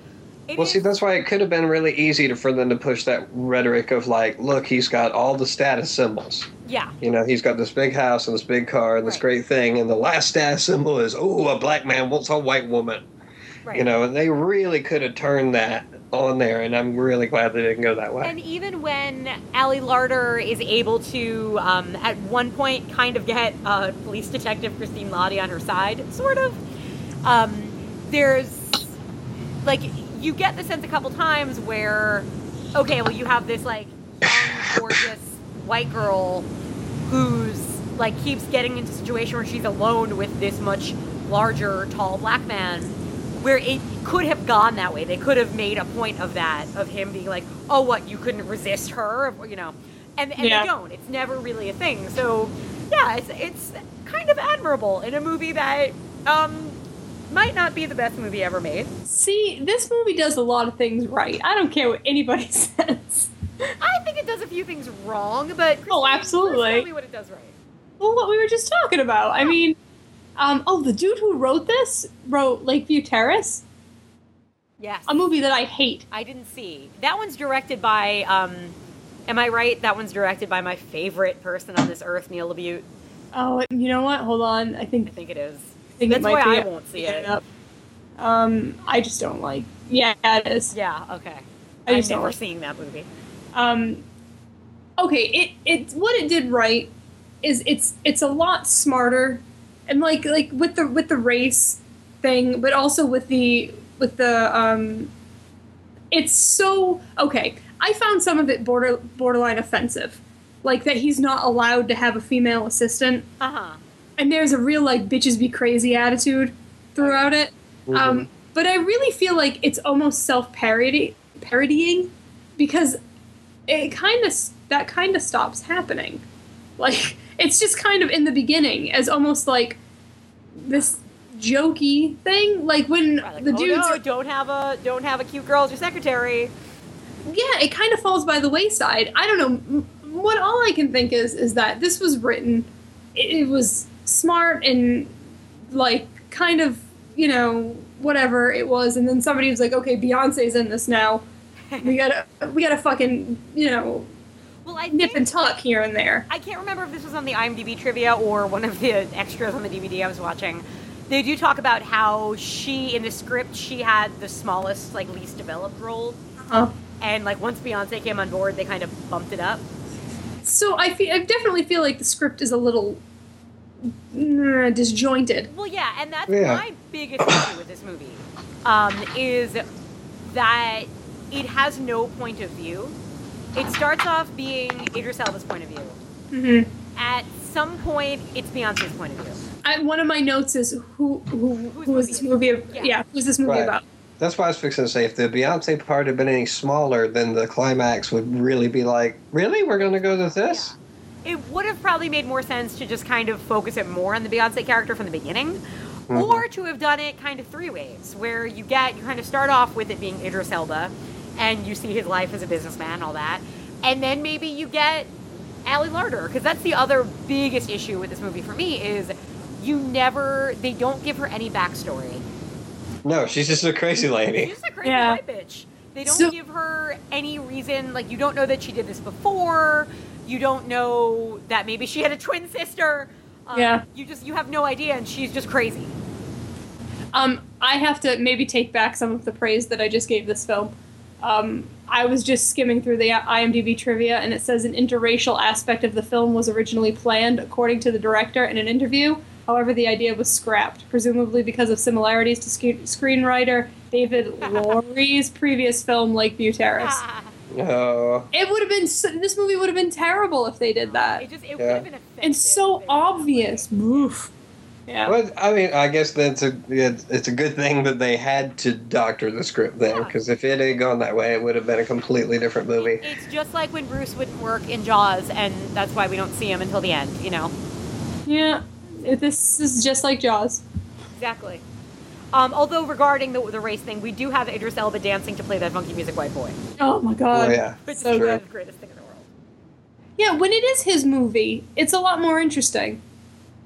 [SPEAKER 1] it
[SPEAKER 3] Well,
[SPEAKER 1] is-
[SPEAKER 3] see, that's why it could have been really easy to, for them to push that rhetoric of like, look, he's got all the status symbols.
[SPEAKER 1] yeah,
[SPEAKER 3] You know, he's got this big house and this big car and this
[SPEAKER 1] Right.
[SPEAKER 3] great thing, and the last status symbol is, oh, a black man wants a white woman.
[SPEAKER 1] right.
[SPEAKER 3] You know, and they really could have turned that on there, and I'm really glad they didn't go that way.
[SPEAKER 1] And even when Ali Larder is able to, um, at one point, kind of get uh, police detective Christine Lottie on her side, sort of, um, there's like you get the sense a couple times where, okay, well, you have this like young, gorgeous white girl who's like keeps getting into a situation where she's alone with this much larger, tall black man, where it could have gone that way. They could have made a point of that, of him being like, "Oh, what you couldn't resist her," or, you know, and and
[SPEAKER 2] Yeah.
[SPEAKER 1] they don't. It's never really a thing. So, yeah, it's it's kind of admirable in a movie that um might not be the best movie ever made.
[SPEAKER 2] see, this movie does a lot of things right. I don't care what anybody says.
[SPEAKER 1] I think it does a few things wrong, but
[SPEAKER 2] Oh,
[SPEAKER 1] Christine, please
[SPEAKER 2] absolutely.
[SPEAKER 1] tell me what it does right.
[SPEAKER 2] Well, what we were just talking about. I mean, um, oh, the dude who wrote this wrote Lakeview Terrace,
[SPEAKER 1] Yes.
[SPEAKER 2] a movie that I hate.
[SPEAKER 1] I didn't see. That one's directed by. Um, am I right? That one's directed by my favorite person on this earth, Neil Labute.
[SPEAKER 2] Oh, you know what? Hold on. I think
[SPEAKER 1] I think it is.
[SPEAKER 2] I think
[SPEAKER 1] That's
[SPEAKER 2] it might
[SPEAKER 1] why
[SPEAKER 2] be
[SPEAKER 1] I won't see it.
[SPEAKER 2] up. Um, I just don't like. Yeah, it is.
[SPEAKER 1] Yeah. Okay.
[SPEAKER 2] I
[SPEAKER 1] I'm
[SPEAKER 2] just don't
[SPEAKER 1] never
[SPEAKER 2] like-
[SPEAKER 1] seeing that movie.
[SPEAKER 2] Um, okay, it it what it did right is it's it's a lot smarter, and like like with the with the race thing, but also with the with the um, it's so okay. I found some of it border borderline offensive, like that he's not allowed to have a female assistant
[SPEAKER 1] Uh huh.
[SPEAKER 2] and there's a real like bitches be crazy attitude throughout it. Um, but I really feel like it's almost self parody parodying because it kind of that kind of stops happening. Like it's just kind of in the beginning as almost like this jokey thing. Like when the
[SPEAKER 1] oh
[SPEAKER 2] dudes
[SPEAKER 1] no!
[SPEAKER 2] are-
[SPEAKER 1] Don't have a don't have a cute girl as your secretary.
[SPEAKER 2] yeah, it kind of falls by the wayside. I don't know. M- What all I can think is is that this was written, it, it was smart and like kind of you know whatever it was, and then somebody was like, okay, Beyonce's in this now. We gotta we gotta fucking you know
[SPEAKER 1] Well, I
[SPEAKER 2] nip and
[SPEAKER 1] think-
[SPEAKER 2] tuck here and there.
[SPEAKER 1] I can't remember if this was on the IMDb trivia or one of the extras on the DVD I was watching. They do talk about how she in the script she had the smallest, like least developed role.
[SPEAKER 2] Uh,
[SPEAKER 1] and like once Beyonce came on board, they kind of bumped it up.
[SPEAKER 2] so I feel I definitely feel like the script is a little mm, disjointed.
[SPEAKER 1] Well, yeah, and that's
[SPEAKER 3] Yeah.
[SPEAKER 1] my biggest issue with this movie um, is that it has no point of view. It starts off being Idris Elba's point of view.
[SPEAKER 2] Mhm.
[SPEAKER 1] At some point, it's Beyonce's point of view.
[SPEAKER 2] I, one of my notes is who who who is this movie? Of,
[SPEAKER 1] Yeah.
[SPEAKER 2] yeah. who's this movie
[SPEAKER 3] Right.
[SPEAKER 2] about?
[SPEAKER 3] That's why I was fixing to say if the Beyonce part had been any smaller, then the climax would really be like, really, we're going to go to this?
[SPEAKER 1] it would have probably made more sense to just kind of focus it more on the Beyonce character from the beginning, or to have done it kind of three ways, where you get you kind of start off with it being Idris Elba, and you see his life as a businessman, and all that, and then maybe you get Ali Larder, because that's the other biggest issue with this movie for me is you never they don't give her any backstory.
[SPEAKER 3] No, she's just a crazy lady.
[SPEAKER 1] She's just a crazy
[SPEAKER 2] Yeah.
[SPEAKER 1] white bitch. They don't
[SPEAKER 2] So-
[SPEAKER 1] give her any reason. Like you don't know that she did this before. You don't know that maybe she had a twin sister. Um,
[SPEAKER 2] Yeah.
[SPEAKER 1] You just you have no idea, and she's just crazy.
[SPEAKER 2] Um, I have to maybe take back some of the praise that I just gave this film. Um, I was just skimming through the IMDb trivia, and it says an interracial aspect of the film was originally planned, according to the director in an interview. However, the idea was scrapped, presumably because of similarities to sc- screenwriter David Lowry's previous film, Lakeview Terrace.
[SPEAKER 1] Ah,
[SPEAKER 3] No.
[SPEAKER 2] It would have been s- this movie would have been terrible if they did that,
[SPEAKER 1] it just it would
[SPEAKER 3] Yeah.
[SPEAKER 1] have been offensive.
[SPEAKER 2] and so
[SPEAKER 1] if they-
[SPEAKER 2] obvious. Oof. Yeah.
[SPEAKER 3] Well, I mean, I guess that's a it's, it's a good thing that they had to doctor the script then, because if it had gone that way, it would have been a completely different movie.
[SPEAKER 1] It's just like when Bruce wouldn't work in Jaws, and that's why we don't see him until the end. You know.
[SPEAKER 2] Yeah. It- This is just like Jaws.
[SPEAKER 1] Exactly. Um, although regarding the, the race thing, we do have Idris Elba dancing to play that funky music white boy,
[SPEAKER 2] Oh my god.
[SPEAKER 3] Oh, yeah.
[SPEAKER 1] which
[SPEAKER 2] So
[SPEAKER 1] is
[SPEAKER 3] good.
[SPEAKER 1] the greatest thing in the world.
[SPEAKER 2] Yeah, when it is his movie, it's a lot more interesting,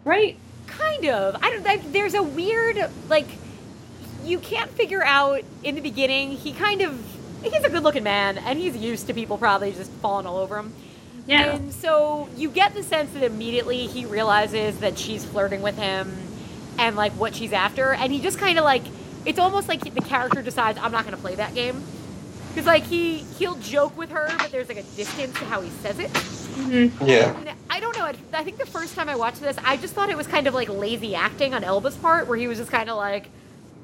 [SPEAKER 2] right?
[SPEAKER 1] Kind of. I don't. I, there's a weird like you can't figure out in the beginning. He kind of he's a good looking man, and he's used to people probably just falling all over him. And so you get the sense that immediately he realizes that she's flirting with him and like what she's after, and he just kind of like it's almost like the character decides I'm not going to play that game. Because like he he'll joke with her, but there's like a distance to how he says it.
[SPEAKER 3] Yeah.
[SPEAKER 1] I don't know. I- I think the first time I watched this, I just thought it was kind of like lazy acting on Elba's part, where he was just kind of like,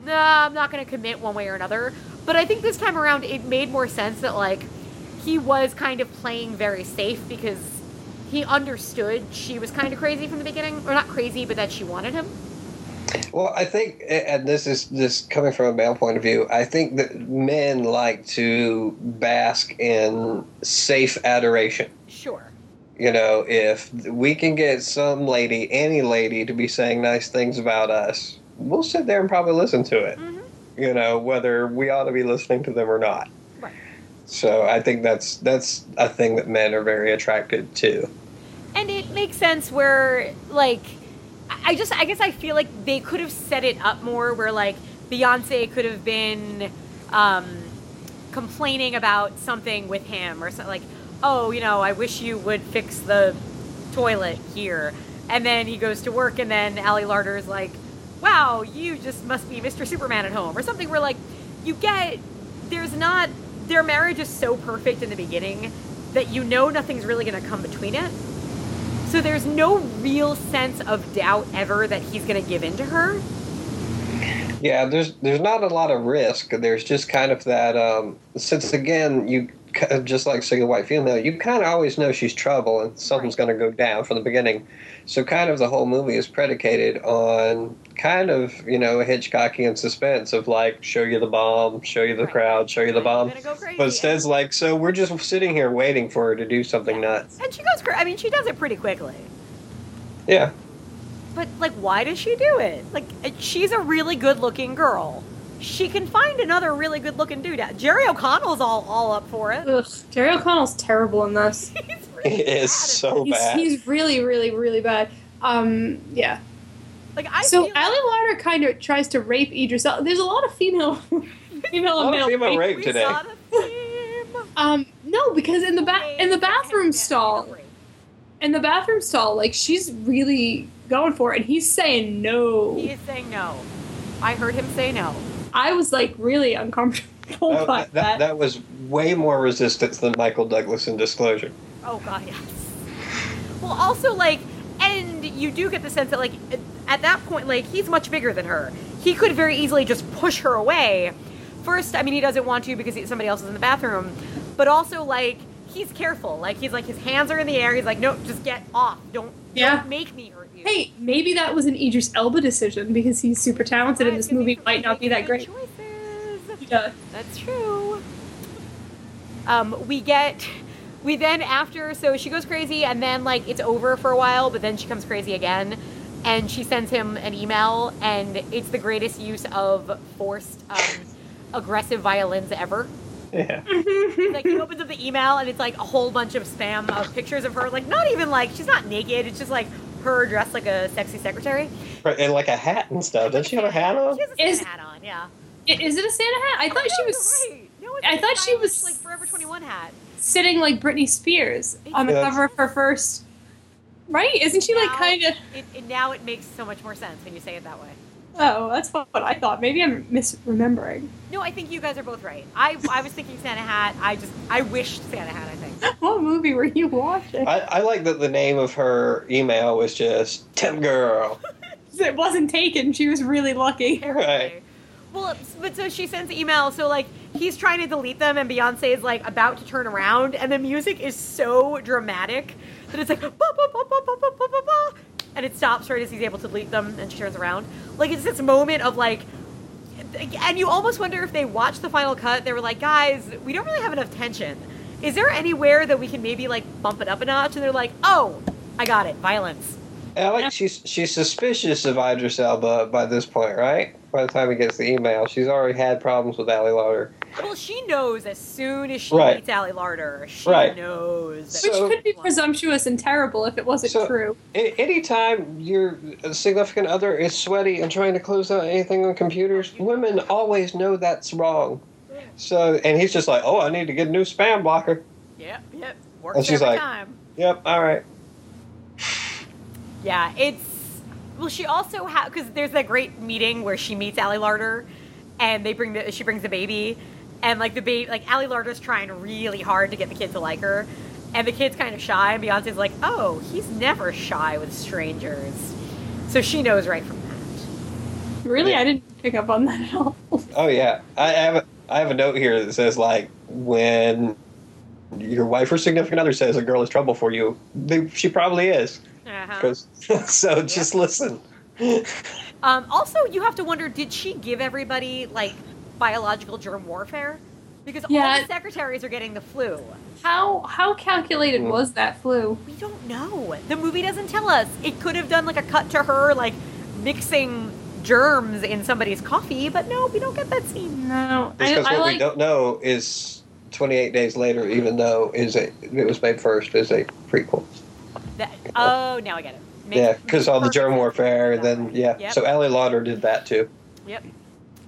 [SPEAKER 1] "Nah, I'm not going to commit one way or another." But I think this time around, it made more sense that like he was kind of playing very safe because he understood she was kind of crazy from the beginning, or not crazy, but that she wanted him.
[SPEAKER 3] Well, I think, and this is this coming from a male point of view, I think that men like to bask in safe adoration.
[SPEAKER 1] Sure.
[SPEAKER 3] You know, if we can get some lady, any lady, to be saying nice things about us, we'll sit there and probably listen to it. You know, whether we ought to be listening to them or not.
[SPEAKER 1] Right.
[SPEAKER 3] So I think that's that's a thing that men are very attracted to.
[SPEAKER 1] and it makes sense where like I- i just i guess i feel like they could have set it up more where like beyonce could have been um complaining about something with him or something like oh you know i wish you would fix the toilet here and then he goes to work and then ali larder is like wow you just must be mr superman at home or something where like you get there's not their marriage is so perfect in the beginning that you know nothing's really going to come between it so there's no real sense of doubt ever that he's going to give in to her.
[SPEAKER 3] Yeah, there's there's not a lot of risk. There's just kind of that um, since again you kind of- just like single white female, you kind of always know she's trouble and something's going to go down from the beginning. So kind of the whole movie is predicated on kind of you know Hitchcockian suspense of like show you the bomb, show you the
[SPEAKER 1] Right.
[SPEAKER 3] crowd, show you the
[SPEAKER 1] Like, you're
[SPEAKER 3] bomb.
[SPEAKER 1] gonna go crazy.
[SPEAKER 3] But instead, it's like so we're just sitting here waiting for her to do something nuts.
[SPEAKER 1] And she goes, cra- I mean, she does it pretty quickly.
[SPEAKER 3] Yeah,
[SPEAKER 1] But, like, why does she do it? Like, uh, she's a really good looking girl. She can find another really good looking dude. out- Jerry O'Connell's all, all up for it.
[SPEAKER 2] Ugh, Jerry O'Connell's terrible in this.
[SPEAKER 1] He's really
[SPEAKER 3] it
[SPEAKER 1] bad
[SPEAKER 3] is so
[SPEAKER 2] He's,
[SPEAKER 3] bad.
[SPEAKER 2] he's really, really, really bad. Um, yeah.
[SPEAKER 1] at- Like, I
[SPEAKER 2] so
[SPEAKER 1] feel
[SPEAKER 2] Ali Larder kind of tries to rape Idris Elba. There's a lot of female, female
[SPEAKER 3] A lot of
[SPEAKER 2] male
[SPEAKER 3] female rape
[SPEAKER 1] we
[SPEAKER 3] today.
[SPEAKER 1] saw the theme.
[SPEAKER 2] Um, no, because in the ba- in the bathroom
[SPEAKER 1] Yeah,
[SPEAKER 2] stall,
[SPEAKER 1] rape.
[SPEAKER 2] in the bathroom stall, like she's really going for it, and he's saying
[SPEAKER 1] He
[SPEAKER 2] no.
[SPEAKER 1] is saying no. I heard him say no.
[SPEAKER 2] I was like really uncomfortable
[SPEAKER 3] That-
[SPEAKER 2] by
[SPEAKER 3] that, that was way more resistance than Michael Douglas in Disclosure.
[SPEAKER 1] Oh god, yes. Well, also like, and you do get the sense that like, at that point, like he's much bigger than her. He could very easily just push her away. First, I mean, he doesn't want to because he, somebody else is in the bathroom, but also like he's careful. Like he's like his hands are in the air. He's like, no, just get off. Don't,
[SPEAKER 2] Yeah.
[SPEAKER 1] don't make me hurt you.
[SPEAKER 2] Hey, maybe that was an Idris Elba decision because he's super talented and
[SPEAKER 1] But
[SPEAKER 2] this
[SPEAKER 1] you
[SPEAKER 2] movie
[SPEAKER 1] make
[SPEAKER 2] might not be that
[SPEAKER 1] good
[SPEAKER 2] great.
[SPEAKER 1] Choices.
[SPEAKER 2] Yeah.
[SPEAKER 1] That's true. Um, we get we then after so she goes crazy and then like it's over for a while but then she comes crazy again and she sends him an email and it's the greatest use of forced um, aggressive violence ever
[SPEAKER 3] Yeah.
[SPEAKER 1] like he opens up the email and it's like a whole bunch of spam of pictures of her like not even like she's not naked it's just like her dressed like a sexy secretary
[SPEAKER 3] And like a hat and stuff. Doesn't she have a hat on?
[SPEAKER 1] she has a Santa
[SPEAKER 2] Is-
[SPEAKER 1] hat on yeah
[SPEAKER 2] I- Is it a Santa hat? I thought she
[SPEAKER 1] Oh, No,
[SPEAKER 2] was
[SPEAKER 1] you're right. No, it's
[SPEAKER 2] I
[SPEAKER 1] like
[SPEAKER 2] thought she
[SPEAKER 1] stylish,
[SPEAKER 2] was-
[SPEAKER 1] like forever 21 hat
[SPEAKER 2] sitting like Britney Spears on the
[SPEAKER 3] Yeah.
[SPEAKER 2] cover of her first. Right? Isn't she like
[SPEAKER 1] Now-
[SPEAKER 2] kind of?
[SPEAKER 1] it, it, now it makes so much more sense when you say it that way
[SPEAKER 2] Oh, that's what I thought. Maybe I'm misremembering.
[SPEAKER 1] No, I think you guys are both right. I, I was thinking Santa Hat. I just I wished Santa Hat. I think.
[SPEAKER 2] What movie were you watching?
[SPEAKER 3] I, I like that the name of her email was just Tim Girl.
[SPEAKER 2] It wasn't taken. She was really lucky.
[SPEAKER 3] Right.
[SPEAKER 1] Well, but so she sends the email. So like he's trying to delete them, and Beyonce is like about to turn around, and the music is so dramatic that it's like ba, ba, ba, ba, ba, ba, ba, ba, ba, and it stops right as he's able to delete them, and she turns around. Like it's this moment of like. And you almost wonder if they watched the final cut, they were like, guys, we don't really have enough tension. Is there anywhere that we can maybe like bump it up a notch? And they're like, oh, I got it, violence.
[SPEAKER 3] And I like she's she's suspicious of Idris Elba by this point, right? By the time he gets the email, she's already had problems with Ali Lauder.
[SPEAKER 1] Well, she knows as soon as she
[SPEAKER 3] Right.
[SPEAKER 1] meets Allie Larder, she
[SPEAKER 3] Right.
[SPEAKER 1] knows. That
[SPEAKER 3] Which So-
[SPEAKER 2] Which could be presumptuous and terrible if it wasn't
[SPEAKER 3] So-
[SPEAKER 2] true.
[SPEAKER 3] A- anytime your significant other is sweaty and trying to close out anything on computers, women always know that's wrong. So, and he's just like, "Oh, I need to get a new spam blocker."
[SPEAKER 1] yep, yep. Works
[SPEAKER 3] And she's
[SPEAKER 1] every
[SPEAKER 3] like-
[SPEAKER 1] time.
[SPEAKER 3] Yep, all right.
[SPEAKER 1] Yeah, it's. Well, she also has because there's that great meeting where she meets Allie Larder, and they bring the she brings the baby, and like the baby like Allie Larder's trying really hard to get the kid to like her, and the kid's kind of shy. And Beyonce's like, oh, he's never shy with strangers, so she knows right from that.
[SPEAKER 2] Really,
[SPEAKER 3] Yeah.
[SPEAKER 2] I didn't pick up on that at all.
[SPEAKER 3] Oh yeah, I have a, I have a note here that says like when your wife or significant other says a girl is trouble for you, they, she probably is.
[SPEAKER 1] Uh-huh.
[SPEAKER 3] 'Cause- so just listen.
[SPEAKER 1] Um, also, you have to wonder: Did she give everybody like biological germ warfare? Because all
[SPEAKER 2] Yeah.
[SPEAKER 1] the secretaries are getting the flu.
[SPEAKER 2] How how calculated
[SPEAKER 3] Hmm.
[SPEAKER 2] was that flu?
[SPEAKER 1] We don't know. The movie doesn't tell us. It could have done like a cut to her like mixing germs in somebody's coffee, but no, we don't get that scene.
[SPEAKER 2] No, I,
[SPEAKER 3] Because
[SPEAKER 2] I
[SPEAKER 3] what we
[SPEAKER 2] like
[SPEAKER 3] don't know is 28 days later, even though is a, it was made first is a prequel.
[SPEAKER 1] That, oh, now I get it. Makes-
[SPEAKER 3] Yeah, because all the
[SPEAKER 1] perfect
[SPEAKER 3] germ
[SPEAKER 1] sense.
[SPEAKER 3] warfare, and then yeah.
[SPEAKER 1] Yep.
[SPEAKER 3] So Allie Lauder did that too.
[SPEAKER 1] Yep.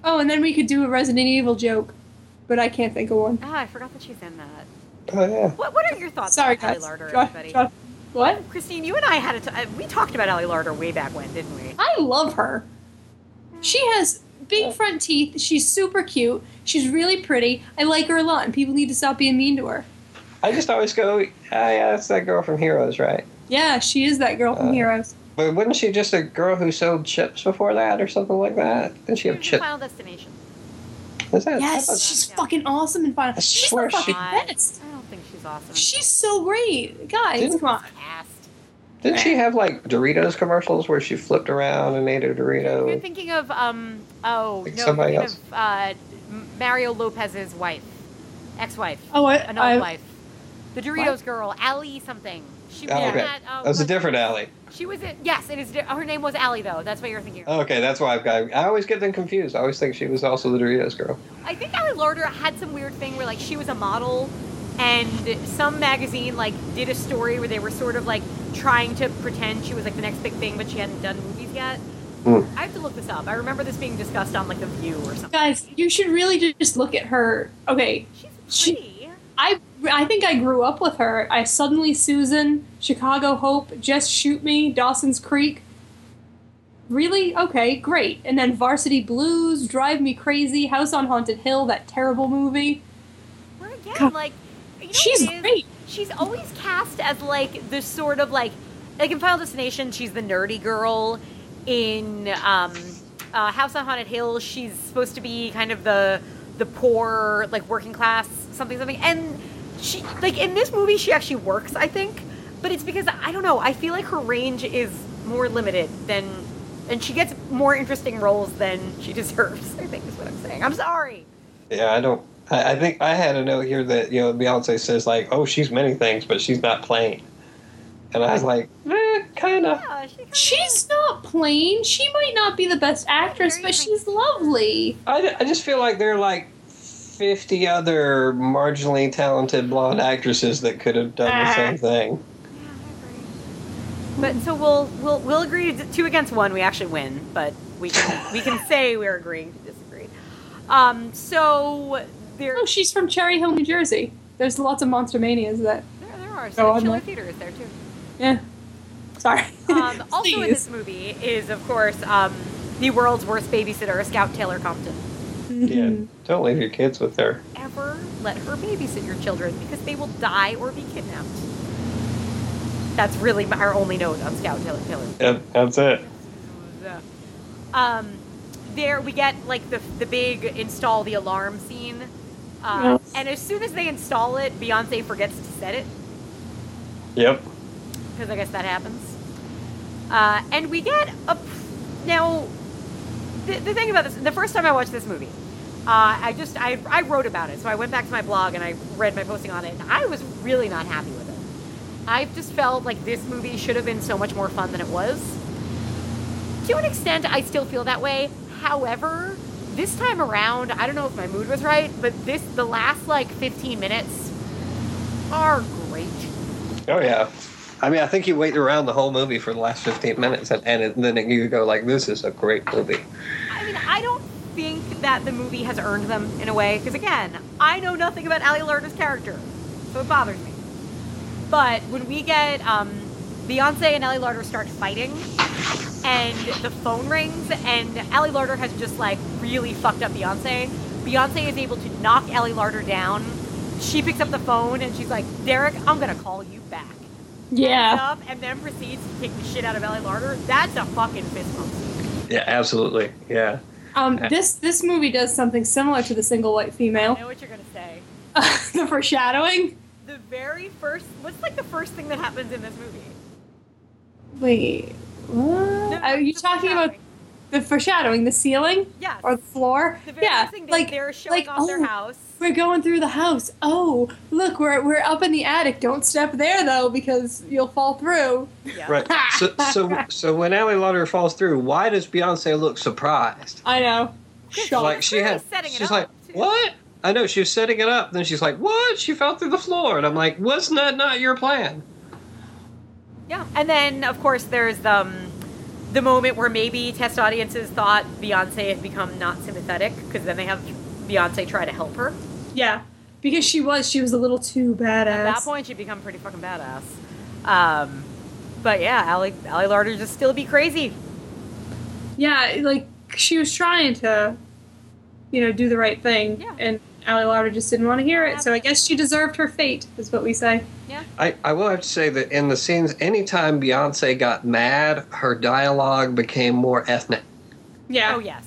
[SPEAKER 2] Oh, and then we could do a Resident Evil joke, but I can't think of one.
[SPEAKER 1] Ah, I forgot that she's in that.
[SPEAKER 3] Oh yeah.
[SPEAKER 1] What What are your thoughts
[SPEAKER 2] Sorry,
[SPEAKER 1] on Ellie
[SPEAKER 2] guys.
[SPEAKER 1] Larder,
[SPEAKER 2] Dro-
[SPEAKER 1] everybody?
[SPEAKER 2] dro- what?
[SPEAKER 1] Christine, you and I had a t- uh, we talked about Ellie Larder way back when, didn't we?
[SPEAKER 2] I love her. She has
[SPEAKER 1] Oh.
[SPEAKER 2] big front teeth. She's super cute. She's really pretty. I like her a lot, and people need to stop being mean to her.
[SPEAKER 3] I just always go, ah, yeah, that's that girl from Heroes, right?
[SPEAKER 2] Yeah, she is that girl from
[SPEAKER 3] Uh,
[SPEAKER 2] Heroes.
[SPEAKER 3] But wasn't she just a girl who sold chips before that, or something like that? Didn't she
[SPEAKER 1] She was
[SPEAKER 3] have
[SPEAKER 1] in
[SPEAKER 3] chips?
[SPEAKER 1] Final Destination.
[SPEAKER 3] Is that,
[SPEAKER 2] Yes, she's
[SPEAKER 1] yeah.
[SPEAKER 2] fucking awesome and fun.
[SPEAKER 3] I
[SPEAKER 2] She's
[SPEAKER 3] swear
[SPEAKER 2] the
[SPEAKER 3] she-
[SPEAKER 2] fucking
[SPEAKER 1] God,
[SPEAKER 2] best.
[SPEAKER 1] I don't think she's awesome.
[SPEAKER 2] She's so great, guys.
[SPEAKER 3] Didn't-
[SPEAKER 2] Come on.
[SPEAKER 1] cast.
[SPEAKER 3] didn't she have like Doritos commercials where she flipped around and ate a
[SPEAKER 1] You're
[SPEAKER 3] Dorito?
[SPEAKER 1] thinking of um oh
[SPEAKER 3] Like
[SPEAKER 1] no,
[SPEAKER 3] somebody
[SPEAKER 1] you're
[SPEAKER 3] else.
[SPEAKER 1] thinking of uh, M- Mario Lopez's wife, ex-wife,
[SPEAKER 2] Oh, I,
[SPEAKER 1] another
[SPEAKER 2] I,
[SPEAKER 1] wife, the Doritos girl, Allie something. She was
[SPEAKER 3] Oh,
[SPEAKER 1] in
[SPEAKER 3] okay.
[SPEAKER 1] that. Um,
[SPEAKER 3] That was a
[SPEAKER 1] what-
[SPEAKER 3] different Allie.
[SPEAKER 1] She was in. Yes, it is. di- Her name was Allie though. That's what you're thinking. of.
[SPEAKER 3] Okay, that's why I've got. I always get them confused. I always think she was also the Doritos girl.
[SPEAKER 1] I think Allie Larder had some weird thing where like she was a model, and some magazine like did a story where they were sort of like trying to pretend she was like the next big thing, but she hadn't done movies yet.
[SPEAKER 3] Hmm.
[SPEAKER 1] I have to look this up. I remember this being discussed on like The View or something.
[SPEAKER 2] guys, you should really ju- just look at her. Okay,
[SPEAKER 1] She's
[SPEAKER 2] She-
[SPEAKER 1] pretty.
[SPEAKER 2] I I think I grew up with her. I suddenly Susan, Chicago Hope, Just Shoot Me, Dawson's Creek. Really? Okay, great. And then Varsity Blues, Drive Me Crazy, House on Haunted Hill, that terrible movie.
[SPEAKER 1] Where again,
[SPEAKER 2] God.
[SPEAKER 1] like you know
[SPEAKER 2] She's
[SPEAKER 1] what it is?
[SPEAKER 2] great.
[SPEAKER 1] She's always cast as like the sort of like like in Final Destination, she's the nerdy girl. In um, uh, House on Haunted Hill, she's supposed to be kind of the the poor, like working class, something, something. And she like in this movie, she actually works, I think. But it's because I don't know. I feel like her range is more limited than, and she gets more interesting roles than she deserves. I think is what I'm saying. I'm sorry.
[SPEAKER 3] Yeah, I don't. I, I think I had a note here that you know Beyonce says like, "Oh, she's many things, but she's not plain," and I was like, eh, "Kind of."
[SPEAKER 1] Yeah, Uh, she kinda-
[SPEAKER 2] She's not plain. She might not be the best actress, but she's lovely.
[SPEAKER 3] I, I just feel like there are like fifty other marginally talented blonde actresses that could have done the same thing.
[SPEAKER 1] But so we'll we'll we'll agree to two against one. We actually win, but we can we can say we're agreeing to disagree. Um, so there,
[SPEAKER 2] Oh, she's from Cherry Hill, New Jersey. There's lots of Monster Manias that.
[SPEAKER 1] there, there are
[SPEAKER 2] Go
[SPEAKER 1] some
[SPEAKER 2] on,
[SPEAKER 1] Schiller
[SPEAKER 2] Mike.
[SPEAKER 1] theaters there too.
[SPEAKER 2] Yeah. Sorry.
[SPEAKER 1] Um, also in
[SPEAKER 2] Please.
[SPEAKER 1] this movie is of course um, the world's worst babysitter, Scout Taylor Compton.
[SPEAKER 3] Yeah, don't leave your kids with her.
[SPEAKER 1] Ever let her babysit your children because they will die or be kidnapped. That's really my- our only note on Scout Taylor Taylor.
[SPEAKER 3] Yeah, that's it.
[SPEAKER 1] Um, there we get like the the big install the alarm scene, uh,
[SPEAKER 2] Yes.
[SPEAKER 1] and as soon as they install it, Beyonce forgets to set it
[SPEAKER 3] Yep.
[SPEAKER 1] because I guess that happens. Uh, and we get a now. The, the thing about this, the first time I watched this movie, uh, I just I, I wrote about it, so I went back to my blog and I read my posting on it, and I was really not happy with it. I just felt like this movie should have been so much more fun than it was. to an extent, I still feel that way. However, this time around, I don't know if my mood was right, but this the last like 15 minutes are great.
[SPEAKER 3] Oh yeah. I mean, I think you wait around the whole movie for the last fifteen minutes, and, and it, then you go like, "This is a great movie."
[SPEAKER 1] I mean, I don't think that the movie has earned them in a way because again, I know nothing about Ali Lerner's character, so it bothers me. But when we get um, Beyonce and Ali Larder start fighting, and the phone rings, and Ali Larder has just like really fucked up Beyonce. Beyonce is able to knock Ali Larder down. She picks up the phone and she's like, "Derek, I'm gonna call you back."
[SPEAKER 2] Yeah.
[SPEAKER 1] Up and then proceeds to kick the shit out of Ali Larder. That's a fucking fist bump.
[SPEAKER 3] Yeah, absolutely. Yeah.
[SPEAKER 1] uh,
[SPEAKER 2] Um, this this movie does something similar to the single white
[SPEAKER 1] I
[SPEAKER 2] female.
[SPEAKER 1] know what you're gonna say.
[SPEAKER 2] the foreshadowing.
[SPEAKER 1] The very first, what's like the first thing that happens in this movie?
[SPEAKER 2] Wait. What? Are you
[SPEAKER 1] The
[SPEAKER 2] talking about
[SPEAKER 1] foreshadowing.
[SPEAKER 2] the foreshadowing, the ceiling
[SPEAKER 1] Yes.
[SPEAKER 2] or the floor?
[SPEAKER 1] the very
[SPEAKER 2] Yeah.
[SPEAKER 1] first thing they,
[SPEAKER 2] Like
[SPEAKER 1] they're showing
[SPEAKER 2] like,
[SPEAKER 1] off their
[SPEAKER 2] oh,
[SPEAKER 1] house.
[SPEAKER 2] We're going through the house. Oh, look, we're we're up in the attic. Don't step there though, because you'll fall through.
[SPEAKER 1] Yeah.
[SPEAKER 3] Right. so, so, so when Ali Lauder falls through, why does Beyonce look surprised?
[SPEAKER 2] I know. Shock.
[SPEAKER 3] Like she had,
[SPEAKER 1] Clearly setting it
[SPEAKER 3] she's
[SPEAKER 1] up,
[SPEAKER 3] like,
[SPEAKER 1] too.
[SPEAKER 3] "What?" I know she was setting it up. Then she's like, "What?" She fell through the floor, and I'm like, "Wasn't that not your plan?"
[SPEAKER 1] Yeah. And then, of course, there's um, the moment where maybe test audiences thought Beyonce had become not sympathetic because then they have Beyonce try to help her.
[SPEAKER 2] yeah. Because she was she was a little too badass.
[SPEAKER 1] At that point, she'd become pretty fucking badass. Um, but yeah, Ally, Ally Larder just still be crazy.
[SPEAKER 2] Yeah, like she was trying to, you know, do the right thing,
[SPEAKER 1] Yeah.
[SPEAKER 2] and Allie Lauder just didn't want to hear it. So I guess she deserved her fate, is what we say.
[SPEAKER 1] Oh,
[SPEAKER 3] I, I will have to say that in the scenes, anytime Beyonce got mad, her dialogue became more ethnic.
[SPEAKER 2] Yeah.
[SPEAKER 1] Oh, yes.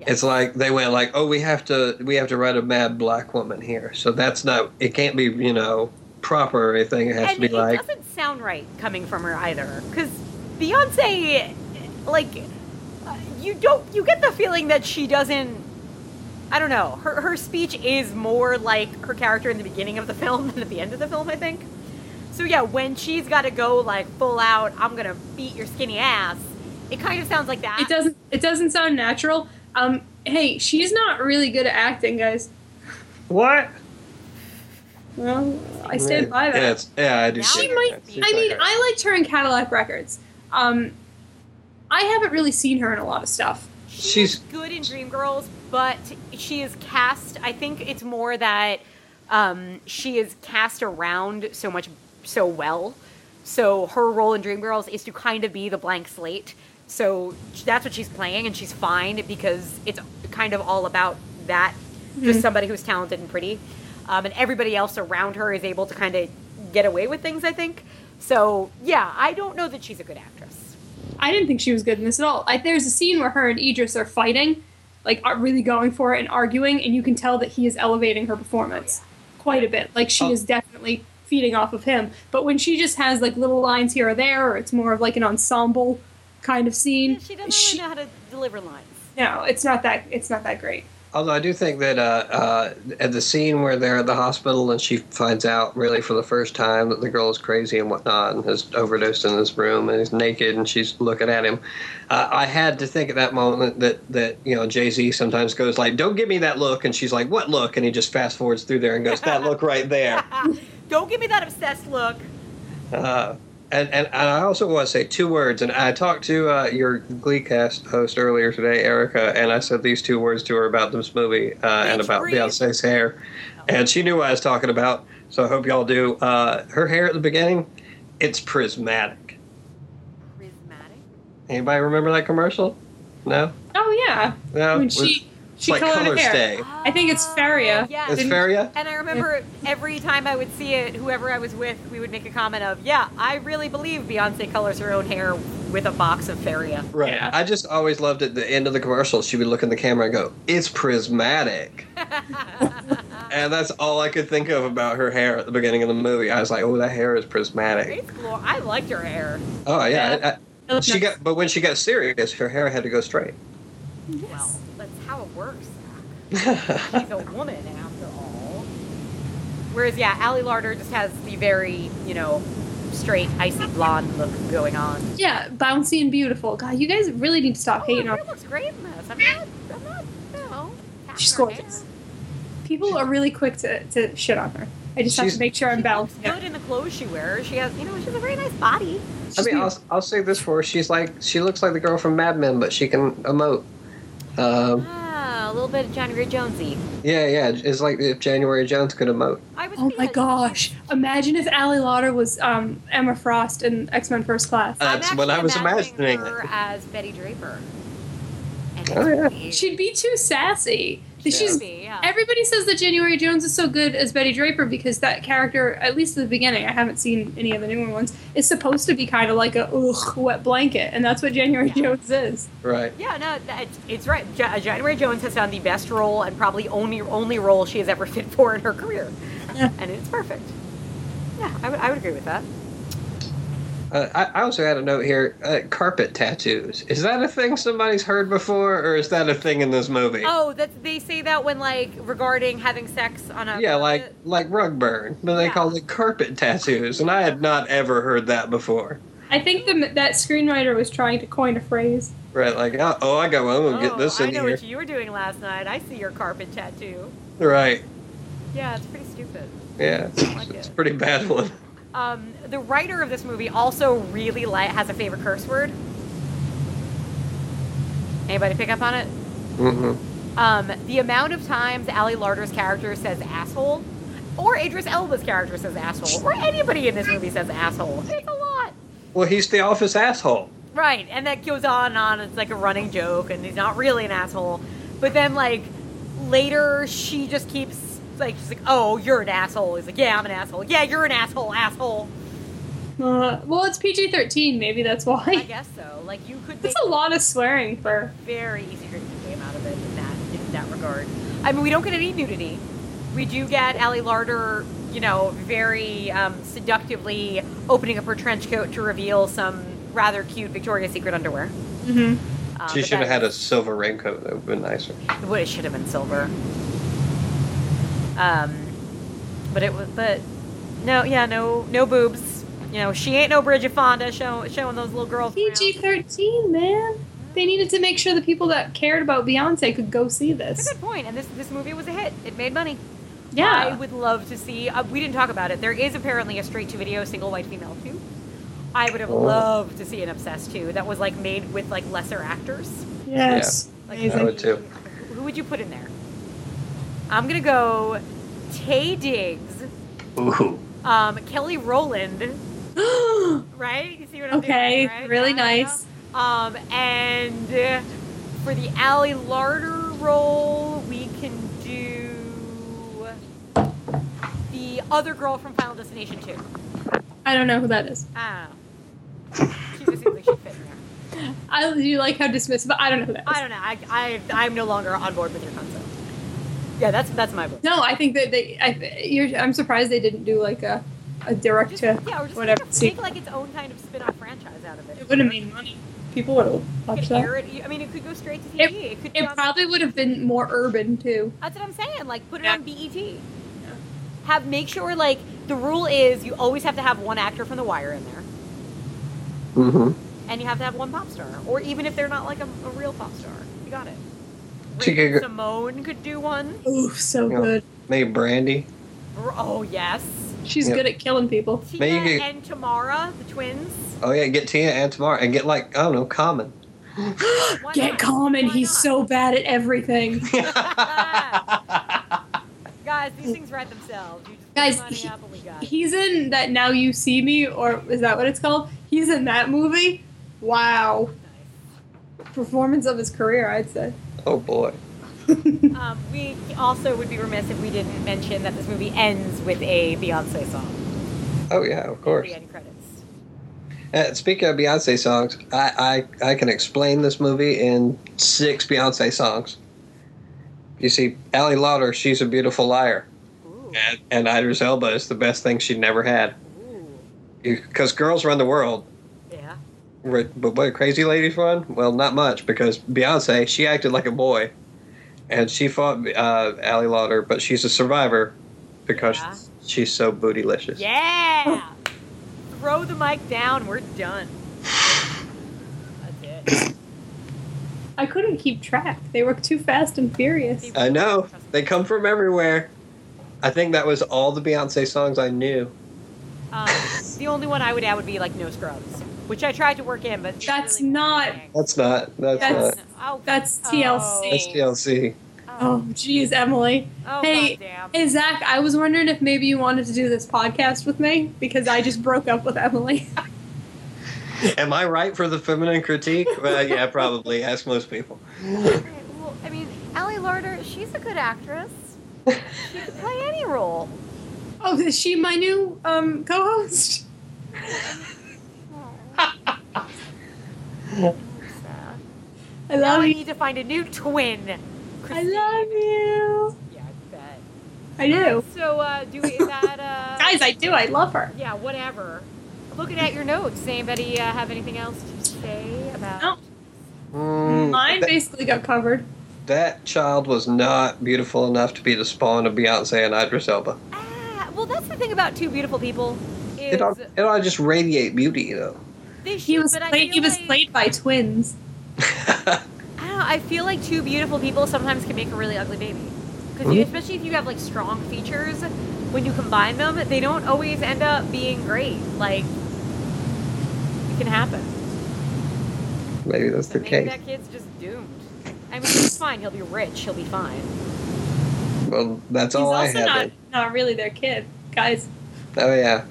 [SPEAKER 1] yes.
[SPEAKER 3] It's like they went like, "Oh, we have to we have to write a mad black woman here." So that's not it can't be, you know, proper or anything. It has
[SPEAKER 1] and
[SPEAKER 3] to be
[SPEAKER 1] it
[SPEAKER 3] like
[SPEAKER 1] doesn't sound right coming from her either because beyonce like uh, you don't you get the feeling that she doesn't i don't know her, her speech is more like her character in the beginning of the film than at the end of the film i think so yeah when she's got to go like full out i'm gonna beat your skinny ass it kind of sounds like that
[SPEAKER 2] It doesn't. It doesn't sound natural. Um. Hey, she's not really good at acting, guys.
[SPEAKER 3] what?
[SPEAKER 2] Well, I stand by
[SPEAKER 3] Yeah,
[SPEAKER 2] that.
[SPEAKER 3] it's, yeah I do.
[SPEAKER 1] Now
[SPEAKER 3] see
[SPEAKER 2] she
[SPEAKER 3] that.
[SPEAKER 2] might.
[SPEAKER 3] She's
[SPEAKER 2] I mean,
[SPEAKER 3] like,
[SPEAKER 2] I liked her in Cadillac Records. Um, I haven't really seen her in a lot of stuff.
[SPEAKER 3] she's
[SPEAKER 1] good in Dreamgirls, but she is cast. I think it's more that um, she is cast around so much so well. So her role in Dreamgirls is to kind of be the blank slate. So that's what she's playing, and she's fine because it's kind of all about that. Just somebody who's talented and pretty, um, and everybody else around her is able to kind of get away with things. I think. So yeah, I don't know that she's a good actress.
[SPEAKER 2] I didn't think she was good in this at all. I, there's a scene where her and Idris are fighting, like are really going for it and arguing, and you can tell that he is elevating her performance quite a bit. Like she
[SPEAKER 3] Oh.
[SPEAKER 2] is definitely feeding off of him. But when she just has like little lines here or there, or it's more of like an ensemble kind of scene,
[SPEAKER 1] She doesn't
[SPEAKER 2] she-
[SPEAKER 1] really know how to deliver lines.
[SPEAKER 2] no, it's not that it's not that great.
[SPEAKER 3] Although I do think that uh, uh, at the scene where they're at the hospital and she finds out really for the first time that the girl is crazy and whatnot and has overdosed in this room and is naked and she's looking at him, uh, I had to think at that moment that that you know Jay Z sometimes goes like, "Don't give me that look," and she's like, "What look?" and he just fast forwards through there and goes, "That look right there."
[SPEAKER 1] Don't give me that obsessed look.
[SPEAKER 3] Uh, and, and, and I also want to say two words. And I talked to uh, your Gleecast host earlier today, Erica, and I said these two words to her about this movie uh, and about
[SPEAKER 1] breathe.
[SPEAKER 3] Beyonce's hair. And she knew what I was talking about, so I hope y'all do. Uh, her hair at the beginning, it's prismatic.
[SPEAKER 1] Prismatic.
[SPEAKER 3] Anybody remember that commercial? No?
[SPEAKER 2] Oh yeah.
[SPEAKER 3] No?
[SPEAKER 2] when
[SPEAKER 3] It was-
[SPEAKER 2] she
[SPEAKER 3] it's
[SPEAKER 2] she
[SPEAKER 3] like
[SPEAKER 2] colored her
[SPEAKER 3] Color
[SPEAKER 2] hair.
[SPEAKER 3] Stay.
[SPEAKER 2] I think it's Faria.
[SPEAKER 1] Oh, Yeah.
[SPEAKER 3] It's
[SPEAKER 2] Didn't-
[SPEAKER 3] Faria?
[SPEAKER 1] And I remember every time I would see it, whoever I was with, we would make a comment of, "Yeah, I really believe Beyonce colors her own hair with a box of Faria."
[SPEAKER 3] Right.
[SPEAKER 2] Yeah.
[SPEAKER 3] I just always loved at the end of the commercial, she would look in the camera and go, It's prismatic. and that's all I could think of about her hair at the beginning of the movie. I was like, Oh, that hair is prismatic.
[SPEAKER 1] It's cool. I liked her hair.
[SPEAKER 3] Oh, yeah.
[SPEAKER 2] Yeah.
[SPEAKER 3] I- I-
[SPEAKER 2] It
[SPEAKER 3] she
[SPEAKER 2] looks
[SPEAKER 3] got, but when she got serious, her hair had to go straight.
[SPEAKER 1] Well, that's how it works. She's a woman after all. Whereas, yeah, Allie Larder just has the very, you know, straight, icy blonde look going on.
[SPEAKER 2] Yeah, bouncy and beautiful. God, you guys really need to
[SPEAKER 1] Oh,
[SPEAKER 2] stop
[SPEAKER 1] her
[SPEAKER 2] hating on
[SPEAKER 1] hair looks great in this. I'm not, I'm not, you know. attacking
[SPEAKER 2] She's
[SPEAKER 1] her
[SPEAKER 2] gorgeous.
[SPEAKER 1] hair.
[SPEAKER 2] People are really quick to, to shit on her. I just have
[SPEAKER 3] She's-
[SPEAKER 2] to make sure I'm
[SPEAKER 1] She looks
[SPEAKER 2] balanced.
[SPEAKER 1] good in the clothes she wears. She has, you know, she has a very nice body.
[SPEAKER 3] I mean, I'll, I'll say this for her. She's like, she looks like the girl from Mad Men, but she can emote. Um,
[SPEAKER 1] Ah, a little bit of John Greer Jonesy.
[SPEAKER 3] yeah, yeah. It's like if January Jones could emote.
[SPEAKER 1] I was
[SPEAKER 2] Oh my
[SPEAKER 1] feeling-
[SPEAKER 2] gosh! Imagine if Allie Lauder was um, Emma Frost in X Men First Class.
[SPEAKER 1] I'm
[SPEAKER 3] That's what
[SPEAKER 1] actually
[SPEAKER 3] I was
[SPEAKER 1] imagining
[SPEAKER 3] imagining.
[SPEAKER 1] her as Betty Draper. And
[SPEAKER 3] Oh, yeah.
[SPEAKER 1] it's
[SPEAKER 2] She'd be too sassy. She's.
[SPEAKER 1] creepy, yeah.
[SPEAKER 2] Everybody says that January Jones is so good as Betty Draper because that character, at least at the beginning, I haven't seen any of the newer ones, is supposed to be kind of like a ugh wet blanket, and that's what January
[SPEAKER 1] Yeah.
[SPEAKER 2] Jones is.
[SPEAKER 3] Right.
[SPEAKER 1] Yeah, no, that- it's, it's right. Ja- January Jones has found the best role and probably only only role she has ever fit for in her career,
[SPEAKER 2] Yeah.
[SPEAKER 1] and it's perfect. Yeah, I would I would agree with that.
[SPEAKER 3] Uh, I, I also had a note here: uh, carpet tattoos. Is that a thing somebody's heard before, or is that a thing in this movie?
[SPEAKER 1] Oh, that they say that when like regarding having sex on a
[SPEAKER 3] yeah, like like rug burn, but they
[SPEAKER 1] Yeah.
[SPEAKER 3] call it carpet tattoos, and I had not ever heard that before.
[SPEAKER 2] I think the, that screenwriter was trying to coin a phrase.
[SPEAKER 3] Right, like oh, oh, I got one. I'm gonna
[SPEAKER 1] oh,
[SPEAKER 3] get this
[SPEAKER 1] I
[SPEAKER 3] in
[SPEAKER 1] know
[SPEAKER 3] here.
[SPEAKER 1] what you were doing last night. I see your carpet tattoo.
[SPEAKER 3] right,
[SPEAKER 1] Yeah, it's pretty stupid.
[SPEAKER 3] yeah,
[SPEAKER 1] like
[SPEAKER 3] it's a
[SPEAKER 1] it.
[SPEAKER 3] pretty bad one.
[SPEAKER 1] Um, the writer of this movie also really li- has a favorite curse word. Anybody pick up on it?
[SPEAKER 3] hmm
[SPEAKER 1] Um, the amount of times Ali Larder's character says asshole, or Idris Elba's character says asshole, or anybody in this movie says asshole. It's a lot.
[SPEAKER 3] Well, he's the office asshole.
[SPEAKER 1] Right, and that goes on and on. It's like a running joke, and he's not really an asshole. But then, like, later, she just keeps, like, she's like, oh, you're an asshole. He's like, yeah, I'm an asshole. Yeah, you're an asshole, asshole.
[SPEAKER 2] Uh, well, it's PG 13, maybe that's
[SPEAKER 1] I
[SPEAKER 2] why.
[SPEAKER 1] guess so. Like, you could make
[SPEAKER 2] That's a lot of swearing for.
[SPEAKER 1] very easy to game out of it in that in that regard. I mean, we don't get any nudity. We do get Allie Larder, you know, very um, seductively opening up her trench coat to reveal some rather cute Victoria's Secret underwear.
[SPEAKER 2] hmm
[SPEAKER 1] Uh,
[SPEAKER 3] she
[SPEAKER 1] but
[SPEAKER 3] should have
[SPEAKER 1] that-
[SPEAKER 3] had a silver raincoat. That would have been nicer.
[SPEAKER 1] It would, it should have been silver. Um, but it was, but no, yeah, no, no boobs. You know, she ain't no Bridget Fonda show, showing those little girls. around.
[SPEAKER 2] PG 13, man. They needed to make sure the people that cared about Beyonce could go see
[SPEAKER 1] That's a
[SPEAKER 2] this.
[SPEAKER 1] good point. And this this movie was a hit. It made money. I
[SPEAKER 2] Yeah.
[SPEAKER 1] would love to see. Uh, we didn't talk about it. There is apparently a straight to video single white female too. I would have loved to see an obsessed too. That was like made with like lesser actors.
[SPEAKER 2] Yes.
[SPEAKER 1] Like,
[SPEAKER 3] I would too.
[SPEAKER 1] Who would you put in there? I'm gonna go Tay Diggs,
[SPEAKER 3] Ooh,
[SPEAKER 1] um, Kelly Rowland, right? You see what I'm
[SPEAKER 2] okay,
[SPEAKER 1] doing? right?
[SPEAKER 2] really
[SPEAKER 1] Yeah,
[SPEAKER 2] nice.
[SPEAKER 1] yeah. Um, and uh, for the Ally Larder role, we can do the other girl from Final Destination 2.
[SPEAKER 2] I don't know who that is.
[SPEAKER 1] I don't know. She just seems like she fit in there.
[SPEAKER 2] I you like how dismissive, but I don't know who that is.
[SPEAKER 1] I don't know. I, I, I'm no longer on board with your concept. Yeah, that's that's my vote.
[SPEAKER 2] No, I think that they. I, you're, I'm surprised they didn't do like a, a direct
[SPEAKER 1] Just,
[SPEAKER 2] to
[SPEAKER 1] yeah, or just
[SPEAKER 2] whatever.
[SPEAKER 1] make, a-
[SPEAKER 2] sequel.
[SPEAKER 1] make like its own kind of spin-off franchise out of it.
[SPEAKER 2] It would have made money. people would have
[SPEAKER 1] You
[SPEAKER 2] watched
[SPEAKER 1] could
[SPEAKER 2] that.
[SPEAKER 1] air it. I mean, it could go straight to TV.
[SPEAKER 2] It-
[SPEAKER 1] It, could. Be
[SPEAKER 2] It
[SPEAKER 1] on,
[SPEAKER 2] probably would have been more urban too.
[SPEAKER 1] that's what I'm saying. Like, put it on BET. Have make sure like the rule is you always have to have one actor from The Wire in there,
[SPEAKER 3] hmm
[SPEAKER 1] and you have to have one pop star, or even if they're not like a, a real pop star, you got it.
[SPEAKER 3] She
[SPEAKER 1] Raven
[SPEAKER 3] could-
[SPEAKER 1] Simone could do one.
[SPEAKER 2] Ooh, so
[SPEAKER 3] Yeah.
[SPEAKER 2] good.
[SPEAKER 3] Maybe Brandy.
[SPEAKER 1] Br- Oh yes,
[SPEAKER 2] She's
[SPEAKER 3] Yeah.
[SPEAKER 2] good at killing people.
[SPEAKER 1] Tia
[SPEAKER 3] Maybe you could-
[SPEAKER 1] and Tamara, the twins.
[SPEAKER 3] Oh yeah, get Tia and Tamara, and get like I don't know, Common.
[SPEAKER 1] Why
[SPEAKER 2] Get
[SPEAKER 1] not?
[SPEAKER 2] Common.
[SPEAKER 1] Why
[SPEAKER 2] He's
[SPEAKER 1] not?
[SPEAKER 2] so bad at everything.
[SPEAKER 1] Guys, these things write themselves. You just
[SPEAKER 2] Guys,
[SPEAKER 1] money
[SPEAKER 2] he-
[SPEAKER 1] up and we got it.
[SPEAKER 2] He's in that Now You See Me, or is that what it's called? He's in that movie. Wow. Performance of his career, I'd say.
[SPEAKER 3] Oh boy.
[SPEAKER 1] Um, we also would be remiss if we didn't mention that this movie ends with a Beyonce song.
[SPEAKER 3] Oh yeah, of course.
[SPEAKER 1] The end credits.
[SPEAKER 3] Uh, speaking of Beyonce songs, I, I I can explain this movie in six Beyonce songs. You see, Allie Lauder, she's a beautiful liar,
[SPEAKER 1] Ooh,
[SPEAKER 3] and, and Idris Elba is the best thing she never had.
[SPEAKER 1] ooh,
[SPEAKER 3] Because girls run the world,
[SPEAKER 1] yeah.
[SPEAKER 3] Right, But what crazy ladies run? Well, not much because Beyonce she acted like a boy, and she fought uh, Ally Lauder, but she's a survivor because
[SPEAKER 1] Yeah.
[SPEAKER 3] she's so bootylicious.
[SPEAKER 1] Yeah! Throw the mic down, we're done. That's it.
[SPEAKER 2] I couldn't keep track. They were too fast and furious.
[SPEAKER 3] I know they come from everywhere. I think that was all the Beyonce songs I knew.
[SPEAKER 1] Um, the only one I would add would be like No Scrubs, which I tried to work in, but it's
[SPEAKER 2] That's
[SPEAKER 1] really
[SPEAKER 2] not-
[SPEAKER 1] annoying.
[SPEAKER 3] That's not. That's,
[SPEAKER 2] That's-
[SPEAKER 3] not.
[SPEAKER 1] Oh,
[SPEAKER 2] That's
[SPEAKER 1] oh,
[SPEAKER 2] TLC.
[SPEAKER 3] That's TLC.
[SPEAKER 2] Oh, geez, Emily.
[SPEAKER 1] Oh,
[SPEAKER 2] Hey,
[SPEAKER 1] goddamn.
[SPEAKER 2] Hey, Zach, I was wondering if maybe you wanted to do this podcast with me because I just broke up with Emily.
[SPEAKER 3] Am I right for the feminine critique? well, yeah, probably. Ask most people.
[SPEAKER 1] Okay, Well, I mean, Allie Larder, she's a good actress. She could play any role.
[SPEAKER 2] Oh, is she my new um, co host? I
[SPEAKER 1] Now
[SPEAKER 2] love
[SPEAKER 1] I
[SPEAKER 2] you.
[SPEAKER 1] need to find a new twin.
[SPEAKER 2] I
[SPEAKER 1] Christine.
[SPEAKER 2] love you.
[SPEAKER 1] Yeah, I bet.
[SPEAKER 2] I do.
[SPEAKER 1] So, uh, do we, is that, uh,
[SPEAKER 2] Guys, I do. I love her.
[SPEAKER 1] yeah, whatever. Looking at your notes, does anybody uh, have anything else to say about?
[SPEAKER 2] No.
[SPEAKER 3] Mm,
[SPEAKER 2] Mine
[SPEAKER 3] that,
[SPEAKER 2] basically got covered.
[SPEAKER 3] that child was not beautiful enough to be the spawn of Beyonce and Idris Elba.
[SPEAKER 1] Ah, well, that's the thing about two beautiful people is
[SPEAKER 3] It ought, it ought to just radiate beauty, though.
[SPEAKER 1] they should,
[SPEAKER 2] He was
[SPEAKER 1] but I
[SPEAKER 2] played.
[SPEAKER 1] feel
[SPEAKER 2] He was
[SPEAKER 1] like,
[SPEAKER 2] played by twins.
[SPEAKER 1] I don't know. I feel like two beautiful people sometimes can make a really ugly baby. Because
[SPEAKER 3] Mhm.
[SPEAKER 1] especially if you have like strong features, when you combine them, they don't always end up being great. Like it can happen.
[SPEAKER 3] Maybe that's
[SPEAKER 1] So
[SPEAKER 3] the
[SPEAKER 1] maybe
[SPEAKER 3] case.
[SPEAKER 1] that kid's just doomed. I mean, he's fine. He'll be rich. He'll be fine.
[SPEAKER 3] Well, that's
[SPEAKER 2] He's
[SPEAKER 3] all I
[SPEAKER 2] also
[SPEAKER 3] have.
[SPEAKER 2] not
[SPEAKER 3] then.
[SPEAKER 2] not really their kid, guys.
[SPEAKER 3] Oh yeah,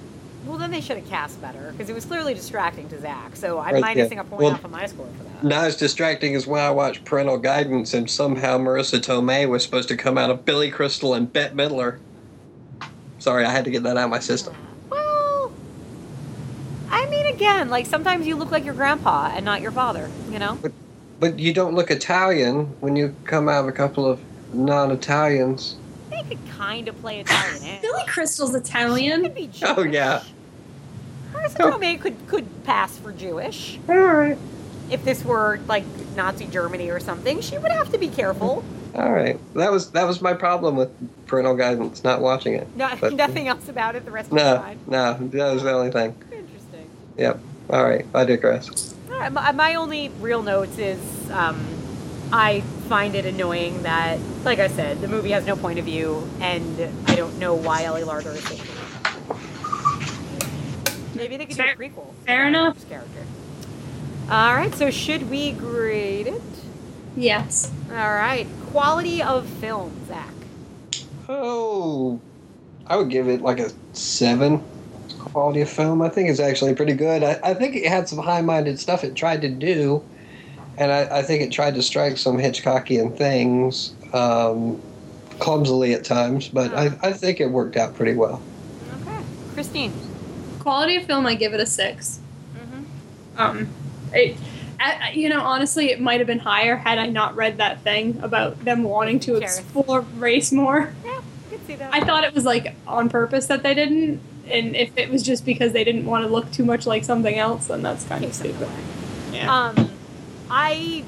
[SPEAKER 1] Well, then they should have cast better because it was clearly distracting to Zach. So I'm
[SPEAKER 3] Right, yeah.
[SPEAKER 1] minusing a point
[SPEAKER 3] Well-
[SPEAKER 1] off of my score for that.
[SPEAKER 3] not as distracting as when I watched Parental Guidance, and somehow Marissa Tomei was supposed to come out of Billy Crystal and Bette Midler. Sorry, I had to get that out of my system.
[SPEAKER 1] Well, I mean, again, like sometimes you look like your grandpa and not your father. You know.
[SPEAKER 3] But you don't look Italian when you come out of a couple of non-Italians.
[SPEAKER 1] They could kind of play Italian. eh?
[SPEAKER 2] Billy Crystal's
[SPEAKER 1] It
[SPEAKER 2] Italian.
[SPEAKER 1] could be Jewish.
[SPEAKER 3] Oh yeah,
[SPEAKER 1] Marissa
[SPEAKER 3] Oh.
[SPEAKER 1] Tomei could could pass for Jewish
[SPEAKER 3] all right,
[SPEAKER 1] if this were like Nazi Germany or something. She would have to be careful.
[SPEAKER 3] all right. That was that was my problem with Parental Guidance, not watching it.
[SPEAKER 1] No,
[SPEAKER 3] But-
[SPEAKER 1] nothing else about it. The rest of the
[SPEAKER 3] No,
[SPEAKER 1] time.
[SPEAKER 3] no, that was the only thing.
[SPEAKER 1] Interesting.
[SPEAKER 3] Yep. All right, I digress.
[SPEAKER 1] All right, my, my only real notes is um, I find it annoying that, like I said, the movie has no point of view, and I don't know why Ellie Larder is. in it. Maybe they could
[SPEAKER 2] Fair-
[SPEAKER 1] do a prequel.
[SPEAKER 2] fair
[SPEAKER 1] about
[SPEAKER 2] enough.
[SPEAKER 1] this Character. All right, so should we grade it?
[SPEAKER 2] Yes.
[SPEAKER 1] All right. Quality of film, Zach.
[SPEAKER 3] Oh, I would give it like a seven. Quality of film, I think, is actually pretty good. I, I think it had some high-minded stuff it tried to do, and I, I think it tried to strike some Hitchcockian things, um, clumsily at times. But I, I think it worked out pretty well.
[SPEAKER 1] Okay. Christine.
[SPEAKER 2] Quality of film, I give it a six.
[SPEAKER 1] Mm-hmm.
[SPEAKER 2] Um, it, I, I- you know, honestly, it might have been higher had I not read that thing about them wanting to
[SPEAKER 1] Sure.
[SPEAKER 2] explore race more.
[SPEAKER 1] Yeah, I could see that.
[SPEAKER 2] I thought it was like on purpose that they didn't, and if it was just because they didn't want to look too much like something else, then that's kind of
[SPEAKER 1] Take something
[SPEAKER 2] stupid.
[SPEAKER 1] away.
[SPEAKER 2] Yeah.
[SPEAKER 1] Um, I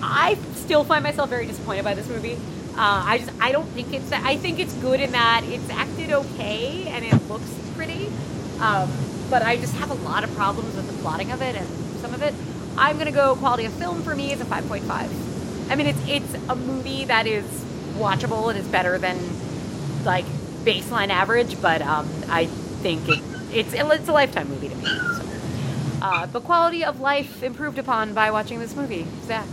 [SPEAKER 1] I still find myself very disappointed by this movie. Uh, I just I don't think it's that. I think it's good in that it's acted okay and it looks pretty, um, but I just have a lot of problems with the plotting of it and some of it. I'm gonna go quality of film for me is a 5.5. I mean it's it's a movie that is watchable. It is better than like baseline average, but um, I think it, it's it's a lifetime movie to me. So. Uh, but quality of life improved upon by watching this movie, Zach.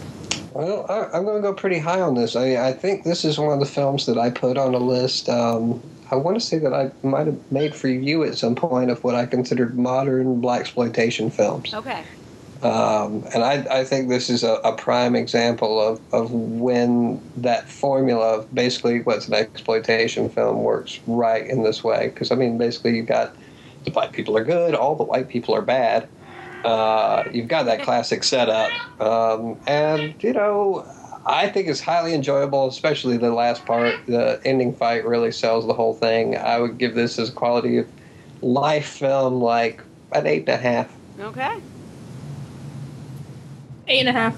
[SPEAKER 3] Well, I, I'm going to go pretty high on this. I, I think this is one of the films that I put on a list. Um, I want to say that I might have made for you at some point of what I considered modern black exploitation films.
[SPEAKER 1] Okay.
[SPEAKER 3] Um, and I, I think this is a, a prime example of, of when that formula of basically what's an exploitation film works right in this way. Because, I mean, basically, you've got the black people are good, all the white people are bad. Uh, you've got that classic setup. Um, and, you know, I think it's highly enjoyable, especially the last part. The ending fight really sells the whole thing. I would give this as a quality of life film like an eight and a half.
[SPEAKER 1] Okay. Uh,
[SPEAKER 2] Eight and a half.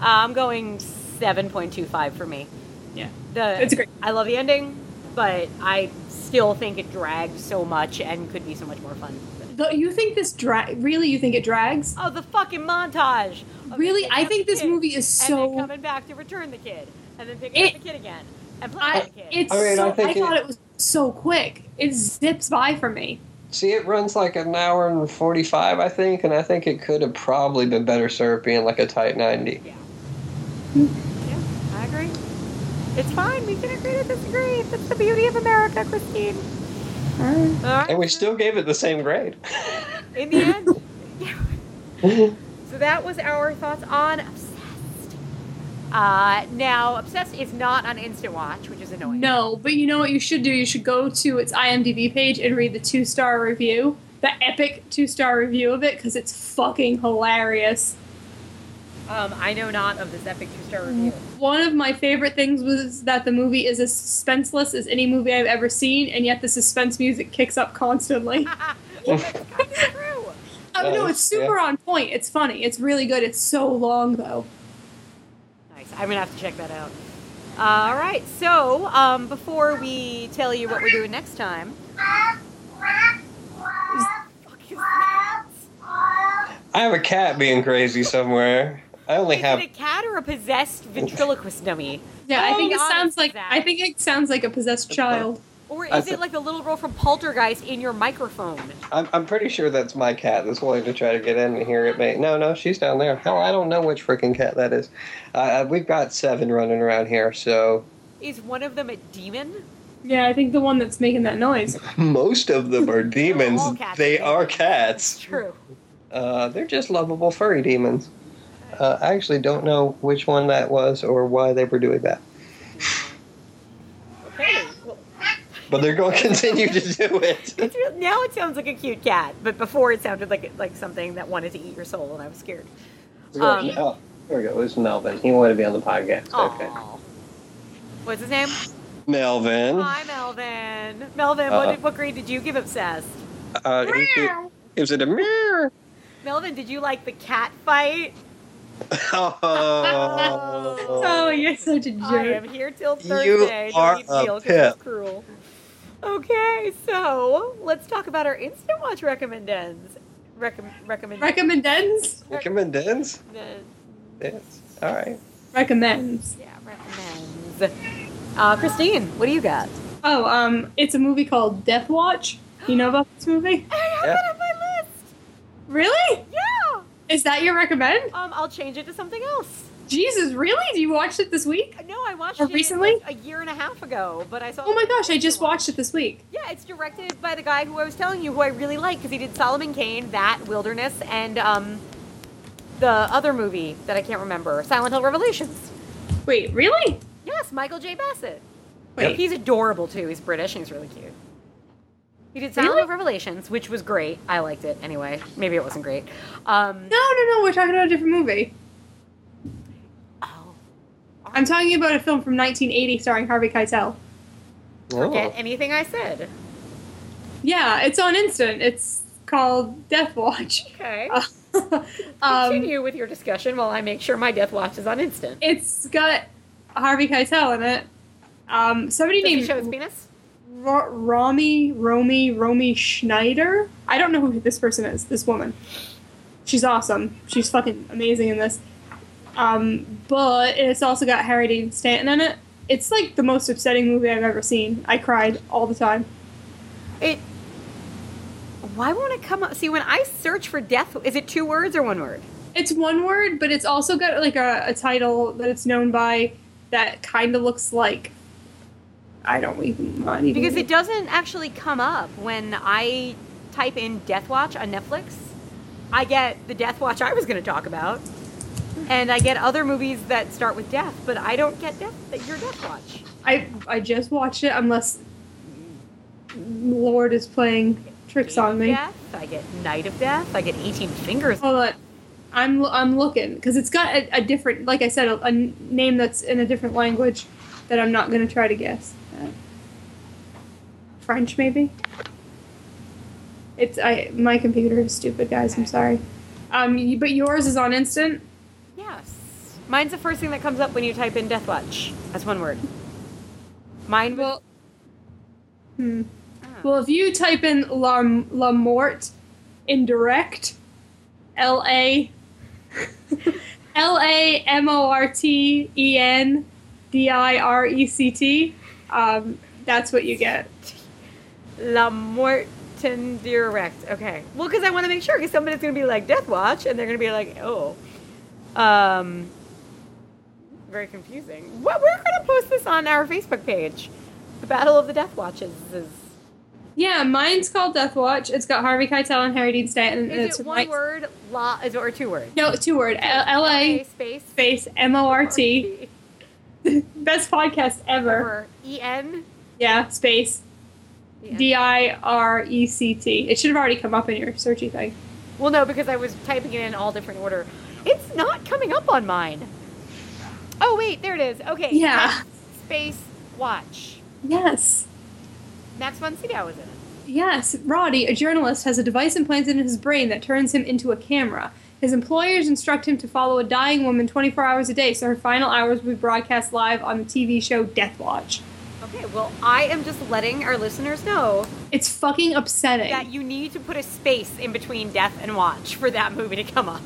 [SPEAKER 1] I'm going 7.25 for me.
[SPEAKER 2] Yeah.
[SPEAKER 1] The
[SPEAKER 2] It's great.
[SPEAKER 1] I love the ending, but I still think it dragged so much and could be so much more fun.
[SPEAKER 2] Though you think this drag? Really, you think it drags?
[SPEAKER 1] Oh, the fucking montage! of
[SPEAKER 2] Really,
[SPEAKER 1] picking
[SPEAKER 2] I
[SPEAKER 1] up
[SPEAKER 2] think
[SPEAKER 1] the
[SPEAKER 2] this
[SPEAKER 1] kid,
[SPEAKER 2] movie is
[SPEAKER 1] And then
[SPEAKER 2] so.
[SPEAKER 1] coming back to return the kid, and then picking
[SPEAKER 2] It-
[SPEAKER 1] up the kid again, and playing
[SPEAKER 2] I
[SPEAKER 1] the kid.
[SPEAKER 2] it's.
[SPEAKER 3] I mean,
[SPEAKER 2] so,
[SPEAKER 3] I
[SPEAKER 2] I,
[SPEAKER 3] think it-
[SPEAKER 2] thought it was so quick. It zips by for me.
[SPEAKER 3] See, it runs like an hour and 45, I think, and I think it could have probably been better served being like a tight 90.
[SPEAKER 1] Yeah, I agree. It's fine. We can agree to disagree. That's the beauty of America, Christine. All right.
[SPEAKER 3] And we still gave it the same grade.
[SPEAKER 1] In the end. so that was our thoughts on Obsessed. Uh, now, Obsessed is not on Instant Watch, which is annoying.
[SPEAKER 2] No, but you know what you should do? You should go to its IMDb page and read the two star review, the epic two star review of it, because it's fucking hilarious.
[SPEAKER 1] Um, I know not of this epic two star review.
[SPEAKER 2] One of my favorite things was that the movie is as suspenseless as any movie I've ever seen, and yet the suspense music kicks up constantly.
[SPEAKER 1] It's true.
[SPEAKER 2] oh no,
[SPEAKER 3] Nice,
[SPEAKER 2] it's super on point. It's funny. It's really good. It's so long though.
[SPEAKER 1] Nice. I'm gonna have to check that out. All right. So um, before we tell you what we're doing next time, Fuck is that?
[SPEAKER 3] I have a cat being crazy somewhere. I only
[SPEAKER 1] is
[SPEAKER 3] have.
[SPEAKER 1] it a cat or a possessed ventriloquist dummy?
[SPEAKER 2] Yeah, I
[SPEAKER 1] Oh,
[SPEAKER 2] think it
[SPEAKER 1] God,
[SPEAKER 2] sounds like
[SPEAKER 1] Zach.
[SPEAKER 2] I think it sounds like a possessed child.
[SPEAKER 1] Or
[SPEAKER 3] I
[SPEAKER 1] is
[SPEAKER 3] th-
[SPEAKER 1] it like the little girl from Poltergeist in your microphone?
[SPEAKER 3] I'm, I'm pretty sure that's my cat that's willing to try to get in and hear it. But no, no, she's down there. Hell, I don't know which freaking cat that is. Uh, we've got seven running around here, so
[SPEAKER 1] Is one of them a demon?
[SPEAKER 2] Yeah, I think the one that's making that noise.
[SPEAKER 3] most of them are demons.
[SPEAKER 1] all cats.
[SPEAKER 3] they are
[SPEAKER 1] It's
[SPEAKER 3] cats.
[SPEAKER 1] true.
[SPEAKER 3] Uh, they're just lovable furry demons. Uh, I actually don't know which one that was or why they were doing that,
[SPEAKER 1] Okay. Well,
[SPEAKER 3] but they're going to continue to do it.
[SPEAKER 1] it's real, now it sounds like a cute cat, but before it sounded like like something that wanted to eat your soul, and I was scared. Um,
[SPEAKER 3] oh, there we go. It's Melvin. He wanted to be on the podcast. Okay.
[SPEAKER 1] Aw. What's his name?
[SPEAKER 3] Melvin.
[SPEAKER 1] Hi, Melvin. Melvin, what,
[SPEAKER 3] Uh,
[SPEAKER 1] did, what grade did you give Obsessed?
[SPEAKER 3] Uh, he- he- is it a mirror?
[SPEAKER 1] Melvin, did you like the cat fight?
[SPEAKER 2] Oh, you're such a jerk.
[SPEAKER 1] I am here till
[SPEAKER 3] You
[SPEAKER 1] Thursday.
[SPEAKER 3] are
[SPEAKER 1] Don't
[SPEAKER 3] a
[SPEAKER 1] eat veal 'cause it's
[SPEAKER 3] pip.
[SPEAKER 1] cruel. Okay, so let's talk about our instant watch recommendends. Recom- recommend-
[SPEAKER 2] Recommendends?
[SPEAKER 3] Recommendends?
[SPEAKER 1] recommend-
[SPEAKER 3] Yes. All right.
[SPEAKER 2] Recommends.
[SPEAKER 1] yeah, recommends. Uh, Christine, what do you got?
[SPEAKER 2] Oh, um, it's a movie called Death Watch. You know about this movie?
[SPEAKER 1] I have
[SPEAKER 3] Yeah.
[SPEAKER 1] that on my list.
[SPEAKER 2] Really?
[SPEAKER 1] Yeah.
[SPEAKER 2] Is that your recommend?
[SPEAKER 1] Um, I'll change it to something else.
[SPEAKER 2] Jesus, really? Do you watch it this week?
[SPEAKER 1] No, I watched
[SPEAKER 2] Or
[SPEAKER 1] it
[SPEAKER 2] Oh, recently?
[SPEAKER 1] like, a year and a half ago, but I saw.
[SPEAKER 2] Oh my gosh, I just watched it this week.
[SPEAKER 1] Yeah, it's directed by the guy who I was telling you, who I really like, because he did Solomon Kane, that Wilderness, and um, the other movie that I can't remember, Silent Hill Revelations.
[SPEAKER 2] Wait, really?
[SPEAKER 1] Yes, Michael J. Bassett.
[SPEAKER 2] Wait.
[SPEAKER 1] He's adorable too. He's British and he's really cute. He did Silent
[SPEAKER 2] Really?
[SPEAKER 1] Hill Revelations, which was great. I liked it anyway. Maybe it wasn't great. Um,
[SPEAKER 2] No, no, no, we're talking about a different movie.
[SPEAKER 1] oh,
[SPEAKER 2] I'm talking about a film from 1980 starring Harvey Keitel.
[SPEAKER 1] forget
[SPEAKER 3] Oh.
[SPEAKER 1] anything I said.
[SPEAKER 2] Yeah, it's on Instant. It's called Death Watch.
[SPEAKER 1] Okay.
[SPEAKER 2] Uh, Um,
[SPEAKER 1] Continue with your discussion while I make sure my death watch is on instant.
[SPEAKER 2] it's got Harvey Keitel in it. Um, somebody
[SPEAKER 1] Does he
[SPEAKER 2] named
[SPEAKER 1] show his penis?
[SPEAKER 2] Ro- Romy, Romy, Romy Schneider. I don't know who this person is. This woman. She's awesome. She's fucking amazing in this. Um, but it's also got Harry Dean Stanton in it. It's like the most upsetting movie I've ever seen. I cried all the time.
[SPEAKER 1] It. Why won't it come up? See, when I search for death, is it two words or one word?
[SPEAKER 2] It's one word, but it's also got like a, a title that it's known by that kind of looks like. I don't even. Not even
[SPEAKER 1] Because it doesn't actually come up when I type in Death Watch on Netflix. I get the Death Watch I was going to talk about, and I get other movies that start with death, but I don't get death. Your Death Watch.
[SPEAKER 2] I I just watched it unless Lord is playing tricks on me.
[SPEAKER 1] Death. I get Night of Death. I get 18 Fingers.
[SPEAKER 2] Hold on. uh, I'm lo- I'm looking because it's got a, a different like I said a, a n- name that's in a different language that I'm not going to try to guess. Uh, French maybe. It's I my computer is stupid guys. I'm sorry. Um, y- but yours is on instant.
[SPEAKER 1] Yes. Mine's the first thing that comes up when you type in Death Watch. That's one word. Mine was.
[SPEAKER 2] Well, hmm.
[SPEAKER 1] Ah.
[SPEAKER 2] Well, if you type in La, La Mort indirect, L A L A M O R T E N D I R E C T, um, that's what you get.
[SPEAKER 1] La Morten Direct. Okay. Well, because I want to make sure, because somebody's going to be like Death Watch, and they're going to be like, oh. Um, very confusing. What we're going to post this on our Facebook page. The Battle of the Death Watches is.
[SPEAKER 2] Yeah, mine's called Death Watch. It's got Harvey Keitel and Harry Dean Stanton. and
[SPEAKER 1] Is
[SPEAKER 2] it's
[SPEAKER 1] it one
[SPEAKER 2] right-
[SPEAKER 1] word? La is it, or two words?
[SPEAKER 2] No, two word. L
[SPEAKER 1] A
[SPEAKER 2] A
[SPEAKER 1] space
[SPEAKER 2] space M O R T. Best podcast ever.
[SPEAKER 1] or E N.
[SPEAKER 2] Yeah, space D I R E C T. It should have already come up in your searchy thing.
[SPEAKER 1] Well, no, because I was typing it in all different order. It's not coming up on mine. Oh wait, there it is. Okay.
[SPEAKER 2] Yeah.
[SPEAKER 1] Max Space Watch.
[SPEAKER 2] Yes.
[SPEAKER 1] Max von Sydow was in it.
[SPEAKER 2] Yes. Roddy, a journalist, has a device implanted in his brain that turns him into a camera. His employers instruct him to follow a dying woman 24 hours a day, so her final hours will be broadcast live on the TV show Death Watch.
[SPEAKER 1] Okay. Well, I am just letting our listeners know
[SPEAKER 2] It's fucking upsetting.
[SPEAKER 1] that you need to put a space in between death and watch for that movie to come up.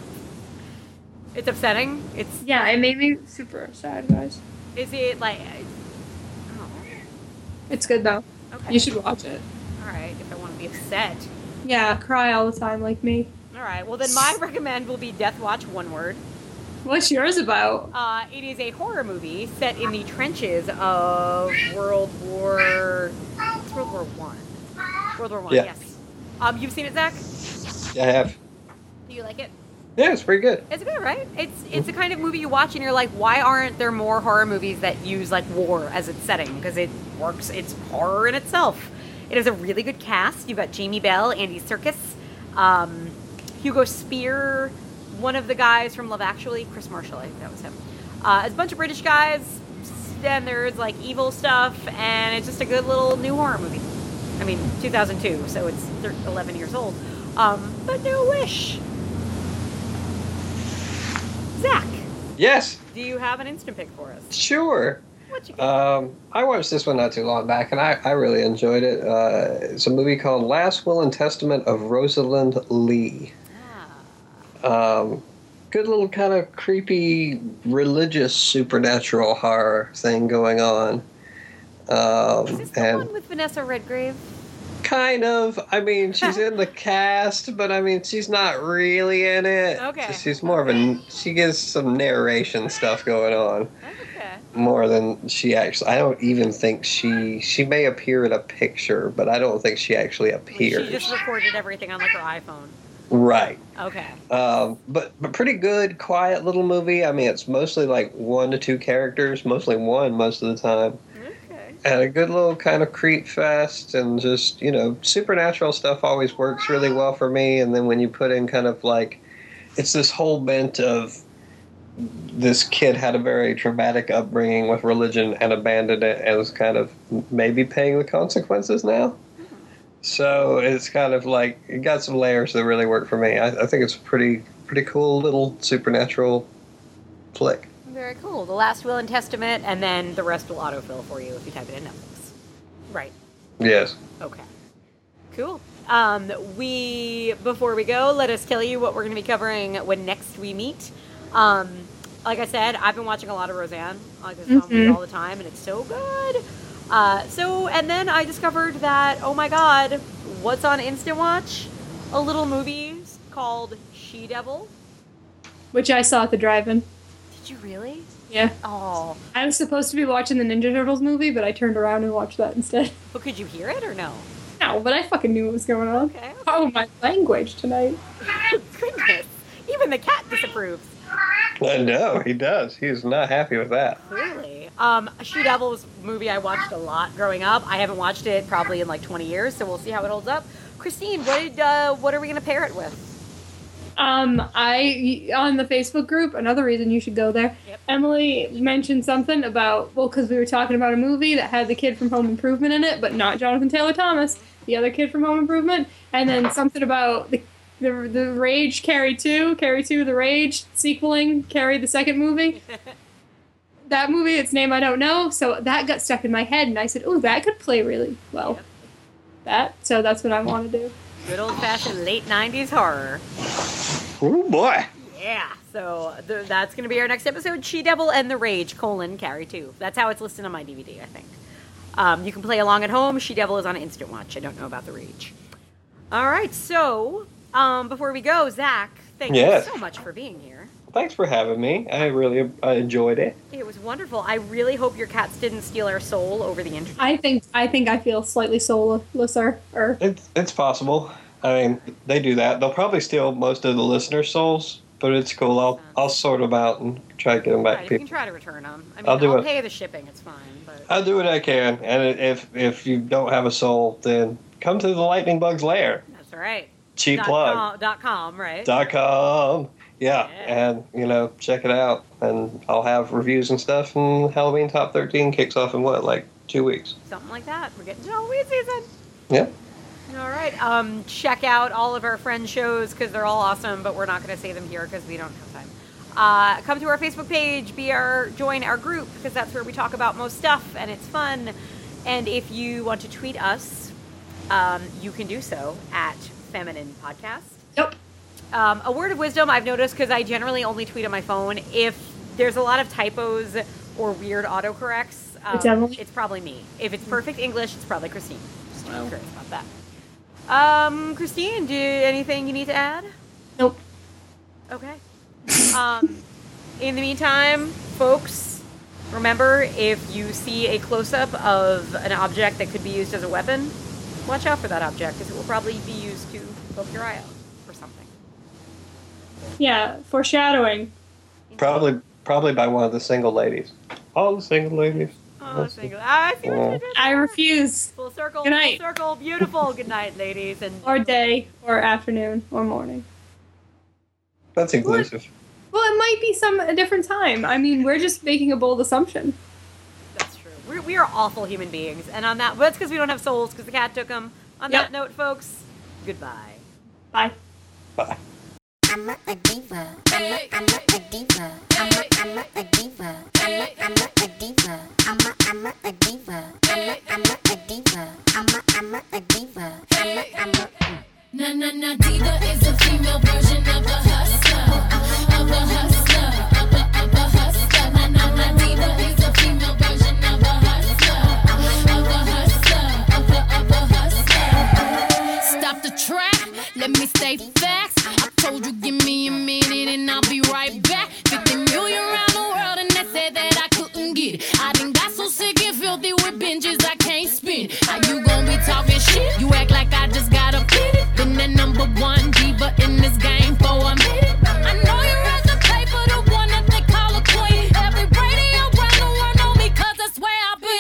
[SPEAKER 1] It's upsetting. It's
[SPEAKER 2] yeah, it made me super sad, guys.
[SPEAKER 1] is it like oh,
[SPEAKER 2] It's good though.
[SPEAKER 1] okay.
[SPEAKER 2] You should watch it.
[SPEAKER 1] All right, if I want to be upset.
[SPEAKER 2] Yeah, cry all the time like me.
[SPEAKER 1] All right. Well, then my recommend will be Death Watch one word.
[SPEAKER 2] What's yours about?
[SPEAKER 1] Uh, it is a horror movie set in the trenches of World War. It's World War One. World War One.
[SPEAKER 3] Yeah.
[SPEAKER 1] Yes. Um, you've seen it, Zach?
[SPEAKER 3] Oh, I have.
[SPEAKER 1] Do you like it?
[SPEAKER 3] Yeah, it's pretty good.
[SPEAKER 1] It's good, right? It's it's the kind of movie you watch and you're like, why aren't there more horror movies that use like war as its setting? Because it works. It's horror in itself. It has a really good cast. You've got Jamie Bell, Andy Serkis, um, Hugo Spear, one of the guys from Love Actually, Chris Marshall. I think that was him. Uh, it's a bunch of British guys. Then there's like evil stuff, and it's just a good little new horror movie. I mean, 2002, so it's thir- 11 years old. Um, but no wish. Zach,
[SPEAKER 3] Yes,
[SPEAKER 1] do you have an instant pick for us?
[SPEAKER 3] sure.
[SPEAKER 1] What you got?
[SPEAKER 3] Um, I watched this one not too long back, and I, I really enjoyed it. Uh, it's a movie called Last Will and Testament of Rosalind Lee. Um, good little kind of creepy religious supernatural horror thing going on.
[SPEAKER 1] Is
[SPEAKER 3] Um,
[SPEAKER 1] this the
[SPEAKER 3] and
[SPEAKER 1] one with Vanessa Redgrave?
[SPEAKER 3] Kind of. I mean, she's in the cast, but I mean, she's not really in it.
[SPEAKER 1] Okay.
[SPEAKER 3] She's more of a. She gets some narration stuff going on
[SPEAKER 1] Okay.
[SPEAKER 3] more than she actually. I don't even think she. She may appear in a picture, but I don't think she actually appears.
[SPEAKER 1] She just recorded everything on like her iPhone.
[SPEAKER 3] right.
[SPEAKER 1] Okay.
[SPEAKER 3] Um, but but pretty good, quiet little movie. I mean, it's mostly like one to two characters, mostly one most of the time.
[SPEAKER 1] Okay.
[SPEAKER 3] and a good little kind of creep fest and just you know supernatural stuff always works really well for me and then when you put in kind of like it's this whole bent of this kid had a very traumatic upbringing with religion and abandoned it and is kind of maybe paying the consequences now so it's kind of like it got some layers that really work for me i, I think it's a pretty pretty cool little supernatural flick.
[SPEAKER 1] Very cool. The last will and testament, and then the rest will autofill for you if you type it in Netflix. Right.
[SPEAKER 3] Yes.
[SPEAKER 1] Okay. Cool. Um, we before we go, let us tell you what we're going to be covering when next we meet. Um, like I said, I've been watching a lot of Roseanne on this zombie all the time, and it's so good. Uh, so, and then I discovered that oh my god, what's on Instant Watch? A little movie called She Devil.
[SPEAKER 2] which I saw at the drive-in.
[SPEAKER 1] Did you really?
[SPEAKER 2] Yeah,
[SPEAKER 1] Oh,
[SPEAKER 2] I was supposed to be watching the Ninja Turtles movie, but I turned around and watched that instead.
[SPEAKER 1] but could you hear it or no?
[SPEAKER 2] No, but I fucking knew what was going on.
[SPEAKER 1] Okay.
[SPEAKER 2] Oh my language tonight.
[SPEAKER 1] Goodness, even the cat disapproves.
[SPEAKER 3] I know, he does. He's not happy with that.
[SPEAKER 1] Really? Um, She Devil was a movie I watched a lot growing up. I haven't watched it probably in like 20 years, so we'll see how it holds up. Christine, what did, uh, what are we gonna pair it with?
[SPEAKER 2] Um, I on the Facebook group. Another reason you should go there.
[SPEAKER 1] Yep.
[SPEAKER 2] Emily mentioned something about well, because we were talking about a movie that had the kid from Home Improvement in it, but not Jonathan Taylor Thomas, the other kid from Home Improvement, and then something about the the, the Rage Carrie Two, Carrie Two, the Rage sequeling Carrie the second movie. that movie, its name I don't know, so that got stuck in my head, and I said, "Oh, that could play really well."
[SPEAKER 1] Yep.
[SPEAKER 2] That so that's what I want to do.
[SPEAKER 1] Good old fashioned late 90s horror.
[SPEAKER 3] Oh boy.
[SPEAKER 1] Yeah. So th- that's gonna be our next episode. She Devil and the Rage: colon Carry Two. That's how it's listed on my DVD, I think. Um, you can play along at home. She Devil is on Instant Watch. I don't know about the Rage. All right. So um, before we go, Zach, thank
[SPEAKER 3] Yes.
[SPEAKER 1] you so much for being here.
[SPEAKER 3] Thanks for having me. I really I enjoyed it.
[SPEAKER 1] It was wonderful. I really hope your cats didn't steal our soul over the internet.
[SPEAKER 2] I think I think I feel slightly soullesser er, or
[SPEAKER 3] It's it's possible. I mean, they do that. They'll probably steal most of the listeners' souls, but it's cool. I'll I'll sort them out and try to get them back.
[SPEAKER 1] Right,
[SPEAKER 3] to
[SPEAKER 1] you can
[SPEAKER 3] People.
[SPEAKER 1] try to return them. I mean,
[SPEAKER 3] I'll do it. Uh,
[SPEAKER 1] pay the shipping. It's fine. But
[SPEAKER 3] I'll do what I can, and if if you don't have a soul, then come to the Lightning Bug's lair.
[SPEAKER 1] that's all right.
[SPEAKER 3] Cheap
[SPEAKER 1] Dot
[SPEAKER 3] plug.
[SPEAKER 1] com, dot com, right?
[SPEAKER 3] dot com. Yeah,
[SPEAKER 1] Yeah.
[SPEAKER 3] and you know, check it out, and I'll have reviews and stuff. And Halloween Top 13 kicks off in what, like two weeks?
[SPEAKER 1] Something like that. We're getting to Halloween season.
[SPEAKER 3] Yep.
[SPEAKER 1] All right. Um, check out all of our friend shows because they're all awesome, but we're not going to say them here because we don't have time. Uh, come to our Facebook page, be our join our group because that's where we talk about most stuff and it's fun. And if you want to tweet us, um, you can do so at Feminine Podcast.
[SPEAKER 2] nope.
[SPEAKER 1] Um, a word of wisdom I've noticed because I generally only tweet on my phone. If there's a lot of typos or weird autocorrects, um,
[SPEAKER 2] It's Emily?
[SPEAKER 1] it's probably me. If it's perfect English, it's probably Christine. Just to be curious about that. Um, Christine, do anything you need to add?
[SPEAKER 2] Nope.
[SPEAKER 1] Okay. Um, in the meantime, folks, remember if you see a close up of an object that could be used as a weapon, watch out for that object because it will probably be used to poke your eye out or something.
[SPEAKER 2] Yeah, foreshadowing.
[SPEAKER 3] Probably, probably by one of the single ladies. All the single ladies.
[SPEAKER 1] Oh, single. Ah, I see what you did.
[SPEAKER 2] I
[SPEAKER 1] there.
[SPEAKER 2] refuse.
[SPEAKER 1] Full circle.
[SPEAKER 2] Good night.
[SPEAKER 1] Full circle. Beautiful. Good night, ladies. And
[SPEAKER 2] Or day, or afternoon, or morning.
[SPEAKER 3] That's inclusive.
[SPEAKER 2] Well, it might be some a different time. I mean, we're just making a bold assumption.
[SPEAKER 1] that's true. We're, we are awful human beings. And on that, well, that's because we don't have souls because the cat took them. On
[SPEAKER 2] Yep.
[SPEAKER 1] that note, folks, goodbye.
[SPEAKER 2] Bye.
[SPEAKER 3] Bye.
[SPEAKER 4] I'm a, a diva. I'm a, I'm a, a diva. I'm a, I'm a, a diva. I'm a, I'm a, a diva. I'm a, I'm a, a diva. I'm a, I'm a, a diva. I'm a, I'm a, a diva. I'm a, I'm a.
[SPEAKER 10] Na na na diva is a female version of a hustler, of a hustler, of a of a hustler. Na na na diva is a female version of a hustler, of a hustler, of a of a hustler. Stop the track, let me state facts. I told you give me a minute and I'll be right back. 50 million around the world and they said that I couldn't get it. I done got so sick and filthy with binges I can't spin. How you gonna be talking shit? You act like I just got a minute. Been the number one diva in this game for a minute. I know you read the paper, the one that they call a queen. Every radio around the world know me 'cause that's where I be.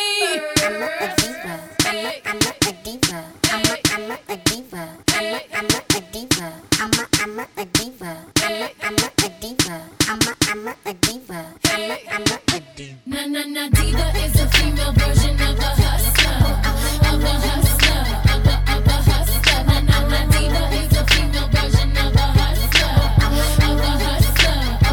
[SPEAKER 4] I'm a, a diva. I'm a, I'm a, a diva. I'm a, I'm a, a diva. I'm a, I'm a, a diva. I'm a, I'm a, a diva. I'm a, I'm a, a diva. I'm a, I'm a, a diva. I'm a, I'm a, a diva.
[SPEAKER 10] Na na na diva is a female version of a hustler, of a hustler, of a of a hustler. Na na na diva is a female version of a hustler, of a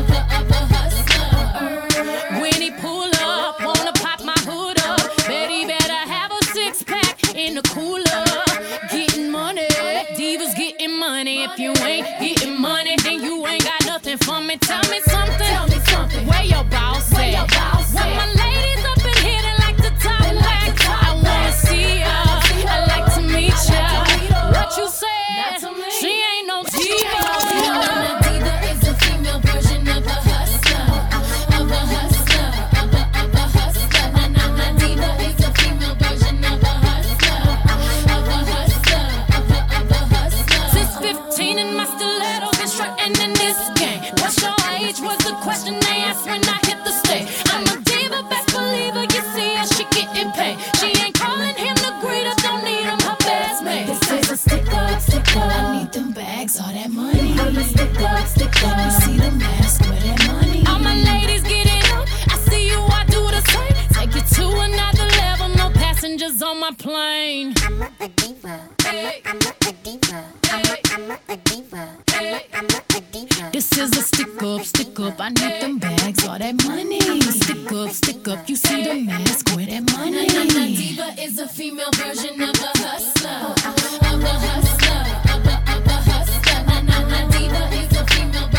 [SPEAKER 10] my plane.
[SPEAKER 11] I'm a, a diva. I'm a, I'm a, a diva. I'm a, I'm a, a diva. I'm a, I'm a, a diva.
[SPEAKER 10] This is a stick up, stick up. I need them bags, all that money. Stick up, stick up. You see the mask, where that
[SPEAKER 12] A
[SPEAKER 10] money?
[SPEAKER 12] diva is a female version of a hustler.
[SPEAKER 11] Oh,
[SPEAKER 12] Of a hustler. Of a, of a hustler. Na na na diva is a female